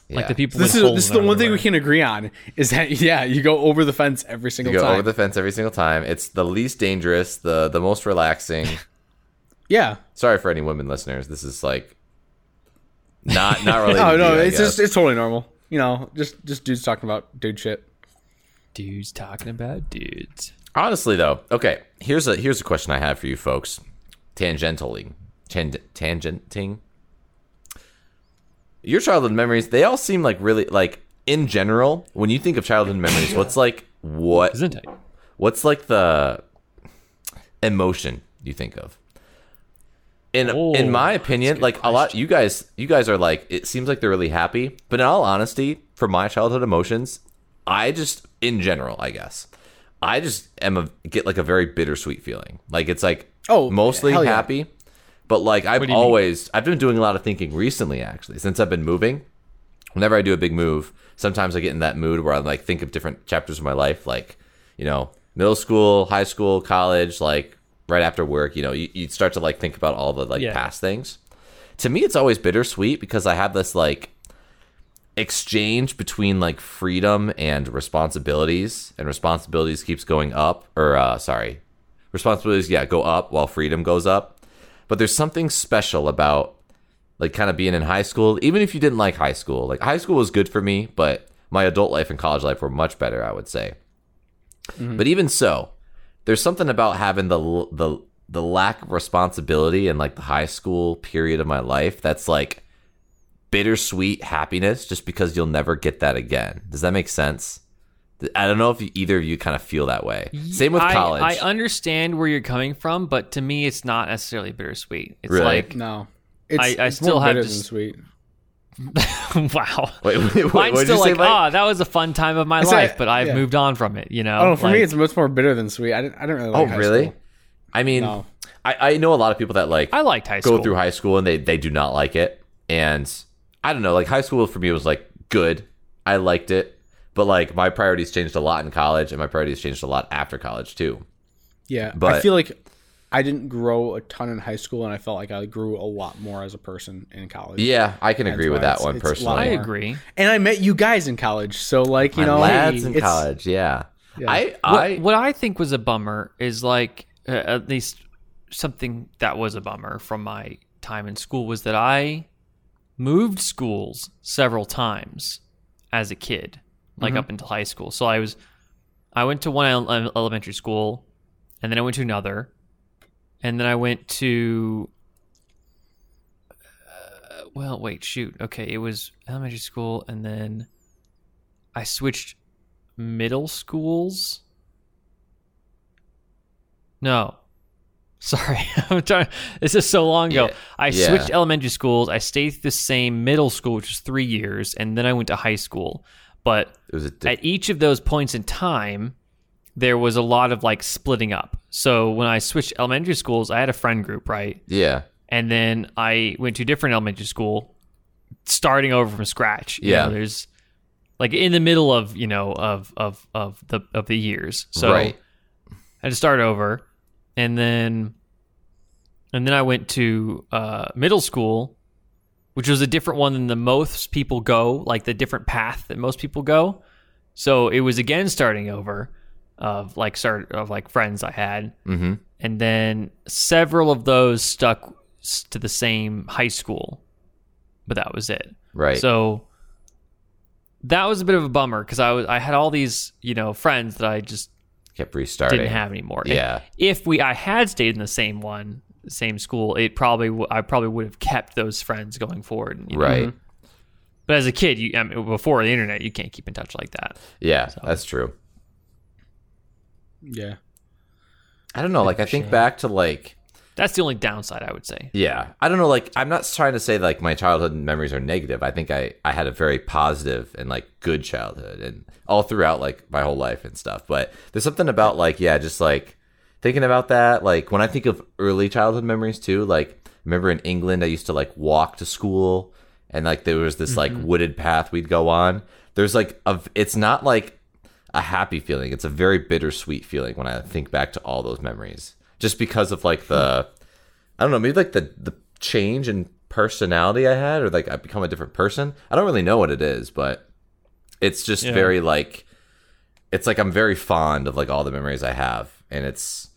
[SPEAKER 1] Like
[SPEAKER 3] yeah.
[SPEAKER 1] the people.
[SPEAKER 2] This
[SPEAKER 1] with
[SPEAKER 2] is
[SPEAKER 1] holes
[SPEAKER 2] this is the
[SPEAKER 1] in
[SPEAKER 2] one thing
[SPEAKER 1] everywhere.
[SPEAKER 2] we can agree on is that *laughs* yeah, you go over the fence every
[SPEAKER 3] You
[SPEAKER 2] single
[SPEAKER 3] go
[SPEAKER 2] time.
[SPEAKER 3] over the fence every single time. It's the least dangerous, the the
[SPEAKER 1] *laughs*
[SPEAKER 3] most relaxing.
[SPEAKER 2] yeah.
[SPEAKER 3] Sorry for any women listeners. This is like
[SPEAKER 2] *laughs*
[SPEAKER 3] not not related.
[SPEAKER 2] Oh
[SPEAKER 3] to
[SPEAKER 2] no,
[SPEAKER 3] you, I
[SPEAKER 2] it's just
[SPEAKER 3] guess.
[SPEAKER 2] it's totally normal. You know, just just dudes talking about dude shit.
[SPEAKER 1] Dudes talking about dudes.
[SPEAKER 3] honestly though. Okay, here's a here's a question I have for you folks. Tangentially, Tang- tangenting. Your childhood memories, they all seem like really like in general. When you think of childhood memories, what's like what
[SPEAKER 1] Isn't it?
[SPEAKER 3] what's like the emotion you think of in in
[SPEAKER 1] Oh,
[SPEAKER 3] my opinion like a lot you guys you guys are like it seems like they're really happy but in all honesty for my childhood emotions i just in general i guess i just am a get like a very bittersweet feeling like it's like
[SPEAKER 2] Oh,
[SPEAKER 3] mostly
[SPEAKER 2] hell yeah.
[SPEAKER 3] happy but like i've
[SPEAKER 1] do you mean?
[SPEAKER 3] always i've been doing a lot of thinking recently actually since i've been moving whenever I do a big move, sometimes I get in that mood where I like think of different chapters of my life, like you know, middle school, high school, college, like right after work. You know, you, you start to like think about all the like
[SPEAKER 1] Yeah.
[SPEAKER 3] past things. To me, it's always bittersweet because I have this like exchange between like freedom and responsibilities, and responsibilities keeps going up, or uh, sorry, responsibilities yeah go up while freedom goes up. But there's something special about like kind of being in high school, even if you didn't like high school. Like high school was good for me, but my adult life and college life were much
[SPEAKER 1] Mm-hmm.
[SPEAKER 3] better, I would say. But even so, there's something about having the l- the the lack of responsibility in like the high school period of my life that's like bittersweet happiness just because you'll never get that again. Does that make sense? Th- I don't know if you, either of you kind of feel that way. Same with
[SPEAKER 1] I-
[SPEAKER 3] college.
[SPEAKER 1] I, understand where you're coming from, but to me, it's not necessarily bittersweet. It's
[SPEAKER 3] Really?
[SPEAKER 1] like, *laughs*
[SPEAKER 2] No, it's,
[SPEAKER 1] I
[SPEAKER 2] it's
[SPEAKER 1] still
[SPEAKER 2] more
[SPEAKER 1] have
[SPEAKER 2] bitter
[SPEAKER 1] to
[SPEAKER 2] than
[SPEAKER 1] s-
[SPEAKER 2] sweet.
[SPEAKER 1] wow.
[SPEAKER 3] wait, *laughs* wait, wait,
[SPEAKER 1] Mine's
[SPEAKER 3] what'd you
[SPEAKER 1] still
[SPEAKER 3] say,
[SPEAKER 1] like,
[SPEAKER 3] Mike?
[SPEAKER 1] ah, that was a fun time of my
[SPEAKER 2] It's
[SPEAKER 1] life,
[SPEAKER 2] like-
[SPEAKER 1] but I've
[SPEAKER 2] yeah.
[SPEAKER 1] moved on from it. You know,
[SPEAKER 2] Oh, for
[SPEAKER 1] Like,
[SPEAKER 2] me, it's much more bitter than sweet. I didn't, I didn't really.
[SPEAKER 3] Oh,
[SPEAKER 2] Like high
[SPEAKER 3] really?
[SPEAKER 2] school.
[SPEAKER 3] I mean,
[SPEAKER 2] No.
[SPEAKER 3] I, I know a lot of people that like
[SPEAKER 1] I liked high
[SPEAKER 3] go
[SPEAKER 1] school.
[SPEAKER 3] through high school and they, they do not like it. And I don't know, like high school for me was like good. I liked it. But like my priorities changed a lot in college and my priorities changed a lot after college too.
[SPEAKER 2] Yeah, I
[SPEAKER 3] But-
[SPEAKER 2] feel like I didn't grow a ton in high school, and I felt like I grew a lot more as a person in college.
[SPEAKER 3] Yeah, I can agree
[SPEAKER 2] That's
[SPEAKER 3] with
[SPEAKER 2] why
[SPEAKER 3] that
[SPEAKER 2] it's-
[SPEAKER 3] one
[SPEAKER 2] it's a lot
[SPEAKER 1] I
[SPEAKER 3] personally.
[SPEAKER 2] more.
[SPEAKER 1] agree.
[SPEAKER 2] and I met you guys in college, so like you
[SPEAKER 3] My
[SPEAKER 2] know,
[SPEAKER 3] lads
[SPEAKER 2] hey,
[SPEAKER 3] in
[SPEAKER 2] it's-
[SPEAKER 3] college, yeah.
[SPEAKER 2] Yeah.
[SPEAKER 3] I
[SPEAKER 1] What
[SPEAKER 3] I
[SPEAKER 1] I, what I think was a bummer is like uh, at least something that was a bummer from my time in school was that I moved schools several times as a kid, like up until high school. So I was I went to one ele- elementary school, and then I went to another, and then I went to. Uh, well, wait, shoot. Okay, it was elementary school, and then I switched middle schools. No, *laughs* sorry, *laughs* I'm trying. This is so long ago.
[SPEAKER 3] Yeah,
[SPEAKER 1] I
[SPEAKER 3] yeah.
[SPEAKER 1] switched elementary schools. I stayed at the same middle school, which was three years, and then I went to high school. But
[SPEAKER 3] it was a diff-
[SPEAKER 1] at each of those points in time, there was a lot of like splitting up. So when I switched elementary schools, I had a friend group, right?
[SPEAKER 3] yeah.
[SPEAKER 1] And then I went to a different elementary school, starting over from scratch. You
[SPEAKER 3] Yeah.
[SPEAKER 1] know, there's like in the middle of you know of of of the of the years. So
[SPEAKER 3] right.
[SPEAKER 1] I had to start over, and then and then I went to uh, middle school, which was a different one than the most people go, like the different path that most people go. So it was again starting over of like start of like friends I had,
[SPEAKER 3] Mhm.
[SPEAKER 1] and then several of those stuck s- to the same high school, but that was it.
[SPEAKER 3] Right.
[SPEAKER 1] So that was a bit of a bummer because I was I had all these you know friends that I just
[SPEAKER 3] kept restarting.
[SPEAKER 1] didn't have anymore. If-
[SPEAKER 3] Yeah.
[SPEAKER 1] If, we I had stayed in the same one, same school, it probably w- I probably would have kept those friends going forward. you know?
[SPEAKER 3] Right.
[SPEAKER 1] But as a kid, you I mean, before the internet, you can't keep in touch like that.
[SPEAKER 3] Yeah, that's true.
[SPEAKER 2] Yeah,
[SPEAKER 3] I don't know, like I think back to like
[SPEAKER 1] That's the only downside I would say.
[SPEAKER 3] Yeah. I don't know, like I'm not trying to say like my childhood memories are negative. I think I, I had a very positive and like good childhood and all throughout like my whole life and stuff. But there's something about like, yeah, just like thinking about that, like when I think of early childhood memories too, like remember in England I used to like walk to school and like there was this like wooded path we'd go on. There's like a it's not like a happy feeling. It's a very bittersweet feeling when I think back to all those memories. Just because of like the I don't know, maybe like the the change in personality I had, or like I become a different person. I don't really know what it is, but it's just very like it's like I'm very fond of like all the memories I have, and it's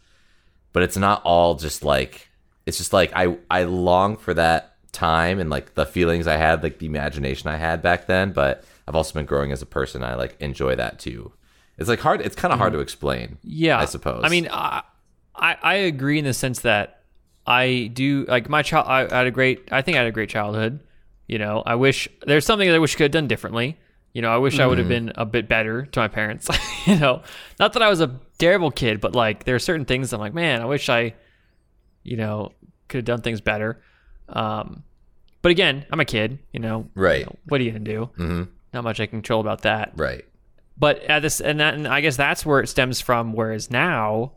[SPEAKER 3] but it's not all just like it's just like I I long for that time and like the feelings I had, like the imagination I had back then, but I've also been growing as a person. I like enjoy that too. It's like hard. It's kind of hard to explain.
[SPEAKER 1] Mm-hmm. Yeah,
[SPEAKER 3] I suppose.
[SPEAKER 1] I mean, I I, I agree in the sense that I do like my child. I, I had a great. I think I had a great childhood. You know, I wish there's something that I wish I could have done differently. You know, I wish I would
[SPEAKER 3] Mm-hmm.
[SPEAKER 1] have been a bit better to my parents. *laughs* you know, not that I was a terrible kid, but like there are certain things I'm like, man, I wish I, you know, could have done things better. Um, but again, I'm a kid. You know,
[SPEAKER 3] Right.
[SPEAKER 1] You know, what are you gonna do?
[SPEAKER 3] Mhm.
[SPEAKER 1] Not much I can control about that
[SPEAKER 3] right?
[SPEAKER 1] but at this and that and I guess that's where it stems from. Whereas now,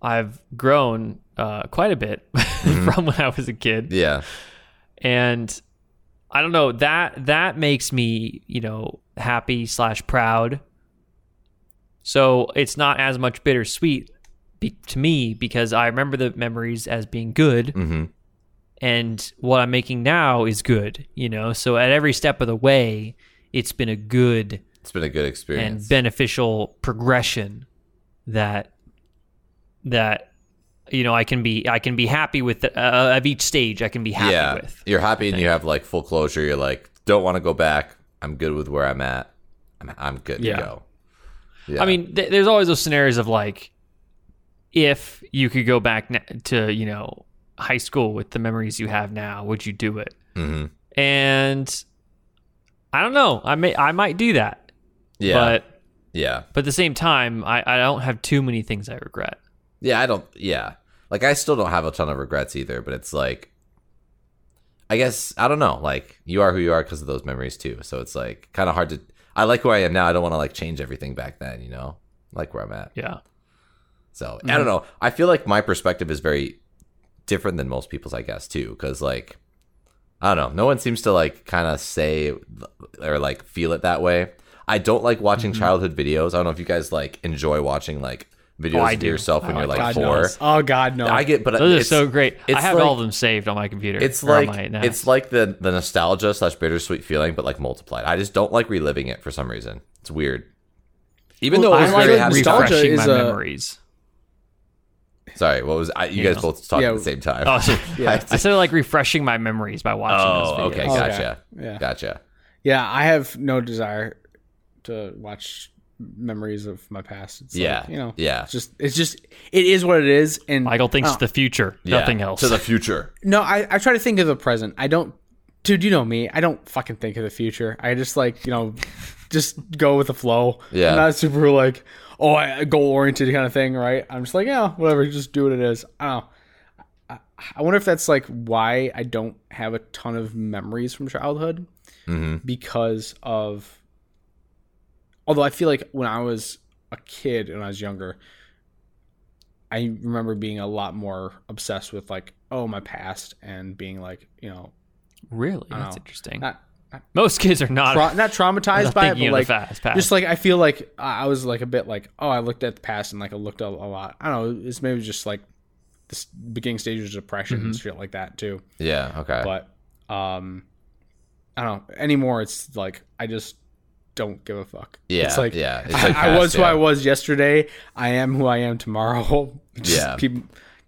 [SPEAKER 1] I've grown uh, quite a bit *laughs* from when I was a kid,
[SPEAKER 3] Yeah.
[SPEAKER 1] and I don't know that that makes me you know happy slash proud. So it's not as much bittersweet be- to me because I remember the memories as being good,
[SPEAKER 3] hmm
[SPEAKER 1] and what I'm making now is good. You know, so at every step of the way, it's been a good
[SPEAKER 3] It's been a good experience.
[SPEAKER 1] and beneficial progression that that you know I can be I can be happy with the, uh, of each stage I can be happy
[SPEAKER 3] yeah,
[SPEAKER 1] with.
[SPEAKER 3] you're happy and you have like full closure. You're like, don't want to go back. I'm good with where I'm at. I'm, I'm good
[SPEAKER 1] Yeah.
[SPEAKER 3] to go. Yeah.
[SPEAKER 1] I mean, th- there's always those scenarios of like if you could go back n- to you know high school with the memories you have now, would you do it?
[SPEAKER 3] Mhm.
[SPEAKER 1] And I don't know. I may I might do that,
[SPEAKER 3] Yeah.
[SPEAKER 1] but
[SPEAKER 3] yeah.
[SPEAKER 1] but at the same time, I I don't have too many things I regret.
[SPEAKER 3] Yeah, I don't. Yeah, like I still don't have a ton of regrets either. But it's like, I guess I don't know. Like you are who you are because of those memories too. So it's like kind of hard to. I like who I am now. I don't want to like change everything back then. You know, I like where I'm at.
[SPEAKER 1] Yeah.
[SPEAKER 3] So I
[SPEAKER 2] Mm-hmm.
[SPEAKER 3] don't know. I feel like my perspective is very different than most people's, I guess, too. Because like, I don't know. No one seems to like kind of say or like feel it that way. I don't like watching
[SPEAKER 2] Mm-hmm.
[SPEAKER 3] childhood videos. I don't know if you guys like enjoy watching like videos
[SPEAKER 1] I
[SPEAKER 3] of
[SPEAKER 1] do.
[SPEAKER 3] yourself when
[SPEAKER 2] Oh,
[SPEAKER 3] you're like
[SPEAKER 2] God
[SPEAKER 3] four.
[SPEAKER 2] knows. Oh God, no.
[SPEAKER 3] I get, but
[SPEAKER 1] Those are
[SPEAKER 3] it's-
[SPEAKER 1] so great. I
[SPEAKER 3] it's
[SPEAKER 1] have
[SPEAKER 3] like-
[SPEAKER 1] all of them saved on my computer.
[SPEAKER 3] It's
[SPEAKER 1] or on
[SPEAKER 3] like
[SPEAKER 1] my E NAS.
[SPEAKER 3] it's like the the nostalgia slash bittersweet feeling, but like multiplied. I just don't like reliving it for some reason. It's weird. Even
[SPEAKER 2] Well,
[SPEAKER 3] though
[SPEAKER 2] I
[SPEAKER 3] it was
[SPEAKER 2] Oh, like
[SPEAKER 3] very happy.
[SPEAKER 2] nostalgia
[SPEAKER 3] times-
[SPEAKER 1] refreshing my
[SPEAKER 2] is a-
[SPEAKER 1] memories.
[SPEAKER 3] Sorry, what was I,
[SPEAKER 1] You
[SPEAKER 3] you guys
[SPEAKER 1] know.
[SPEAKER 3] both talking
[SPEAKER 2] Yeah.
[SPEAKER 3] at the same time?
[SPEAKER 1] Oh,
[SPEAKER 2] *laughs*
[SPEAKER 3] *laughs*
[SPEAKER 1] so-
[SPEAKER 2] Yeah.
[SPEAKER 1] I said like refreshing my memories by watching
[SPEAKER 3] Oh,
[SPEAKER 1] those videos.
[SPEAKER 3] okay,
[SPEAKER 2] Oh, yeah.
[SPEAKER 3] gotcha,
[SPEAKER 2] Yeah.
[SPEAKER 3] gotcha.
[SPEAKER 2] Yeah, I have no desire to watch memories of my past. It's
[SPEAKER 3] Yeah,
[SPEAKER 2] like, you know,
[SPEAKER 3] yeah,
[SPEAKER 2] it's just it's just it is what it is. And
[SPEAKER 1] Michael thinks
[SPEAKER 2] Oh.
[SPEAKER 1] the future,
[SPEAKER 3] Yeah.
[SPEAKER 1] nothing else.
[SPEAKER 3] to the future.
[SPEAKER 2] no, I I try to think of the present. I don't, dude. You know me. I don't fucking think of the future. I just like you know, just go with the flow.
[SPEAKER 3] Yeah.
[SPEAKER 2] I'm not super like oh I goal oriented kind of thing, right? I'm just like yeah, whatever. Just do what it is. I don't know. I- I wonder if that's like why I don't have a ton of memories from childhood.
[SPEAKER 3] hmm
[SPEAKER 2] because of although I feel like when I was a kid and I was younger, I remember being a lot more obsessed with like, oh my past and being like, you know,
[SPEAKER 1] really,
[SPEAKER 2] I don't
[SPEAKER 1] that's
[SPEAKER 2] know.
[SPEAKER 1] interesting.
[SPEAKER 2] Oh. not
[SPEAKER 1] Most kids are not. *laughs*
[SPEAKER 2] tra- not traumatized
[SPEAKER 1] not
[SPEAKER 2] by it,
[SPEAKER 1] thinking of
[SPEAKER 2] but like
[SPEAKER 1] the fast past.
[SPEAKER 2] just like I feel like I I was like a bit like, oh, I looked at the past and like I looked up a lot. I don't know, it's maybe just like this beginning stages of depression
[SPEAKER 1] Mm-hmm.
[SPEAKER 2] and shit like that too.
[SPEAKER 3] Yeah, okay.
[SPEAKER 2] But um I don't know. Anymore it's like I just don't give a fuck.
[SPEAKER 3] yeah,
[SPEAKER 2] It's like *laughs*
[SPEAKER 3] yeah. It's
[SPEAKER 2] I,
[SPEAKER 3] like
[SPEAKER 2] I
[SPEAKER 3] past,
[SPEAKER 2] was who
[SPEAKER 3] yeah.
[SPEAKER 2] I was yesterday. I am who I am tomorrow. *laughs* Just
[SPEAKER 3] Yeah.
[SPEAKER 2] Keep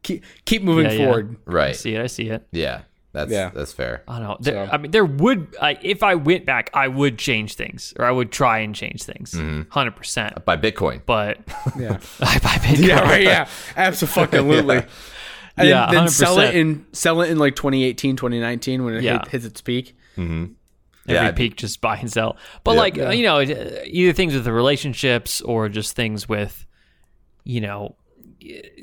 [SPEAKER 2] keep keep moving
[SPEAKER 1] Yeah, yeah.
[SPEAKER 2] forward.
[SPEAKER 1] *laughs* I
[SPEAKER 3] Right.
[SPEAKER 1] see it. I see it.
[SPEAKER 3] Yeah, that's
[SPEAKER 2] Yeah.
[SPEAKER 3] that's fair.
[SPEAKER 1] I don't know. There,
[SPEAKER 2] So-
[SPEAKER 1] I mean, there would. I, if I went back, I would change things, or I would try and change things,
[SPEAKER 3] Mm.
[SPEAKER 1] 100 percent.
[SPEAKER 3] Mm-hmm. By Bitcoin.
[SPEAKER 1] But *laughs*
[SPEAKER 2] Yeah. *laughs*
[SPEAKER 1] I buy Bitcoin.
[SPEAKER 2] yeah. Right. Yeah.
[SPEAKER 3] *laughs*
[SPEAKER 2] Absolutely.
[SPEAKER 3] Yeah.
[SPEAKER 2] And
[SPEAKER 1] Yeah,
[SPEAKER 2] then sell it
[SPEAKER 1] 100%.
[SPEAKER 2] in sell it in like 2018, 2019 when it
[SPEAKER 1] Yeah.
[SPEAKER 2] hit, hits its peak.
[SPEAKER 1] every
[SPEAKER 3] Yeah.
[SPEAKER 1] peak just *laughs* buy and sell but
[SPEAKER 3] Yeah.
[SPEAKER 1] like you know it- either things with the relationships or just things with you know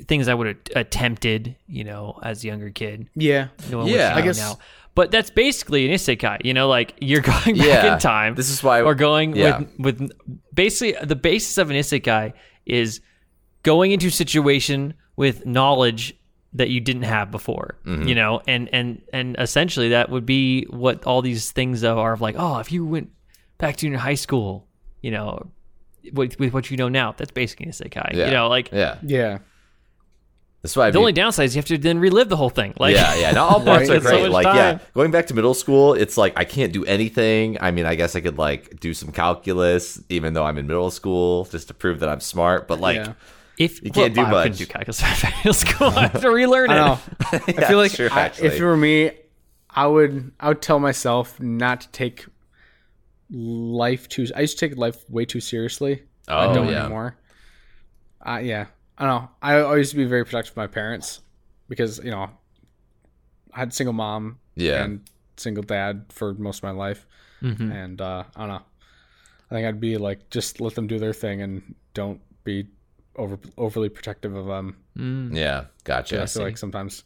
[SPEAKER 1] things i would have attempted you know as a younger kid
[SPEAKER 2] Yeah.
[SPEAKER 1] knowing
[SPEAKER 3] Yeah.
[SPEAKER 1] what
[SPEAKER 3] I
[SPEAKER 1] i
[SPEAKER 2] guess-
[SPEAKER 1] guess now but that's basically an isekai you know like you're *laughs* going back
[SPEAKER 3] Yeah.
[SPEAKER 1] in time
[SPEAKER 3] This is why-
[SPEAKER 1] or going
[SPEAKER 3] yeah.
[SPEAKER 1] with with basically the basis of an isekai is going into a situation with knowledge that you didn't have before
[SPEAKER 3] Mm-hmm.
[SPEAKER 1] you know and and and essentially that would be what all these things are of like oh if you went back to your high school you know with, with what you know now that's basically an isekai
[SPEAKER 3] Yeah.
[SPEAKER 1] you know like
[SPEAKER 3] Yeah, *laughs*
[SPEAKER 2] Yeah.
[SPEAKER 3] that's why. I
[SPEAKER 1] the
[SPEAKER 3] mean-
[SPEAKER 1] only downside is you have to then relive the whole thing like
[SPEAKER 3] *laughs*
[SPEAKER 1] *laughs*
[SPEAKER 3] yeah, yeah. Not all parts
[SPEAKER 2] Right.
[SPEAKER 3] are
[SPEAKER 1] It's so
[SPEAKER 3] great.
[SPEAKER 1] much
[SPEAKER 3] like, yeah,
[SPEAKER 1] time.
[SPEAKER 3] going back to middle school, it's like I can't do anything. I mean, I guess I could like do some calculus, even though I'm in middle school, just to prove that I'm smart. But like, *laughs*
[SPEAKER 2] Yeah.
[SPEAKER 1] If
[SPEAKER 3] You can't
[SPEAKER 1] well,
[SPEAKER 3] do
[SPEAKER 1] I couldn't
[SPEAKER 3] much.
[SPEAKER 1] do *laughs* calculus in middle school. I
[SPEAKER 3] *laughs*
[SPEAKER 1] have to relearn
[SPEAKER 2] I
[SPEAKER 1] it.
[SPEAKER 2] know. I
[SPEAKER 3] Yeah,
[SPEAKER 2] feel like
[SPEAKER 3] sure,
[SPEAKER 2] I,
[SPEAKER 3] actually.
[SPEAKER 2] if it were me, I would I would tell myself not to take life too. I used to take life way too seriously. I
[SPEAKER 3] Oh,
[SPEAKER 2] don't
[SPEAKER 3] yeah.
[SPEAKER 2] anymore. Uh, yeah, I don't know. I always used to be very protective of my parents because you know I had a single mom
[SPEAKER 3] yeah,
[SPEAKER 2] and single dad for most of my life,
[SPEAKER 1] Mhm.
[SPEAKER 2] and uh, I don't know. I think I'd be like just let them do their thing and don't be over overly protective of them.
[SPEAKER 1] Mm.
[SPEAKER 3] yeah, gotcha.
[SPEAKER 2] I
[SPEAKER 1] see.
[SPEAKER 2] feel like sometimes.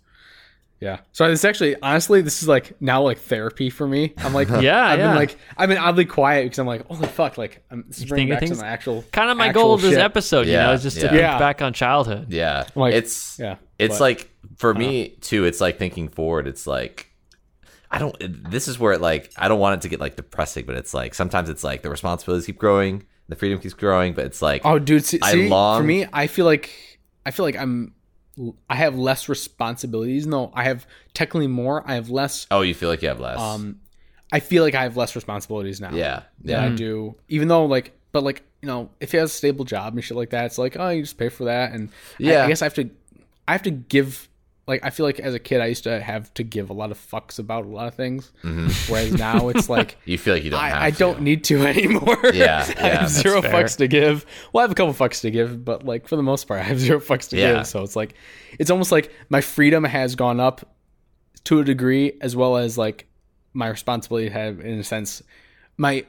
[SPEAKER 2] Yeah. So it's actually honestly this is like now like therapy for me. I'm
[SPEAKER 1] *laughs*
[SPEAKER 2] like
[SPEAKER 1] Yeah,
[SPEAKER 2] I've
[SPEAKER 1] yeah.
[SPEAKER 2] been like I've been oddly quiet because I'm like holy fuck like I'm, this is bringing
[SPEAKER 1] Think of
[SPEAKER 2] back to
[SPEAKER 1] things-
[SPEAKER 2] my actual
[SPEAKER 1] Kind of my
[SPEAKER 2] actual
[SPEAKER 1] goal of this
[SPEAKER 2] shit.
[SPEAKER 1] episode, you
[SPEAKER 3] Yeah,
[SPEAKER 1] know, is just to
[SPEAKER 3] yeah.
[SPEAKER 1] think
[SPEAKER 2] Yeah.
[SPEAKER 1] back on childhood.
[SPEAKER 3] Yeah,
[SPEAKER 2] Like-
[SPEAKER 3] it's
[SPEAKER 2] Yeah,
[SPEAKER 3] it's
[SPEAKER 2] but-
[SPEAKER 3] like for me too. It's like thinking forward. It's like I don't. This is where it like I don't want it to get like depressing, but it's like sometimes it's like the responsibilities keep growing, the freedom keeps growing, but it's like
[SPEAKER 2] Oh, dude. See,
[SPEAKER 3] I
[SPEAKER 2] see,
[SPEAKER 3] long-
[SPEAKER 2] for me, I feel like I feel like I'm I have less responsibilities. No, I have technically more. I have less.
[SPEAKER 3] oh, you feel like you have less.
[SPEAKER 2] Um, I feel like I have less responsibilities now.
[SPEAKER 3] yeah,
[SPEAKER 2] than
[SPEAKER 3] yeah,
[SPEAKER 2] I do. Even though like, but like you know, if he has a stable job and shit like that, it's like oh, you just pay for that, and I-
[SPEAKER 3] Yeah.
[SPEAKER 2] I, guess I have to I have to give like I feel like as a kid I used to have to give a lot of fucks about a lot of things,
[SPEAKER 3] Mm-hmm.
[SPEAKER 2] whereas now it's like
[SPEAKER 3] You feel like you don't have
[SPEAKER 2] I, I
[SPEAKER 3] to.
[SPEAKER 2] don't need to *laughs* anymore.
[SPEAKER 3] Yeah,
[SPEAKER 2] I
[SPEAKER 3] yeah,
[SPEAKER 2] have zero
[SPEAKER 1] fair.
[SPEAKER 2] fucks to give. Well, I have a couple fucks to give, but like for the most part, *laughs* I have zero fucks to
[SPEAKER 3] Yeah.
[SPEAKER 2] give. So it's like, it's almost like my freedom has gone up to a degree, as well as like my responsibility have, in a sense, my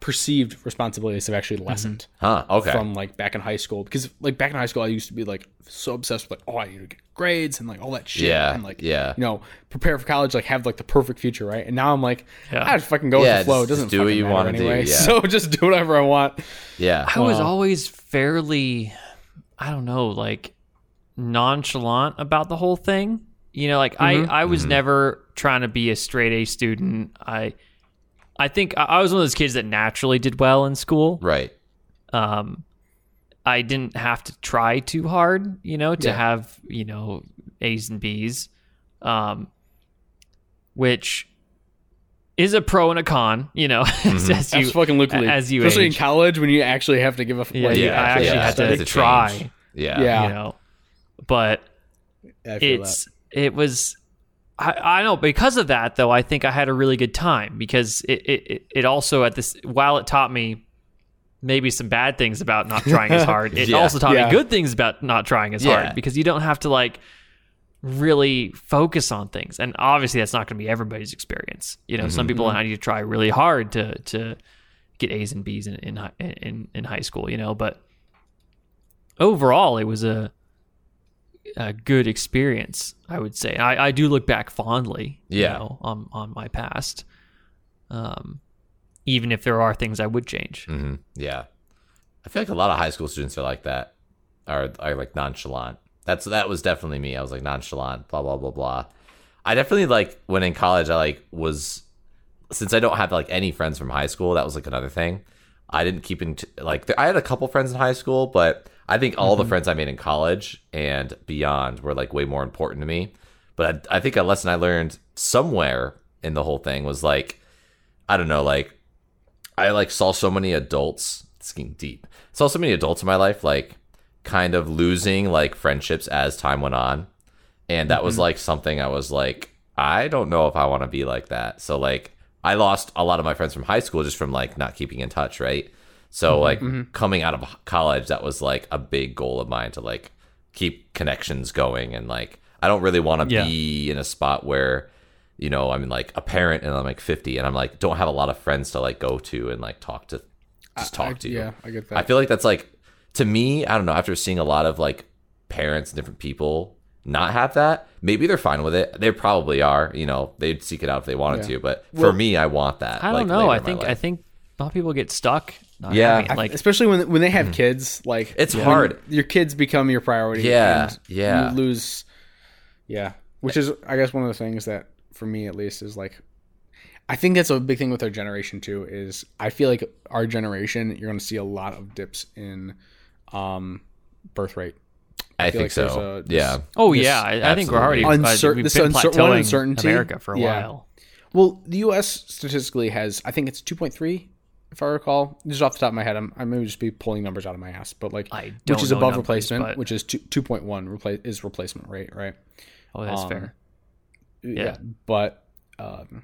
[SPEAKER 2] perceived responsibilities have actually lessened
[SPEAKER 3] Huh. Okay.
[SPEAKER 2] from like back in high school. Because like back in high school, I used to be like so obsessed with like, oh, I need to get grades and like all that shit.
[SPEAKER 3] Yeah,
[SPEAKER 2] And like,
[SPEAKER 3] yeah.
[SPEAKER 2] you know, prepare for college, like have like the perfect future, right? And now I'm like,
[SPEAKER 1] Yeah.
[SPEAKER 2] I just fucking go
[SPEAKER 3] Yeah,
[SPEAKER 2] with the flow.
[SPEAKER 3] just-
[SPEAKER 2] it doesn't
[SPEAKER 3] just do what
[SPEAKER 2] fucking
[SPEAKER 3] you
[SPEAKER 2] matter
[SPEAKER 3] wanna do,
[SPEAKER 2] anyway. *laughs*
[SPEAKER 3] yeah.
[SPEAKER 2] So just do whatever I want.
[SPEAKER 3] yeah.
[SPEAKER 1] I was always fairly, I don't know, like nonchalant about the whole thing. You know, like I, I was
[SPEAKER 3] Mm-hmm.
[SPEAKER 1] never trying to be a straight A student. I, I think I, I was one of those kids that naturally did well in school.
[SPEAKER 3] Right.
[SPEAKER 1] Um, I didn't have to try too hard, you know, to
[SPEAKER 2] Yeah.
[SPEAKER 1] have you know A's and B's, um, which is a pro and a con. You know, *laughs*
[SPEAKER 2] Mm-hmm.
[SPEAKER 1] as
[SPEAKER 2] That's
[SPEAKER 1] you
[SPEAKER 2] fucking lucrative.
[SPEAKER 1] as you
[SPEAKER 2] especially
[SPEAKER 1] age.
[SPEAKER 2] in college when you actually have to give a f-
[SPEAKER 1] Yeah,
[SPEAKER 2] like,
[SPEAKER 1] you-
[SPEAKER 2] you
[SPEAKER 1] I actually
[SPEAKER 3] yeah,
[SPEAKER 1] had
[SPEAKER 3] that's
[SPEAKER 1] to
[SPEAKER 3] a
[SPEAKER 1] try.
[SPEAKER 3] change. Yeah.
[SPEAKER 2] Yeah.
[SPEAKER 1] you know, but
[SPEAKER 2] I feel
[SPEAKER 1] it's it was I, I know because of that though I think I had a really good time because it it, it- it also at this while it taught me maybe some bad things about not trying as
[SPEAKER 2] *laughs*
[SPEAKER 1] hard it
[SPEAKER 3] Yeah.
[SPEAKER 1] also taught
[SPEAKER 2] Yeah.
[SPEAKER 1] me good things about not trying as
[SPEAKER 3] Yeah.
[SPEAKER 1] hard because you don't have to like really focus on things and obviously that's not going to be everybody's experience you know
[SPEAKER 2] Mm-hmm.
[SPEAKER 1] some people I need to try really hard to to get A's and B's in in hi- in, in high school you know but overall it was a a good experience, I would say. I, I do look back fondly, you
[SPEAKER 3] Yeah.
[SPEAKER 1] know, on on my past. Um, even if there are things I would change.
[SPEAKER 3] hmm Yeah. I feel like a lot of high school students are like that, are are like nonchalant. That's that was definitely me. I was like nonchalant, blah blah blah blah. I definitely like when in college. I like was since I don't have like any friends from high school. That was like another thing. I didn't keep in t- like there, I had a couple friends in high school, but I think all the friends I made in college and beyond were like way more important to me. But I, I think a lesson I learned somewhere in the whole thing was like I don't know like I like saw so many adults it's getting deep. Saw so many adults in my life like kind of losing like friendships as time went on. And that was
[SPEAKER 2] Mm-hmm.
[SPEAKER 3] like something I was like, I don't know if I want to be like that. So like I lost a lot of my friends from high school just from like not keeping in touch, right? So
[SPEAKER 2] Mm-hmm,
[SPEAKER 3] like coming out of college, that was like a big goal of mine to like keep connections going and like I don't really want to
[SPEAKER 1] Yeah.
[SPEAKER 3] be in a spot where you know, I'm like a parent and I'm like 50 and I'm like don't have a lot of friends to like go to and like talk to just talk
[SPEAKER 2] I-
[SPEAKER 3] to. you.
[SPEAKER 2] yeah, I get that.
[SPEAKER 3] I feel like that's like to me, I don't know, after seeing a lot of like parents and different people not have that, maybe they're fine with it. They probably are, you know, they'd seek it out if they wanted
[SPEAKER 2] Yeah.
[SPEAKER 3] to, but for me I want that.
[SPEAKER 1] I
[SPEAKER 3] like,
[SPEAKER 1] don't know.
[SPEAKER 3] later
[SPEAKER 1] I
[SPEAKER 3] in my
[SPEAKER 1] think I
[SPEAKER 3] life.
[SPEAKER 1] think a lot of people get stuck. Not
[SPEAKER 3] Yeah.
[SPEAKER 1] having it.
[SPEAKER 3] I-
[SPEAKER 1] like hmm.
[SPEAKER 2] especially when when they have kids, like
[SPEAKER 3] It's
[SPEAKER 2] when
[SPEAKER 3] hard.
[SPEAKER 2] Your kids become your priority.
[SPEAKER 3] Yeah,
[SPEAKER 2] and
[SPEAKER 3] yeah.
[SPEAKER 2] You lose. Yeah, which is I guess one of the things that for me at least is like, I think that's a big thing with our generation too. Is I feel like our generation, you're going to see a lot of dips in, um, birth rate.
[SPEAKER 3] I,
[SPEAKER 2] feel
[SPEAKER 3] think
[SPEAKER 2] like there's
[SPEAKER 3] so.
[SPEAKER 2] a-
[SPEAKER 3] yeah.
[SPEAKER 1] oh
[SPEAKER 2] this
[SPEAKER 1] yeah, I, I think we're already
[SPEAKER 3] absolutely.
[SPEAKER 2] Uncer-
[SPEAKER 1] uh, we've
[SPEAKER 2] this
[SPEAKER 1] been
[SPEAKER 2] uncer- one
[SPEAKER 1] plateauing
[SPEAKER 2] uncertainty.
[SPEAKER 1] America for a
[SPEAKER 2] Yeah.
[SPEAKER 1] while.
[SPEAKER 2] Well, the U.S. statistically has, I think it's 2.3, if I recall. Just off the top of my head, I'm, I may just be pulling numbers out of my ass, but like,
[SPEAKER 1] I
[SPEAKER 2] which
[SPEAKER 1] don't
[SPEAKER 2] is
[SPEAKER 1] know
[SPEAKER 2] above
[SPEAKER 1] numbers,
[SPEAKER 2] replacement,
[SPEAKER 1] but-
[SPEAKER 2] which is two, 2.1 repla- is replacement rate, right?
[SPEAKER 1] Oh, that's
[SPEAKER 2] Um,
[SPEAKER 1] fair. Yeah.
[SPEAKER 2] But, um,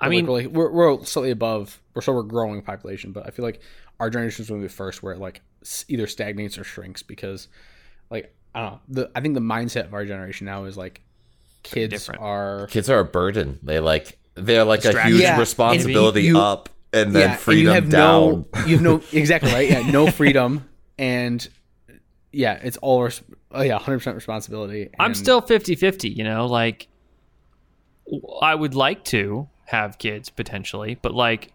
[SPEAKER 1] I mean,
[SPEAKER 2] like, we're, we're slightly above, we're still a growing population, but I feel like our generation is one of the first where it like s- either stagnates or shrinks because, like, I don't know. The, I think the mindset of our generation now is like kids
[SPEAKER 1] different.
[SPEAKER 2] are
[SPEAKER 3] Kids are a burden. They like they're like a
[SPEAKER 1] Distraction.
[SPEAKER 3] huge
[SPEAKER 2] Yeah.
[SPEAKER 3] responsibility
[SPEAKER 2] You-
[SPEAKER 3] up and then
[SPEAKER 2] and
[SPEAKER 3] freedom
[SPEAKER 2] you have
[SPEAKER 3] down.
[SPEAKER 2] No, you have
[SPEAKER 3] *laughs*
[SPEAKER 2] no exactly right. Yeah, no freedom, and yeah, it's all res- oh yeah, hundred percent responsibility.
[SPEAKER 1] I'm
[SPEAKER 2] and-
[SPEAKER 1] still 50-50, you know, like w- I would like to have kids potentially, but like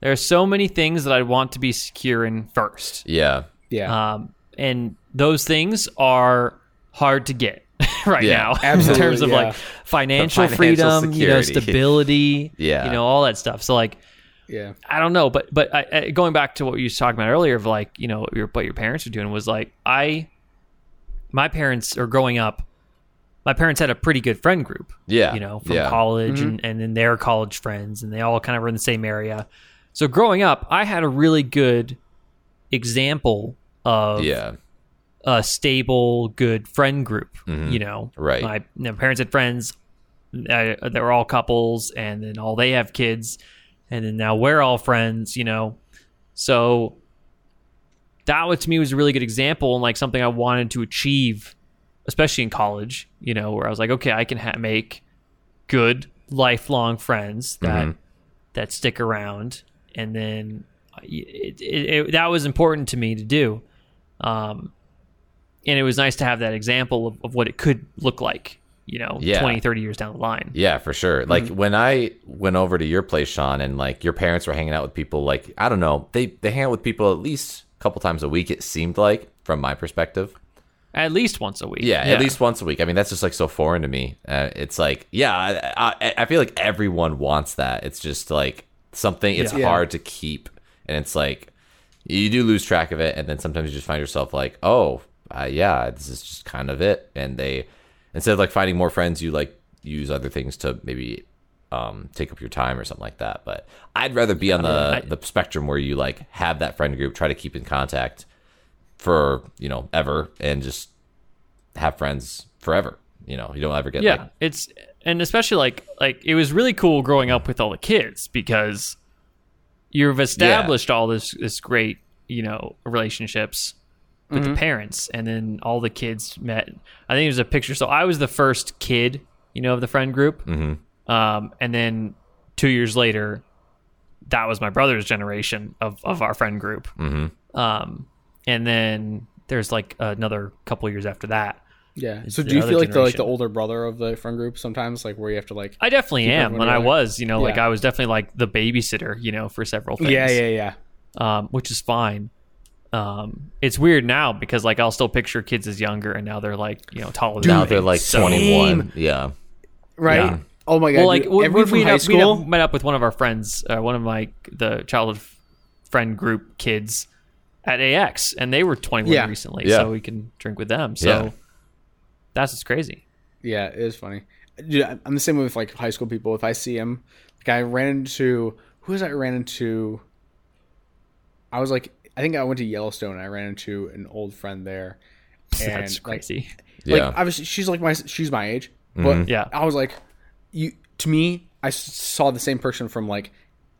[SPEAKER 1] there are so many things that I want to be secure in first.
[SPEAKER 3] Yeah.
[SPEAKER 2] yeah,
[SPEAKER 1] Um, and those things are hard to get *laughs* right
[SPEAKER 3] Yeah,
[SPEAKER 1] now
[SPEAKER 2] absolutely,
[SPEAKER 1] in terms of
[SPEAKER 2] yeah.
[SPEAKER 1] like financial,
[SPEAKER 3] The financial
[SPEAKER 1] freedom, you know,
[SPEAKER 3] security.
[SPEAKER 1] stability,
[SPEAKER 3] Yeah.
[SPEAKER 1] you know, all that stuff. So like
[SPEAKER 2] yeah,
[SPEAKER 1] I don't know, but but I, I- going back to what you was talking about earlier of like you know what your, what your parents were doing was like I, my parents are growing up, my parents had a pretty good friend group,
[SPEAKER 3] Yeah.
[SPEAKER 1] you know, from
[SPEAKER 3] yeah. Mm-hmm.
[SPEAKER 1] college and and then their college friends, and they all kind of were in the same area. So growing up, I had a really good example of
[SPEAKER 3] Yeah.
[SPEAKER 1] a stable, good friend group. You know,
[SPEAKER 3] Right.
[SPEAKER 1] My, my parents had friends. I, they were all couples, and then all they have kids, and then now we're all friends. You know, so that one to me was a really good example and like something I wanted to achieve, especially in college. You know, where I was like, okay, I can ha- make good lifelong friends that that stick around, and then it, it, it, that was important to me to do. Um, and it was nice to have that example of, of what it could look like, you know,
[SPEAKER 3] Yeah.
[SPEAKER 1] twenty, thirty 20, 30 years down the line.
[SPEAKER 3] Yeah, for sure. Like when I went over to your place, Sean, and like your parents were hanging out with people. Like I don't know, they they hang out with people at least a couple times a week. It seemed like, from my perspective.
[SPEAKER 1] At least once a week.
[SPEAKER 3] Yeah, at least once a week. I mean, that's just like so foreign to me. Uh, it's like, yeah, I, I, I feel like everyone wants that. It's just like something. It's
[SPEAKER 1] Yeah. Yeah.
[SPEAKER 3] hard to keep, and it's like you do lose track of it, and then sometimes you just find yourself like, oh, uh, yeah, this is just kind of it. And they instead of like finding more friends, you like use other things to maybe um, take up your time or something like that. But I'd rather be on the
[SPEAKER 1] I-
[SPEAKER 3] the spectrum where you like have that friend group, try to keep in contact for you know ever, and just have friends forever. You know, you don't ever get
[SPEAKER 1] yeah
[SPEAKER 3] like,
[SPEAKER 1] it's and especially like like it was really cool growing up with all the kids because you've established all this this great you know relationships with the parents and then all the kids met i think there's a picture so i was the first kid you know of the friend group mm-hmm. um, and then two years later that was my brother's generation of, of our friend group
[SPEAKER 3] mm-hmm.
[SPEAKER 1] um, and then there's like another couple years after that
[SPEAKER 2] Yeah.
[SPEAKER 1] It's
[SPEAKER 2] So
[SPEAKER 1] the
[SPEAKER 2] do you
[SPEAKER 1] other
[SPEAKER 2] feel like the like the
[SPEAKER 1] generation.
[SPEAKER 2] older brother of the friend group sometimes, like where you have to like
[SPEAKER 1] I definitely am.
[SPEAKER 2] everyone
[SPEAKER 1] When I
[SPEAKER 2] away.
[SPEAKER 1] was, you know, like
[SPEAKER 2] Yeah.
[SPEAKER 1] I was definitely like the babysitter, you know, for several things.
[SPEAKER 2] Yeah, yeah, yeah.
[SPEAKER 1] Um, which is fine. Um, it's weird now because like I'll still picture kids as younger, and now they're like you know taller. than
[SPEAKER 3] now
[SPEAKER 1] me.
[SPEAKER 3] they're like
[SPEAKER 1] So-
[SPEAKER 3] twenty one. Yeah,
[SPEAKER 2] Right?
[SPEAKER 1] Yeah.
[SPEAKER 2] Oh my god.
[SPEAKER 1] Well, like
[SPEAKER 2] dude,
[SPEAKER 1] we, we,
[SPEAKER 2] everyone from
[SPEAKER 1] we,
[SPEAKER 2] high
[SPEAKER 1] met, we met-
[SPEAKER 2] school.
[SPEAKER 1] met up with one of our friends, uh, one of my the childhood f- friend group kids at AX, and they were 21
[SPEAKER 2] Yeah.
[SPEAKER 1] recently,
[SPEAKER 3] Yeah.
[SPEAKER 1] so we can drink with them. So
[SPEAKER 3] Yeah.
[SPEAKER 1] that's what's crazy. *laughs*
[SPEAKER 2] Yeah, it is funny. Dude, I- I'm the same way with like high school people. If I see him, like I ran into who was I ran into? I was like, I think I went to Yellowstone. and I ran into an old friend there, and
[SPEAKER 1] that's
[SPEAKER 2] like,
[SPEAKER 1] crazy.
[SPEAKER 2] like
[SPEAKER 3] yeah,
[SPEAKER 2] obviously she's like my she's my age, but
[SPEAKER 1] Yeah.
[SPEAKER 2] I was like, you to me, I s- saw the same person from like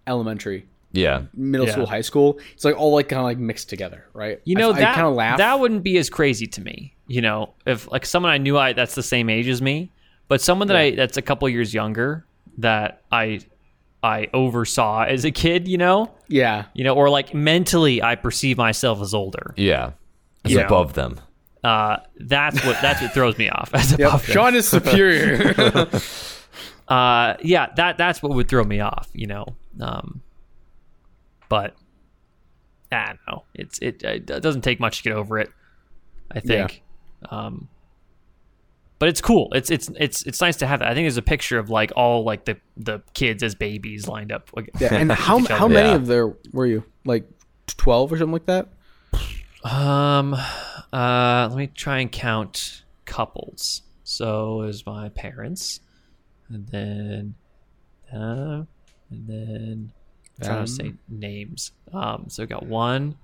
[SPEAKER 2] elementary,
[SPEAKER 3] yeah.
[SPEAKER 2] middle
[SPEAKER 1] Yeah.
[SPEAKER 2] school, high school. It's like all like kind of like mixed together, right?
[SPEAKER 1] You know
[SPEAKER 2] I,
[SPEAKER 1] that
[SPEAKER 2] kind of laugh.
[SPEAKER 1] that wouldn't be as crazy to me. You know, if like someone I knew I that's the same age as me, but someone that I that's a couple years younger that I I oversaw as a kid, you know,
[SPEAKER 2] yeah,
[SPEAKER 1] you know, or like mentally I perceive myself as older.
[SPEAKER 3] Yeah, it's
[SPEAKER 1] Yeah.
[SPEAKER 3] above them.
[SPEAKER 1] Uh, that's what that's what throws me off as a
[SPEAKER 2] Yep,
[SPEAKER 1] puff.
[SPEAKER 2] Sean is superior.
[SPEAKER 1] Uh, yeah, that that's what would throw me off. You know, um, but I don't know. It's it, it doesn't take much to get over it. I
[SPEAKER 2] Yeah.
[SPEAKER 1] think. Um, but it's cool. It's it's it's it's nice to have that. I think there's a picture of like all like the the kids as babies lined up. Like,
[SPEAKER 2] *laughs* Yeah,
[SPEAKER 1] *laughs*
[SPEAKER 2] and how
[SPEAKER 1] each
[SPEAKER 2] how
[SPEAKER 1] other.
[SPEAKER 2] many
[SPEAKER 3] Yeah.
[SPEAKER 2] of there were you? Like twelve or something like that.
[SPEAKER 1] Um, uh, let me try and count couples. So is my parents, and then them, and then I'm trying to say names. Um, so we got one,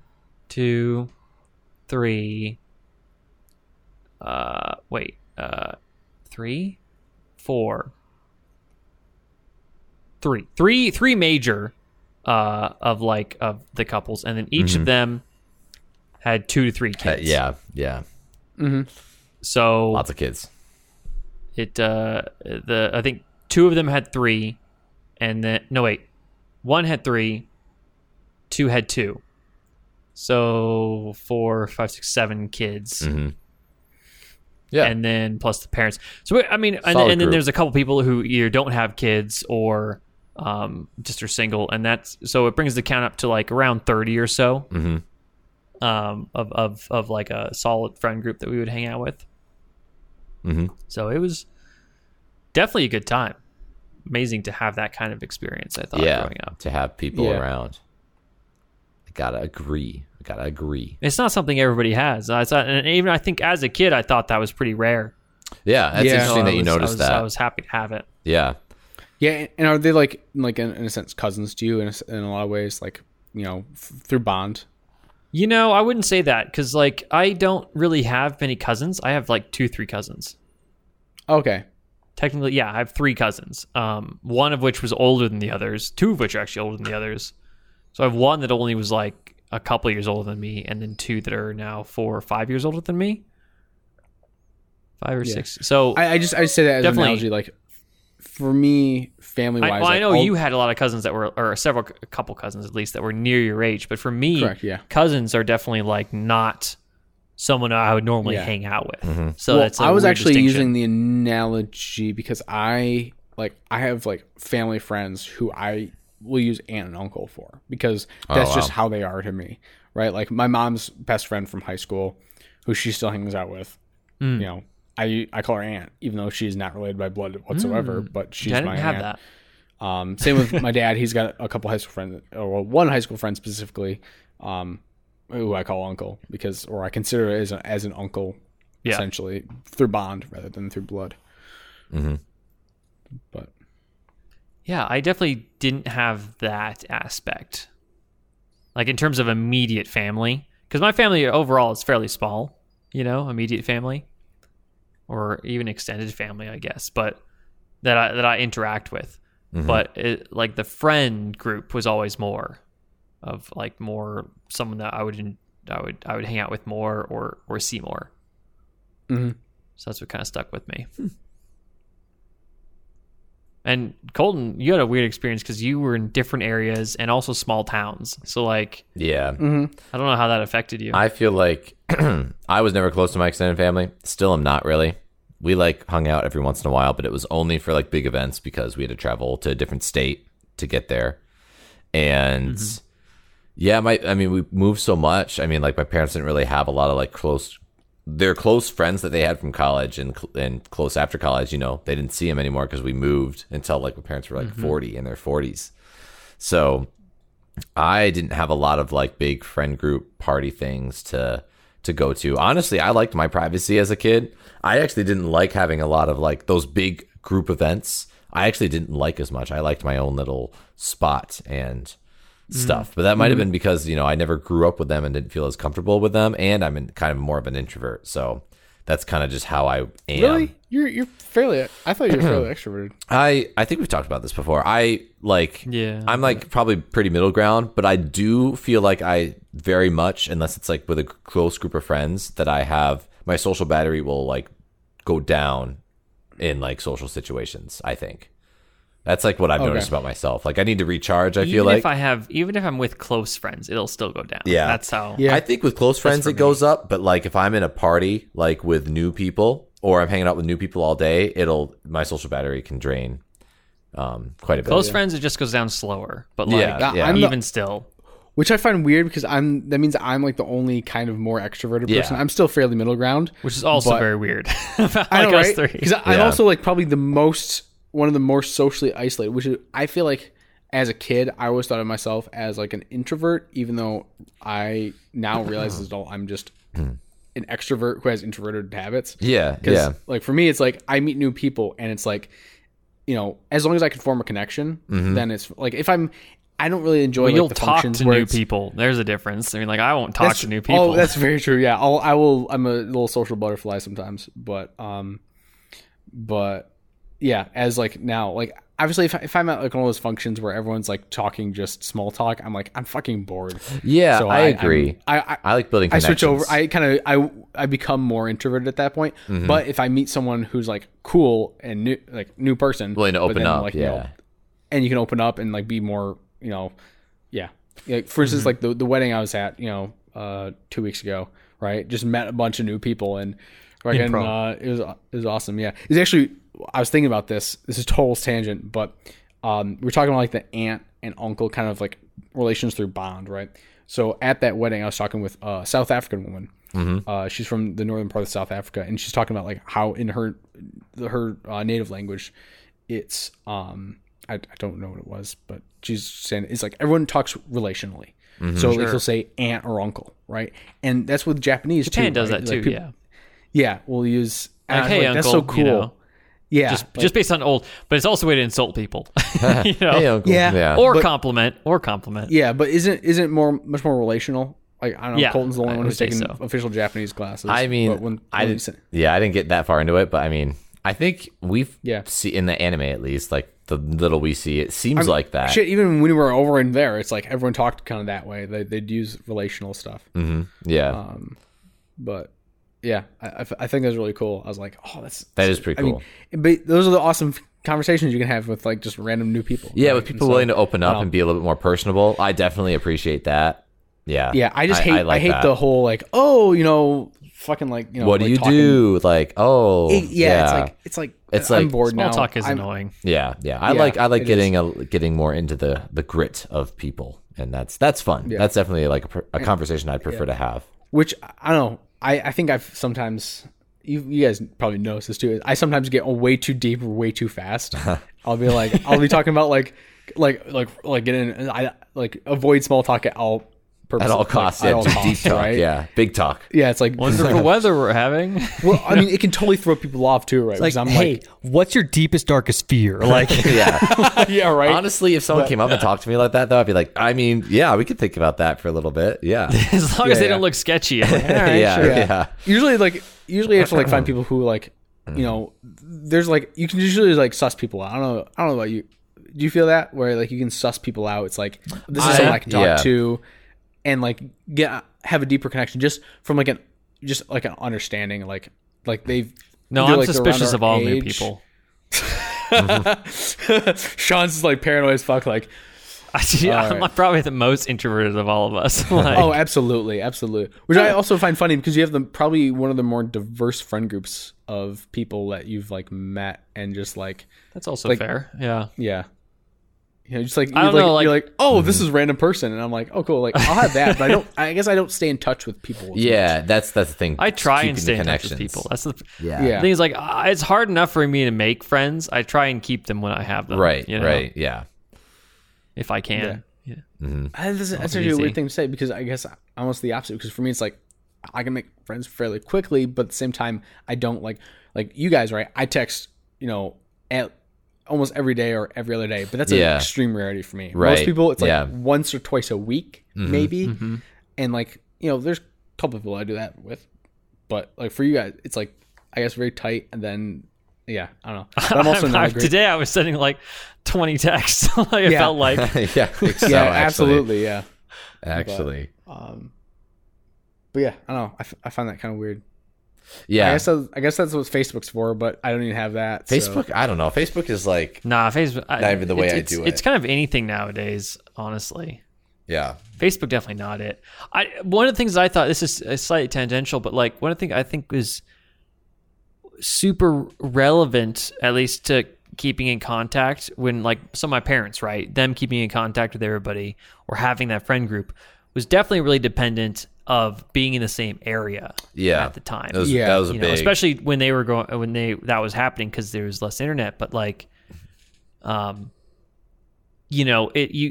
[SPEAKER 1] two, three. Uh, wait. Uh, three, four, three, three, three major, uh, of like of the couples, and then each of them had two to three
[SPEAKER 3] Uh,
[SPEAKER 1] kids.
[SPEAKER 3] yeah, yeah.
[SPEAKER 2] Mm-hmm.
[SPEAKER 1] So
[SPEAKER 3] Lots of kids.
[SPEAKER 1] it uh the I think two of them had three, and then no wait, one had three, two had two, so four, five, six, seven kids,
[SPEAKER 3] Mm. Mm-hmm. Yeah,
[SPEAKER 1] and then plus the parents. So I mean, and,
[SPEAKER 3] Solid
[SPEAKER 1] and then
[SPEAKER 3] group.
[SPEAKER 1] there's a couple people who either don't have kids or um just are single, and that's so it brings the count up to like around thirty or so.
[SPEAKER 3] Mm-hmm.
[SPEAKER 1] Um, of, of of like a solid friend group that we would hang out with.
[SPEAKER 3] Mm-hmm.
[SPEAKER 1] So it was definitely a good time. Amazing to have that kind of experience. I thought
[SPEAKER 3] yeah.
[SPEAKER 1] growing up.
[SPEAKER 3] To have people
[SPEAKER 2] Yeah.
[SPEAKER 3] around, I gotta agree. I gotta agree.
[SPEAKER 1] It's not something everybody has. I thought, and even I think as a kid, I thought that was pretty rare.
[SPEAKER 3] Yeah, that's
[SPEAKER 2] Yeah.
[SPEAKER 3] interesting
[SPEAKER 1] So
[SPEAKER 3] that
[SPEAKER 1] I
[SPEAKER 3] you
[SPEAKER 1] was- I
[SPEAKER 3] noticed
[SPEAKER 1] was-
[SPEAKER 3] that.
[SPEAKER 1] I was happy to have it.
[SPEAKER 3] yeah,
[SPEAKER 2] Yeah, and are they like like in, in a sense cousins to you in a, s- in a lot of ways, like you know f- through bond?
[SPEAKER 1] You know, I wouldn't say that because like I don't really have many cousins. I have like two, three cousins.
[SPEAKER 2] Okay.
[SPEAKER 1] Technically, yeah, I have three cousins. Um, one of which was older than the others. Two of which are actually older than the others. So I have one that only was like a couple years older than me, and then two that are now four or five years older than me. Five or
[SPEAKER 2] Yeah.
[SPEAKER 1] six. So I,
[SPEAKER 2] I, I just I say that as
[SPEAKER 1] Definitely.
[SPEAKER 2] an analogy. Like for me, family wise,
[SPEAKER 1] well, I know you had a lot of cousins that were, or several, a couple cousins at least that were near your age. But for me,
[SPEAKER 2] correct. Yeah.
[SPEAKER 1] cousins are definitely like not someone I would normally
[SPEAKER 2] Yeah.
[SPEAKER 1] hang out with.
[SPEAKER 3] Mhm.
[SPEAKER 1] So
[SPEAKER 2] well,
[SPEAKER 1] that's a
[SPEAKER 2] I was
[SPEAKER 1] weird
[SPEAKER 2] actually
[SPEAKER 1] distinction.
[SPEAKER 2] using the analogy because I like I have like family friends who I will use aunt and uncle for because
[SPEAKER 3] Oh,
[SPEAKER 2] that's just
[SPEAKER 3] wow.
[SPEAKER 2] how they are to me, right? Like my mom's best friend from high school, who she still hangs out with.
[SPEAKER 1] Mm.
[SPEAKER 2] You know, I I call her aunt, even though she's not related by blood whatsoever, but
[SPEAKER 1] Mm.
[SPEAKER 2] she's
[SPEAKER 1] Yeah, I
[SPEAKER 2] my
[SPEAKER 1] didn't have
[SPEAKER 2] aunt.
[SPEAKER 1] that.
[SPEAKER 2] Um, same with
[SPEAKER 1] *laughs*
[SPEAKER 2] my dad. He's got a couple high school friends, or well, one high school friend specifically, um, who I call uncle because, or I consider it as, a, as an uncle,
[SPEAKER 1] Yeah.
[SPEAKER 2] essentially through bond rather than through blood.
[SPEAKER 3] Mhm.
[SPEAKER 2] But
[SPEAKER 1] Yeah, I definitely didn't have that aspect. Like in terms of immediate family, because my family overall is fairly small, you know, immediate family, or even extended family, I guess, but that I that I interact with.
[SPEAKER 3] Mhm.
[SPEAKER 1] But it, like the friend group was always more of like more someone that I would en- I would I would hang out with more or or see more.
[SPEAKER 2] Mhm.
[SPEAKER 1] So that's what kind of stuck with me. And Colton, you had a weird experience because you were in different areas and also small towns. So like,
[SPEAKER 3] yeah,
[SPEAKER 2] Mm-hmm.
[SPEAKER 1] I don't know how that affected you.
[SPEAKER 3] I feel like *clears throat* I was never close to my extended family. Still, I'm not really. We like hung out every once in a while, but it was only for like big events because we had to travel to a different state to get there. And yeah, my I mean, we moved so much. I mean, like my parents didn't really have a lot of like close. Their close friends that they had from college and cl- and close after college, you know, they didn't see them anymore because we moved until like my parents were like forty in their forties. So I didn't have a lot of like big friend group party things to to go to. Honestly, I liked my privacy as a kid. I actually didn't like having a lot of like those big group events. I actually didn't like as much. I liked my own little spot and stuff. But that might have been because, you know, I never grew up with them and didn't feel as comfortable with them and I'm in, kind of more of an introvert. So that's kind of just how I am.
[SPEAKER 2] really, you're you're fairly. I thought you
[SPEAKER 1] *clears throat*
[SPEAKER 2] were fairly extroverted.
[SPEAKER 3] I I think we've talked about this before. I like
[SPEAKER 1] Yeah.
[SPEAKER 3] I'm like probably pretty middle ground, but I do feel like I very much unless it's like with a close group of friends that I have my social battery will like go down in like social situations, I think. That's like what I've
[SPEAKER 2] Okay.
[SPEAKER 3] noticed about myself. Like I need to recharge, I
[SPEAKER 1] even
[SPEAKER 3] feel like.
[SPEAKER 1] if I have, even if I'm with close friends, it'll still go down.
[SPEAKER 3] Yeah.
[SPEAKER 1] that's how.
[SPEAKER 2] Yeah.
[SPEAKER 3] I think with close friends it goes up, but like if I'm in a party like with new people or I'm hanging out with new people all day, it'll my social battery can drain um quite a bit.
[SPEAKER 1] Close friends, it just goes down slower. But like,
[SPEAKER 3] Yeah,
[SPEAKER 2] yeah. I'm the-
[SPEAKER 1] even still,
[SPEAKER 2] Which I find weird because I'm that means I'm like the only kind of more extroverted
[SPEAKER 3] Yeah.
[SPEAKER 2] person. I'm still fairly middle ground.
[SPEAKER 1] which is also
[SPEAKER 2] But-
[SPEAKER 1] very weird. *laughs* about
[SPEAKER 2] I
[SPEAKER 1] like
[SPEAKER 2] know,
[SPEAKER 1] us
[SPEAKER 2] right?
[SPEAKER 1] three.
[SPEAKER 2] Because I'm
[SPEAKER 3] Yeah.
[SPEAKER 2] also like probably the most one of the more socially isolated, which is I feel like as a kid I always thought of myself as like an introvert, even though I now realize as an adult
[SPEAKER 1] *clears throat*
[SPEAKER 2] I'm just an extrovert who has introverted habits.
[SPEAKER 3] Yeah,
[SPEAKER 2] 'Cause,
[SPEAKER 3] yeah.
[SPEAKER 2] like for me, it's like I meet new people, and it's like you know, as long as I can form a connection,
[SPEAKER 3] Mm-hmm.
[SPEAKER 2] then it's like if I'm. I don't really enjoy.
[SPEAKER 1] But
[SPEAKER 2] like,
[SPEAKER 1] you'll
[SPEAKER 2] the
[SPEAKER 1] talk
[SPEAKER 2] functions
[SPEAKER 1] to
[SPEAKER 2] where
[SPEAKER 1] new
[SPEAKER 2] it's-
[SPEAKER 1] people. There's a difference. I mean, like I won't talk
[SPEAKER 2] that's-
[SPEAKER 1] to new people.
[SPEAKER 2] Oh, that's very true. Yeah, I'll, I will. I'm a little social butterfly sometimes, but um, but yeah, as like now, like obviously, if, I- if I'm at like one of those functions where everyone's like talking just small talk, I'm like I'm fucking bored.
[SPEAKER 3] Yeah,
[SPEAKER 2] So
[SPEAKER 3] I,
[SPEAKER 2] I-
[SPEAKER 3] agree.
[SPEAKER 2] I I,
[SPEAKER 3] I like building
[SPEAKER 2] I switch over.
[SPEAKER 3] connections. Mm-hmm.
[SPEAKER 2] I kind of I I become more introverted at that point. But if I meet someone who's like cool and new, like new person,
[SPEAKER 3] willing to
[SPEAKER 2] but
[SPEAKER 3] open
[SPEAKER 2] then,
[SPEAKER 3] up.
[SPEAKER 2] like, you
[SPEAKER 3] yeah.
[SPEAKER 2] know, and you can open up and like be more you know yeah like for instance like the, the wedding i was at you know uh two weeks ago right just met a bunch of new people and fucking,
[SPEAKER 1] pro.
[SPEAKER 2] uh, it was it was awesome yeah it's actually i was thinking about this this is total tangent but um we we're talking about like the aunt and uncle kind of like relations through bond right so at that wedding i was talking with a south african woman uh, she's from the northern part of South Africa, and she's talking about like how in her her uh, native language, it's um I, I don't know what it was, but she's saying it's like everyone talks relationally.
[SPEAKER 3] Mm-hmm.
[SPEAKER 2] So like they'll say aunt or uncle, right? And that's with Japanese
[SPEAKER 1] Japan
[SPEAKER 2] too.
[SPEAKER 1] does
[SPEAKER 2] right?
[SPEAKER 1] that too.
[SPEAKER 2] Like, peop-
[SPEAKER 1] yeah.
[SPEAKER 2] yeah, we'll use. and I
[SPEAKER 1] Like,
[SPEAKER 2] was
[SPEAKER 1] hey,
[SPEAKER 2] like, that's so
[SPEAKER 1] uncle,
[SPEAKER 2] cool.
[SPEAKER 1] you know.
[SPEAKER 2] yeah,
[SPEAKER 1] just
[SPEAKER 2] like-
[SPEAKER 1] just based on old, but it's also a way to insult
[SPEAKER 3] *laughs*
[SPEAKER 1] people, *laughs* you know,
[SPEAKER 3] Hey, uncle.
[SPEAKER 2] Yeah.
[SPEAKER 3] Yeah.
[SPEAKER 1] or
[SPEAKER 2] But-
[SPEAKER 1] compliment, or compliment.
[SPEAKER 2] yeah, but isn't isn't more much more relational Like I don't know.
[SPEAKER 1] Yeah,
[SPEAKER 2] Colton's the only
[SPEAKER 1] I
[SPEAKER 2] one who's
[SPEAKER 1] would
[SPEAKER 2] taking
[SPEAKER 1] say so.
[SPEAKER 2] official Japanese classes.
[SPEAKER 3] I mean,
[SPEAKER 2] but when-
[SPEAKER 3] I
[SPEAKER 2] when you
[SPEAKER 3] didn't.
[SPEAKER 2] said-
[SPEAKER 3] Yeah, I didn't get that far into it, but I mean, I think we've
[SPEAKER 2] Yeah.
[SPEAKER 3] see in the anime at least, like the little we see, it seems like that.
[SPEAKER 2] Shit, even when we were over in there, it's like everyone talked kind of that way. They, they'd use relational stuff.
[SPEAKER 3] hmm Yeah,
[SPEAKER 2] Uh, But yeah, I- I, f- I think that's really cool. I was like, oh, that's
[SPEAKER 3] that is pretty
[SPEAKER 2] I
[SPEAKER 3] cool.
[SPEAKER 2] mean, but those are the awesome conversations you can have with like just random new people.
[SPEAKER 3] yeah,
[SPEAKER 2] right?
[SPEAKER 3] with
[SPEAKER 2] And
[SPEAKER 3] people
[SPEAKER 2] so- um,
[SPEAKER 3] willing to open up
[SPEAKER 2] wow.
[SPEAKER 3] and be a little bit more personable, I definitely appreciate that. Yeah,
[SPEAKER 2] Yeah, I just hate. I,
[SPEAKER 3] like
[SPEAKER 2] hate
[SPEAKER 3] that.
[SPEAKER 2] the whole like, oh, you know, fucking like, you know,
[SPEAKER 3] What do
[SPEAKER 2] like
[SPEAKER 3] you
[SPEAKER 2] talking-
[SPEAKER 3] do? Like, oh,
[SPEAKER 2] It- yeah,
[SPEAKER 3] yeah,
[SPEAKER 2] it's like it's like
[SPEAKER 3] It's
[SPEAKER 2] I'm
[SPEAKER 3] like-
[SPEAKER 2] bored
[SPEAKER 1] Small
[SPEAKER 2] now.
[SPEAKER 1] talk is
[SPEAKER 2] I'm- *laughs*
[SPEAKER 1] annoying.
[SPEAKER 3] yeah, yeah. I
[SPEAKER 2] Yeah,
[SPEAKER 3] like I like
[SPEAKER 2] it
[SPEAKER 3] getting a getting more into the the grit of people, and that's that's fun. That's definitely like a, per- a conversation I'd prefer to have.
[SPEAKER 2] which I don't know. I I think I've sometimes. You, you guys probably notice this too. I sometimes get way too deep or way too fast.
[SPEAKER 3] Uh-huh.
[SPEAKER 2] I'll be like, I'll be talking about like, like, like, like getting, I like avoid small talk at all purposes.
[SPEAKER 3] At all
[SPEAKER 2] like,
[SPEAKER 3] costs,
[SPEAKER 2] at
[SPEAKER 3] yeah,
[SPEAKER 2] all
[SPEAKER 3] just deep
[SPEAKER 2] costs,
[SPEAKER 3] talk,
[SPEAKER 2] right?
[SPEAKER 3] yeah, big talk.
[SPEAKER 2] Yeah, it's like,
[SPEAKER 1] Wonderful weather we're
[SPEAKER 2] *laughs*
[SPEAKER 1] having.
[SPEAKER 2] well, I mean, it can totally throw people off too, right?
[SPEAKER 4] Like,
[SPEAKER 2] Because I'm
[SPEAKER 4] hey, what's your deepest, darkest fear? Like,
[SPEAKER 3] *laughs* Yeah.
[SPEAKER 2] *laughs* like, yeah, *laughs* right.
[SPEAKER 3] Honestly, if someone came up and talked to me like that, though, I'd be like, I mean, yeah, we could think about that for a little bit.
[SPEAKER 2] *laughs*
[SPEAKER 3] Yeah.
[SPEAKER 1] *laughs* as long as they
[SPEAKER 2] yeah.
[SPEAKER 1] don't look
[SPEAKER 2] *laughs*
[SPEAKER 1] sketchy. I'm like, "All right,
[SPEAKER 3] *laughs* yeah,
[SPEAKER 1] sure."
[SPEAKER 3] yeah. Mm.
[SPEAKER 2] usually like usually you have to like
[SPEAKER 3] *clears throat*
[SPEAKER 2] find people who like you know there's like you can usually like suss people out. I don't know I don't know about you. Do you feel that where like you can suss people out? It's like this is
[SPEAKER 3] I-
[SPEAKER 2] someone I can talk
[SPEAKER 3] yeah.
[SPEAKER 2] to and like get have a deeper connection just from like an just like an understanding like like they've
[SPEAKER 1] No,
[SPEAKER 2] they're,
[SPEAKER 1] I'm
[SPEAKER 2] like, they're around
[SPEAKER 1] suspicious
[SPEAKER 2] our
[SPEAKER 1] of all new
[SPEAKER 2] age. *laughs*
[SPEAKER 1] people. *laughs*
[SPEAKER 3] Mm-hmm.
[SPEAKER 2] Sean's is like paranoid as fuck like
[SPEAKER 1] Yeah, I'm probably the most introverted of all of us. *laughs* Like,
[SPEAKER 2] oh absolutely absolutely which I also find funny because you have the probably one of the more diverse friend groups of people that you've like met and just like
[SPEAKER 1] that's also
[SPEAKER 2] like-
[SPEAKER 1] fair. Yeah.
[SPEAKER 2] Yeah. You know, just like,
[SPEAKER 1] I
[SPEAKER 2] you're
[SPEAKER 1] don't
[SPEAKER 2] like,
[SPEAKER 1] know, like- Mhm.
[SPEAKER 2] you're like, oh, this is random person, and I'm like, oh, cool. Like, I'll have that, but I don't. I guess I don't stay in touch
[SPEAKER 1] *laughs*
[SPEAKER 2] with people.
[SPEAKER 3] Yeah, that's that's the thing.
[SPEAKER 1] I try
[SPEAKER 3] Keeping
[SPEAKER 1] and
[SPEAKER 3] the
[SPEAKER 1] stay in touch with
[SPEAKER 3] connections.
[SPEAKER 1] people. That's the
[SPEAKER 3] Yeah.
[SPEAKER 2] Yeah.
[SPEAKER 1] The thing is, like, uh, it's hard enough for me to make friends. I try and keep them when I have them.
[SPEAKER 3] Right,
[SPEAKER 1] you know,
[SPEAKER 3] right, yeah.
[SPEAKER 1] If I can. Yeah.
[SPEAKER 2] I- that's, that's
[SPEAKER 1] be
[SPEAKER 2] actually a
[SPEAKER 1] easy.
[SPEAKER 2] weird thing to say because I guess almost the opposite. Because for me, it's like I can make friends fairly quickly, but at the same time, I don't like like you guys, right? I text, you know, at almost every day or every other day, but that's
[SPEAKER 3] Yeah.
[SPEAKER 2] an extreme rarity for me.
[SPEAKER 3] Right,
[SPEAKER 2] Most people, it's like
[SPEAKER 3] yeah. Mm-hmm.
[SPEAKER 2] once or twice a week, maybe, and like you know, there's a couple people I do that with, but like for you guys, it's like I guess very tight, and then yeah, I
[SPEAKER 3] *laughs*
[SPEAKER 2] don't know.
[SPEAKER 1] *laughs*
[SPEAKER 2] But I'm also not a great.
[SPEAKER 1] today I was sending like 20 texts. *laughs* like, it
[SPEAKER 2] Yeah.
[SPEAKER 1] felt like
[SPEAKER 3] *laughs* yeah, I think
[SPEAKER 2] *laughs*
[SPEAKER 3] so,
[SPEAKER 2] yeah,
[SPEAKER 3] actually.
[SPEAKER 2] absolutely, yeah.
[SPEAKER 3] Actually,
[SPEAKER 2] Um, but yeah, I don't know. I, f- I find that kind of weird. I
[SPEAKER 3] yeah.
[SPEAKER 2] guess that's, I guess that's what Facebook's for, but I don't even have that. so-
[SPEAKER 3] Facebook. I don't know. Facebook is like,
[SPEAKER 1] nah, Facebook. I,
[SPEAKER 3] Not even the way
[SPEAKER 1] it's-
[SPEAKER 3] I
[SPEAKER 1] it's-
[SPEAKER 3] do
[SPEAKER 1] It's
[SPEAKER 3] it.
[SPEAKER 1] kind of anything nowadays, honestly.
[SPEAKER 3] yeah,
[SPEAKER 1] Facebook definitely not it. I one of the things I thought this is uh, slightly tangential, but like one of the things I think was super relevant, at least to keeping in contact when like some of my parents, right, them keeping in contact with everybody or having that friend group was definitely really dependent of being in the same area
[SPEAKER 3] yeah.
[SPEAKER 1] at the time
[SPEAKER 3] That was,
[SPEAKER 2] Yeah.
[SPEAKER 3] that was a
[SPEAKER 1] you know,
[SPEAKER 3] big.
[SPEAKER 1] especially when they were going when they that was happening because there was less internet. But like, um, you know, it you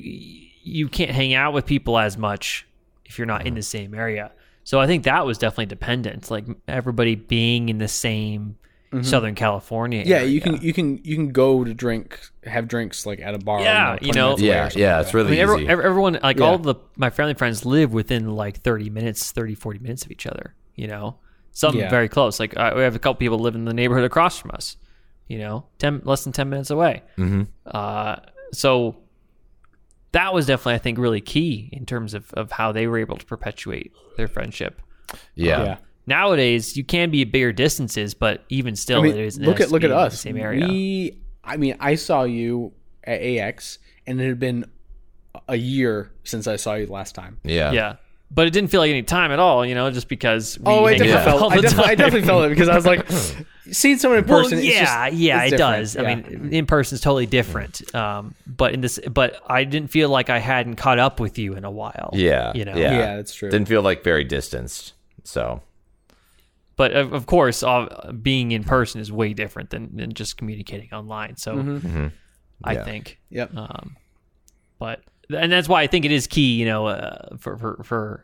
[SPEAKER 1] you can't hang out with people as much if you're not in the same area. So I think that was definitely dependent, like everybody being in the same Southern California.
[SPEAKER 3] Oh,
[SPEAKER 2] Yeah,
[SPEAKER 1] area.
[SPEAKER 2] you can you can you can go to drink have drinks like at a bar.
[SPEAKER 1] Yeah, you
[SPEAKER 2] 20
[SPEAKER 1] know-
[SPEAKER 2] minutes away or
[SPEAKER 3] yeah,
[SPEAKER 2] something
[SPEAKER 3] yeah.
[SPEAKER 2] like
[SPEAKER 3] It's
[SPEAKER 2] that.
[SPEAKER 1] I
[SPEAKER 3] really
[SPEAKER 1] mean, every,
[SPEAKER 3] easy.
[SPEAKER 1] ev- everyone, like
[SPEAKER 2] Yeah.
[SPEAKER 1] all the my family friends, live within like 30 minutes, 30, 40 minutes of each other. You know, some
[SPEAKER 2] Yeah.
[SPEAKER 1] very close. Like I, we have a couple people live in the neighborhood across from us. You know, ten less than 10 minutes away.
[SPEAKER 2] Mm-hmm.
[SPEAKER 3] Mhm.
[SPEAKER 1] Uh, so that was definitely, I think, really key in terms of of how they were able to perpetuate their friendship.
[SPEAKER 3] yeah.
[SPEAKER 2] yeah.
[SPEAKER 1] Nowadays, you can be at bigger distances, but even still,
[SPEAKER 2] I
[SPEAKER 1] it
[SPEAKER 2] mean,
[SPEAKER 1] isn't
[SPEAKER 2] look at look at
[SPEAKER 1] being in the
[SPEAKER 2] us.
[SPEAKER 1] same area.
[SPEAKER 2] We, I mean, I saw you at AX, and it had been a year since I saw you last time.
[SPEAKER 3] yeah,
[SPEAKER 1] yeah. But it didn't feel like any time at all, you know, just because we
[SPEAKER 2] Oh, I
[SPEAKER 1] hang
[SPEAKER 2] definitely
[SPEAKER 1] out all
[SPEAKER 2] felt.
[SPEAKER 1] the
[SPEAKER 2] I definitely, I
[SPEAKER 1] time.
[SPEAKER 2] definitely felt it because I was like,
[SPEAKER 1] *laughs*
[SPEAKER 2] seeing someone in
[SPEAKER 1] Well,
[SPEAKER 2] person. it's
[SPEAKER 1] yeah,
[SPEAKER 2] just-
[SPEAKER 1] yeah,
[SPEAKER 2] it's
[SPEAKER 1] it
[SPEAKER 2] different.
[SPEAKER 1] does.
[SPEAKER 2] Yeah. Mm-hmm.
[SPEAKER 1] I mean, in person is totally different. Um, but in this, but I didn't feel like I hadn't caught up with you in a while.
[SPEAKER 3] yeah,
[SPEAKER 1] you know.
[SPEAKER 3] yeah.
[SPEAKER 2] Yeah, that's true.
[SPEAKER 3] Didn't feel like very distanced. So
[SPEAKER 1] But of, of course, uh, being in person is way different than, than just communicating online. So
[SPEAKER 2] Mm-hmm.
[SPEAKER 1] I
[SPEAKER 3] Yeah.
[SPEAKER 1] think,
[SPEAKER 2] Yep.
[SPEAKER 1] but and that's why I think it is key, you know, uh, for for for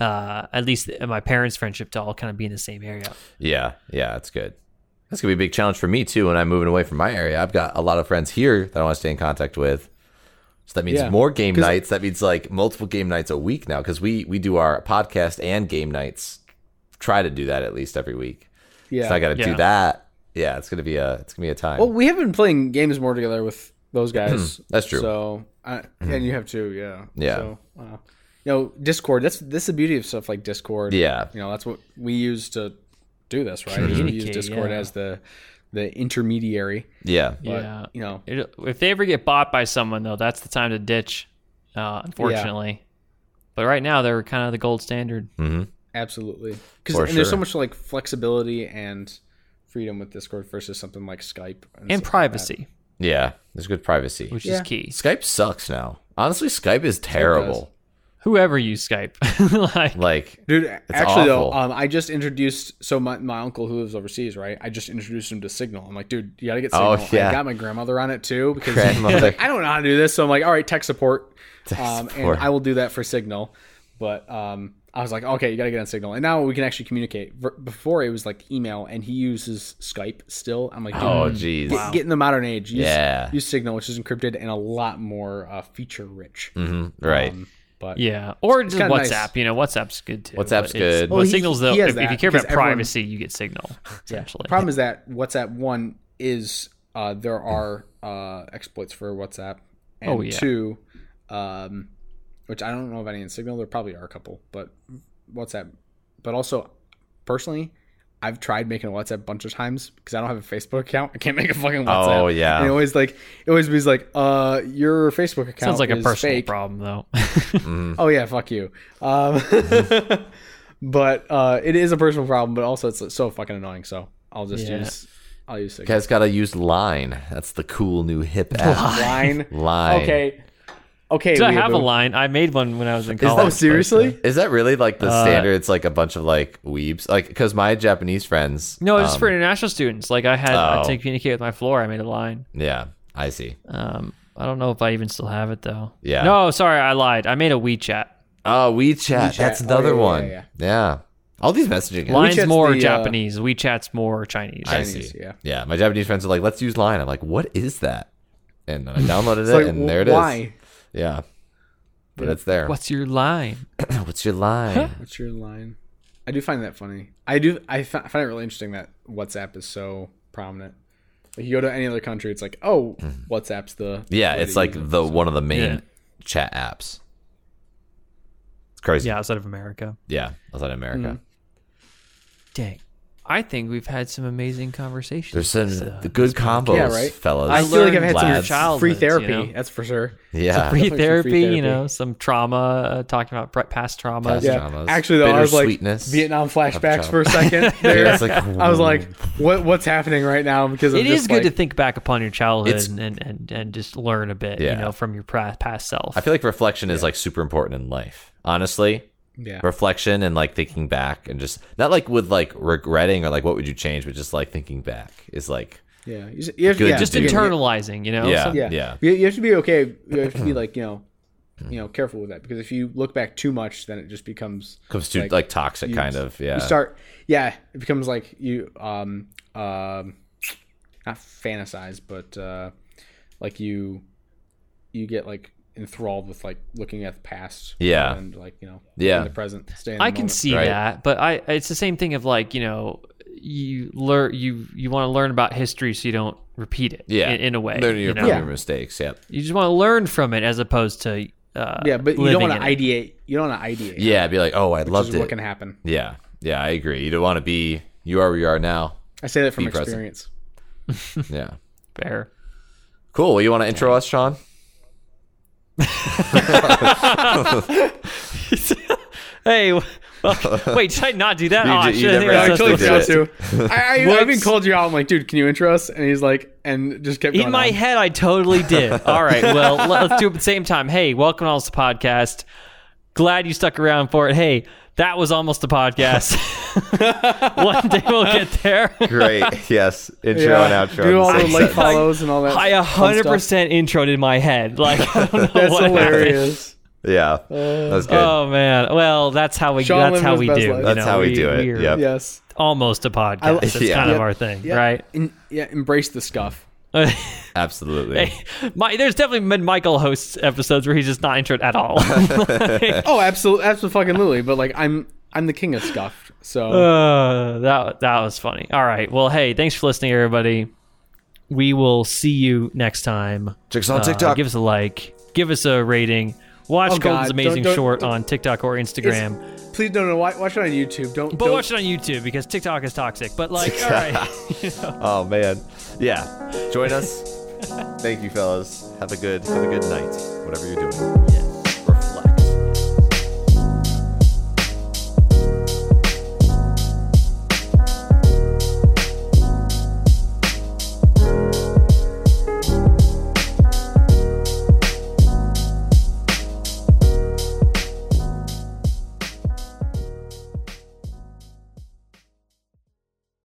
[SPEAKER 1] uh, at least my parents' friendship to all kind of be in the same area.
[SPEAKER 3] Yeah, yeah, it's good. That's gonna be a big challenge for me too when I'm moving away from my area. I've got a lot of friends here that I want to stay in contact with, So that means
[SPEAKER 2] Yeah.
[SPEAKER 3] more game
[SPEAKER 2] 'Cause-
[SPEAKER 3] nights. That means like multiple game nights a week now because we we do our podcast and game nights. Try to do that at least every week.
[SPEAKER 2] Yeah.
[SPEAKER 3] So I got to
[SPEAKER 1] Yeah.
[SPEAKER 3] do that. Yeah, it's gonna be a it's gonna be a time.
[SPEAKER 2] well, we have been playing games more together with those guys.
[SPEAKER 3] Hmm. That's true. Hmm.
[SPEAKER 2] So, I, and you have too. Yeah.
[SPEAKER 3] Yeah.
[SPEAKER 2] So, wow. You know, Discord. That's that's the beauty of stuff like Discord.
[SPEAKER 3] Yeah.
[SPEAKER 2] You know, that's what we use to do this, right? We use
[SPEAKER 1] Communicate,
[SPEAKER 2] Discord
[SPEAKER 1] yeah.
[SPEAKER 2] as the the intermediary.
[SPEAKER 3] yeah,
[SPEAKER 2] But,
[SPEAKER 1] Yeah.
[SPEAKER 2] You know,
[SPEAKER 1] It, if they ever get bought by someone, though, that's the time to ditch. Uh, unfortunately, but right now they're kind of the gold standard.
[SPEAKER 3] mm-hmm.
[SPEAKER 2] absolutely. Because
[SPEAKER 3] For
[SPEAKER 2] and there's so
[SPEAKER 3] sure.
[SPEAKER 2] much like flexibility and freedom with Discord versus something like Skype
[SPEAKER 1] and
[SPEAKER 2] stuff like that.
[SPEAKER 1] privacy,
[SPEAKER 3] yeah. There's good privacy.
[SPEAKER 1] which is
[SPEAKER 2] Yeah.
[SPEAKER 1] key.
[SPEAKER 3] Skype sucks now. Honestly, Skype is terrible.
[SPEAKER 1] Whoever used Skype, *laughs* like
[SPEAKER 3] like
[SPEAKER 2] Dude, actually though, um,
[SPEAKER 3] awful.
[SPEAKER 2] I just introduced so my, my uncle who lives overseas, right? I just introduced him to Signal. I'm like, dude, you gotta get Signal.
[SPEAKER 3] Oh, yeah.
[SPEAKER 2] I got my grandmother on it too because *laughs*
[SPEAKER 3] Grandmother.
[SPEAKER 2] he's like, I don't know how to do this, so I'm like, all right, tech support, um,
[SPEAKER 3] support.
[SPEAKER 2] and I will do that for Signal. But um, I was like, okay, you gotta get on Signal, and now we can actually communicate. Ver- Before it was like email, and he uses Skype still. I'm like, dude,
[SPEAKER 3] oh jeez.
[SPEAKER 2] get, get in the modern age, use,
[SPEAKER 3] Yeah.
[SPEAKER 2] use Signal, which is encrypted and a lot more uh, feature rich.
[SPEAKER 3] Mhm, Right.
[SPEAKER 2] Um, but
[SPEAKER 1] yeah, or just
[SPEAKER 2] kinda
[SPEAKER 1] WhatsApp.
[SPEAKER 2] nice.
[SPEAKER 1] You know, WhatsApp's good too.
[SPEAKER 3] WhatsApp's
[SPEAKER 1] but it's-
[SPEAKER 3] good.
[SPEAKER 1] But
[SPEAKER 2] Well, he-
[SPEAKER 1] signals though,
[SPEAKER 2] he has
[SPEAKER 1] if, if you
[SPEAKER 2] that
[SPEAKER 1] care about
[SPEAKER 2] because everyone-
[SPEAKER 1] privacy, you get
[SPEAKER 2] *laughs*
[SPEAKER 1] signal essentially.
[SPEAKER 2] Problem is that WhatsApp one is uh, there are uh, exploits for WhatsApp, and
[SPEAKER 1] Oh, yeah.
[SPEAKER 2] two, um, which I don't know of any in Signal. There probably are a couple, but WhatsApp. But also, personally, I've tried making a WhatsApp a bunch of times because I don't have a Facebook account. I can't make a fucking WhatsApp.
[SPEAKER 3] Oh, yeah.
[SPEAKER 2] And it always like it always was like, uh, your Facebook account
[SPEAKER 1] Sounds like a
[SPEAKER 2] is
[SPEAKER 1] personal
[SPEAKER 2] fake.
[SPEAKER 1] problem
[SPEAKER 2] *laughs*
[SPEAKER 1] though. *laughs*
[SPEAKER 3] Mm-hmm.
[SPEAKER 2] Oh yeah, fuck you. Um, *laughs* but uh, it is a personal problem, but also it's so fucking annoying. So I'll just
[SPEAKER 1] Yeah.
[SPEAKER 2] use I'll use
[SPEAKER 3] You
[SPEAKER 2] Signal.
[SPEAKER 3] guys gotta use Line. That's the cool new hip app. *laughs*
[SPEAKER 2] Line.
[SPEAKER 3] Line.
[SPEAKER 2] Okay. Okay.
[SPEAKER 1] Did I have a
[SPEAKER 2] weirdo.
[SPEAKER 1] line? I made one when I was in college.
[SPEAKER 2] Oh,
[SPEAKER 1] but, uh,
[SPEAKER 2] seriously?
[SPEAKER 3] Is that really like the
[SPEAKER 2] Uh,
[SPEAKER 3] standard? It's like a bunch of like weebs, like because my Japanese friends.
[SPEAKER 1] No, it's just
[SPEAKER 3] um,
[SPEAKER 1] for international students. Like I had uh,
[SPEAKER 3] Oh.
[SPEAKER 1] to communicate with my floor. I made a line.
[SPEAKER 3] uh, Yeah, I see.
[SPEAKER 1] Um, I don't know if I even still have it though.
[SPEAKER 3] Yeah.
[SPEAKER 1] No, sorry, I lied. I made a WeChat.
[SPEAKER 3] Oh, WeChat.
[SPEAKER 2] WeChat.
[SPEAKER 3] That's
[SPEAKER 2] Oh,
[SPEAKER 3] another
[SPEAKER 2] yeah, yeah,
[SPEAKER 3] one. Yeah,
[SPEAKER 2] yeah,
[SPEAKER 3] all these messaging. apps.
[SPEAKER 1] Line's
[SPEAKER 2] WeChat's
[SPEAKER 1] more
[SPEAKER 2] the, uh,
[SPEAKER 1] Japanese. WeChat's more Chinese.
[SPEAKER 3] I
[SPEAKER 2] Chinese,
[SPEAKER 3] see.
[SPEAKER 2] yeah.
[SPEAKER 3] Yeah. my Japanese friends are like, "Let's use Line." I'm like, "What is that?" And I downloaded
[SPEAKER 2] *laughs* It's
[SPEAKER 3] it,
[SPEAKER 2] like,
[SPEAKER 3] and there it is.
[SPEAKER 2] why?
[SPEAKER 3] Yeah, but it's there.
[SPEAKER 1] What's your line?
[SPEAKER 3] *laughs* What's your line?
[SPEAKER 2] What's your line? I do find that funny. I do. I fi- I find it really interesting that WhatsApp is so prominent. Like you go to any other country, it's like, oh, WhatsApp's the
[SPEAKER 3] Mm. yeah,
[SPEAKER 2] way
[SPEAKER 3] it's
[SPEAKER 2] to
[SPEAKER 3] like
[SPEAKER 2] use it.
[SPEAKER 3] the one of the main
[SPEAKER 1] Yeah.
[SPEAKER 3] chat apps. It's crazy.
[SPEAKER 1] Yeah, outside of America.
[SPEAKER 3] yeah, outside of America.
[SPEAKER 2] Mm.
[SPEAKER 1] Dang. I think we've had some amazing conversations. uh,
[SPEAKER 3] There's some
[SPEAKER 2] uh,
[SPEAKER 1] So-
[SPEAKER 3] the good combos,
[SPEAKER 2] Yeah, right?
[SPEAKER 3] fellas.
[SPEAKER 2] I feel like I've
[SPEAKER 1] learned
[SPEAKER 2] had some
[SPEAKER 3] lads.
[SPEAKER 1] childhoods,
[SPEAKER 2] free
[SPEAKER 1] you
[SPEAKER 2] therapy.
[SPEAKER 1] know?
[SPEAKER 2] That's for sure.
[SPEAKER 1] *laughs*
[SPEAKER 3] yeah,
[SPEAKER 1] free
[SPEAKER 2] Definitely some free
[SPEAKER 1] therapy, you
[SPEAKER 2] therapy.
[SPEAKER 1] know, some trauma, uh, talking about pre- past traumas.
[SPEAKER 3] Past-
[SPEAKER 2] Yeah,
[SPEAKER 3] Dramas,
[SPEAKER 2] actually, though, I was like
[SPEAKER 3] bittersweetness,
[SPEAKER 2] Vietnam flashbacks
[SPEAKER 3] job.
[SPEAKER 2] for a second. There,
[SPEAKER 3] *laughs* Yeah, it's
[SPEAKER 2] *laughs*
[SPEAKER 3] like- hmm.
[SPEAKER 2] I was like, what what's happening right now? Because of
[SPEAKER 1] It is
[SPEAKER 2] just,
[SPEAKER 1] good to
[SPEAKER 2] like-
[SPEAKER 1] think back upon your childhood
[SPEAKER 3] It's-
[SPEAKER 1] and, and, and, and just learn a bit, you
[SPEAKER 3] Yeah.
[SPEAKER 1] know, from your pra- past self.
[SPEAKER 3] I feel like reflection is like super important in life. Honestly,
[SPEAKER 2] yeah.
[SPEAKER 3] reflection and like thinking back and just not like with like regretting or like what would you change, but just like thinking back is like
[SPEAKER 2] Yeah, you just, you have,
[SPEAKER 3] Good
[SPEAKER 2] yeah,
[SPEAKER 3] to
[SPEAKER 1] just
[SPEAKER 3] do.
[SPEAKER 2] you-
[SPEAKER 1] internalizing, you know.
[SPEAKER 3] Yeah.
[SPEAKER 1] some-
[SPEAKER 2] Yeah,
[SPEAKER 3] Yeah.
[SPEAKER 2] You, you have to be okay. You have
[SPEAKER 3] *clears throat*
[SPEAKER 2] to be like you know, you know, careful with that because if you look back too much, then it just becomes
[SPEAKER 3] comes to like,
[SPEAKER 2] Like,
[SPEAKER 3] toxic
[SPEAKER 2] you-
[SPEAKER 3] kind of yeah.
[SPEAKER 2] you start. Yeah, it becomes like you um um, not fantasize, but uh, like you you get like enthralled with like looking at the past.
[SPEAKER 3] Yeah.
[SPEAKER 2] and like you know,
[SPEAKER 3] Yeah.
[SPEAKER 2] in the present. Stay in the
[SPEAKER 1] I can
[SPEAKER 2] moment.
[SPEAKER 1] see
[SPEAKER 3] right?
[SPEAKER 1] that, but I it's the same thing of like you know you learn you you want to learn about history so you don't repeat it.
[SPEAKER 3] yeah,
[SPEAKER 1] in, in a way,
[SPEAKER 3] learning
[SPEAKER 1] you
[SPEAKER 3] your,
[SPEAKER 1] know?
[SPEAKER 3] from
[SPEAKER 2] Yeah.
[SPEAKER 3] your mistakes. Yep.
[SPEAKER 1] You just want to learn from it as opposed to uh,
[SPEAKER 2] Yeah, but you don't want to
[SPEAKER 1] ideate.
[SPEAKER 2] ideate. You don't want to ideate.
[SPEAKER 3] Yeah, be like, oh, I
[SPEAKER 2] which
[SPEAKER 3] loved
[SPEAKER 2] is what
[SPEAKER 3] it.
[SPEAKER 2] can happen.
[SPEAKER 3] yeah, yeah, I agree. You don't want to be you are where you are now.
[SPEAKER 2] I say that from
[SPEAKER 3] Be present.
[SPEAKER 2] experience.
[SPEAKER 3] yeah,
[SPEAKER 1] Fair.
[SPEAKER 3] cool. You want to intro us, Sean?
[SPEAKER 1] *laughs* hey,
[SPEAKER 3] *laughs*
[SPEAKER 1] well, wait, did I not do that?
[SPEAKER 3] You
[SPEAKER 1] oh,
[SPEAKER 3] did-
[SPEAKER 1] I
[SPEAKER 3] you
[SPEAKER 1] should have
[SPEAKER 3] never
[SPEAKER 2] I
[SPEAKER 3] That's
[SPEAKER 2] told
[SPEAKER 3] the
[SPEAKER 2] John
[SPEAKER 3] bit.
[SPEAKER 2] to. I, I, I even called you out. I'm like, dude, can you intro us? And he's like, and just kept
[SPEAKER 1] *laughs*
[SPEAKER 2] going
[SPEAKER 1] In my
[SPEAKER 2] on.
[SPEAKER 1] head, I totally *laughs* did. All right, well, let- let's do it at the same time. Hey, welcome to Almost a Podcast. Glad you stuck around for it. Hey, that was almost a podcast. *laughs* One day we'll get there.
[SPEAKER 3] *laughs* Great. yes. Intro
[SPEAKER 2] Yeah.
[SPEAKER 3] and outro.
[SPEAKER 2] Do
[SPEAKER 3] in
[SPEAKER 2] all
[SPEAKER 3] the
[SPEAKER 2] the
[SPEAKER 3] same
[SPEAKER 2] like
[SPEAKER 3] sentence.
[SPEAKER 2] follows and all that.
[SPEAKER 1] I
[SPEAKER 2] fun
[SPEAKER 1] 100%
[SPEAKER 2] stuff.
[SPEAKER 1] introed in my head. *laughs* Like, I don't know
[SPEAKER 2] That's
[SPEAKER 1] what happened.
[SPEAKER 2] hilarious.
[SPEAKER 3] Yeah, that was good.
[SPEAKER 2] Uh,
[SPEAKER 1] Oh man! Well, that's how we.
[SPEAKER 2] Sean
[SPEAKER 1] that's
[SPEAKER 2] lived
[SPEAKER 1] how
[SPEAKER 2] his
[SPEAKER 1] we
[SPEAKER 2] best
[SPEAKER 1] do.
[SPEAKER 2] life.
[SPEAKER 3] That's how we do it,
[SPEAKER 1] we're
[SPEAKER 3] yep.
[SPEAKER 2] yes.
[SPEAKER 1] Almost a podcast. It's
[SPEAKER 3] Yeah.
[SPEAKER 1] kind of
[SPEAKER 2] Yeah.
[SPEAKER 1] our thing,
[SPEAKER 2] Yeah.
[SPEAKER 1] right?
[SPEAKER 2] En- yeah. Embrace the scuff.
[SPEAKER 3] Absolutely.
[SPEAKER 1] *laughs* My, there's definitely been Michael hosts episodes where he's just not intro at all. *laughs* Like,
[SPEAKER 2] Oh, absolutely, absolutely. But like, I'm I'm the king of scuffed. So
[SPEAKER 1] uh, that that was funny. All right. Well, hey, thanks for listening, everybody. We will see you next time.
[SPEAKER 3] Chicks on
[SPEAKER 1] Uh,
[SPEAKER 3] TikTok.
[SPEAKER 1] give us a like. Give us a rating. Watch
[SPEAKER 2] Oh,
[SPEAKER 1] Colton's
[SPEAKER 2] God.
[SPEAKER 1] amazing
[SPEAKER 2] Don't- don't-
[SPEAKER 1] short
[SPEAKER 2] don't-
[SPEAKER 1] on TikTok or Instagram,
[SPEAKER 2] please don't no, watch, watch it on YouTube. Don't
[SPEAKER 1] but
[SPEAKER 2] don't,
[SPEAKER 1] watch it on YouTube because TikTok is toxic. But like, all right.
[SPEAKER 3] oh man. Yeah. Join us. Thank you, fellas. Have a good have a good night. Whatever you're doing.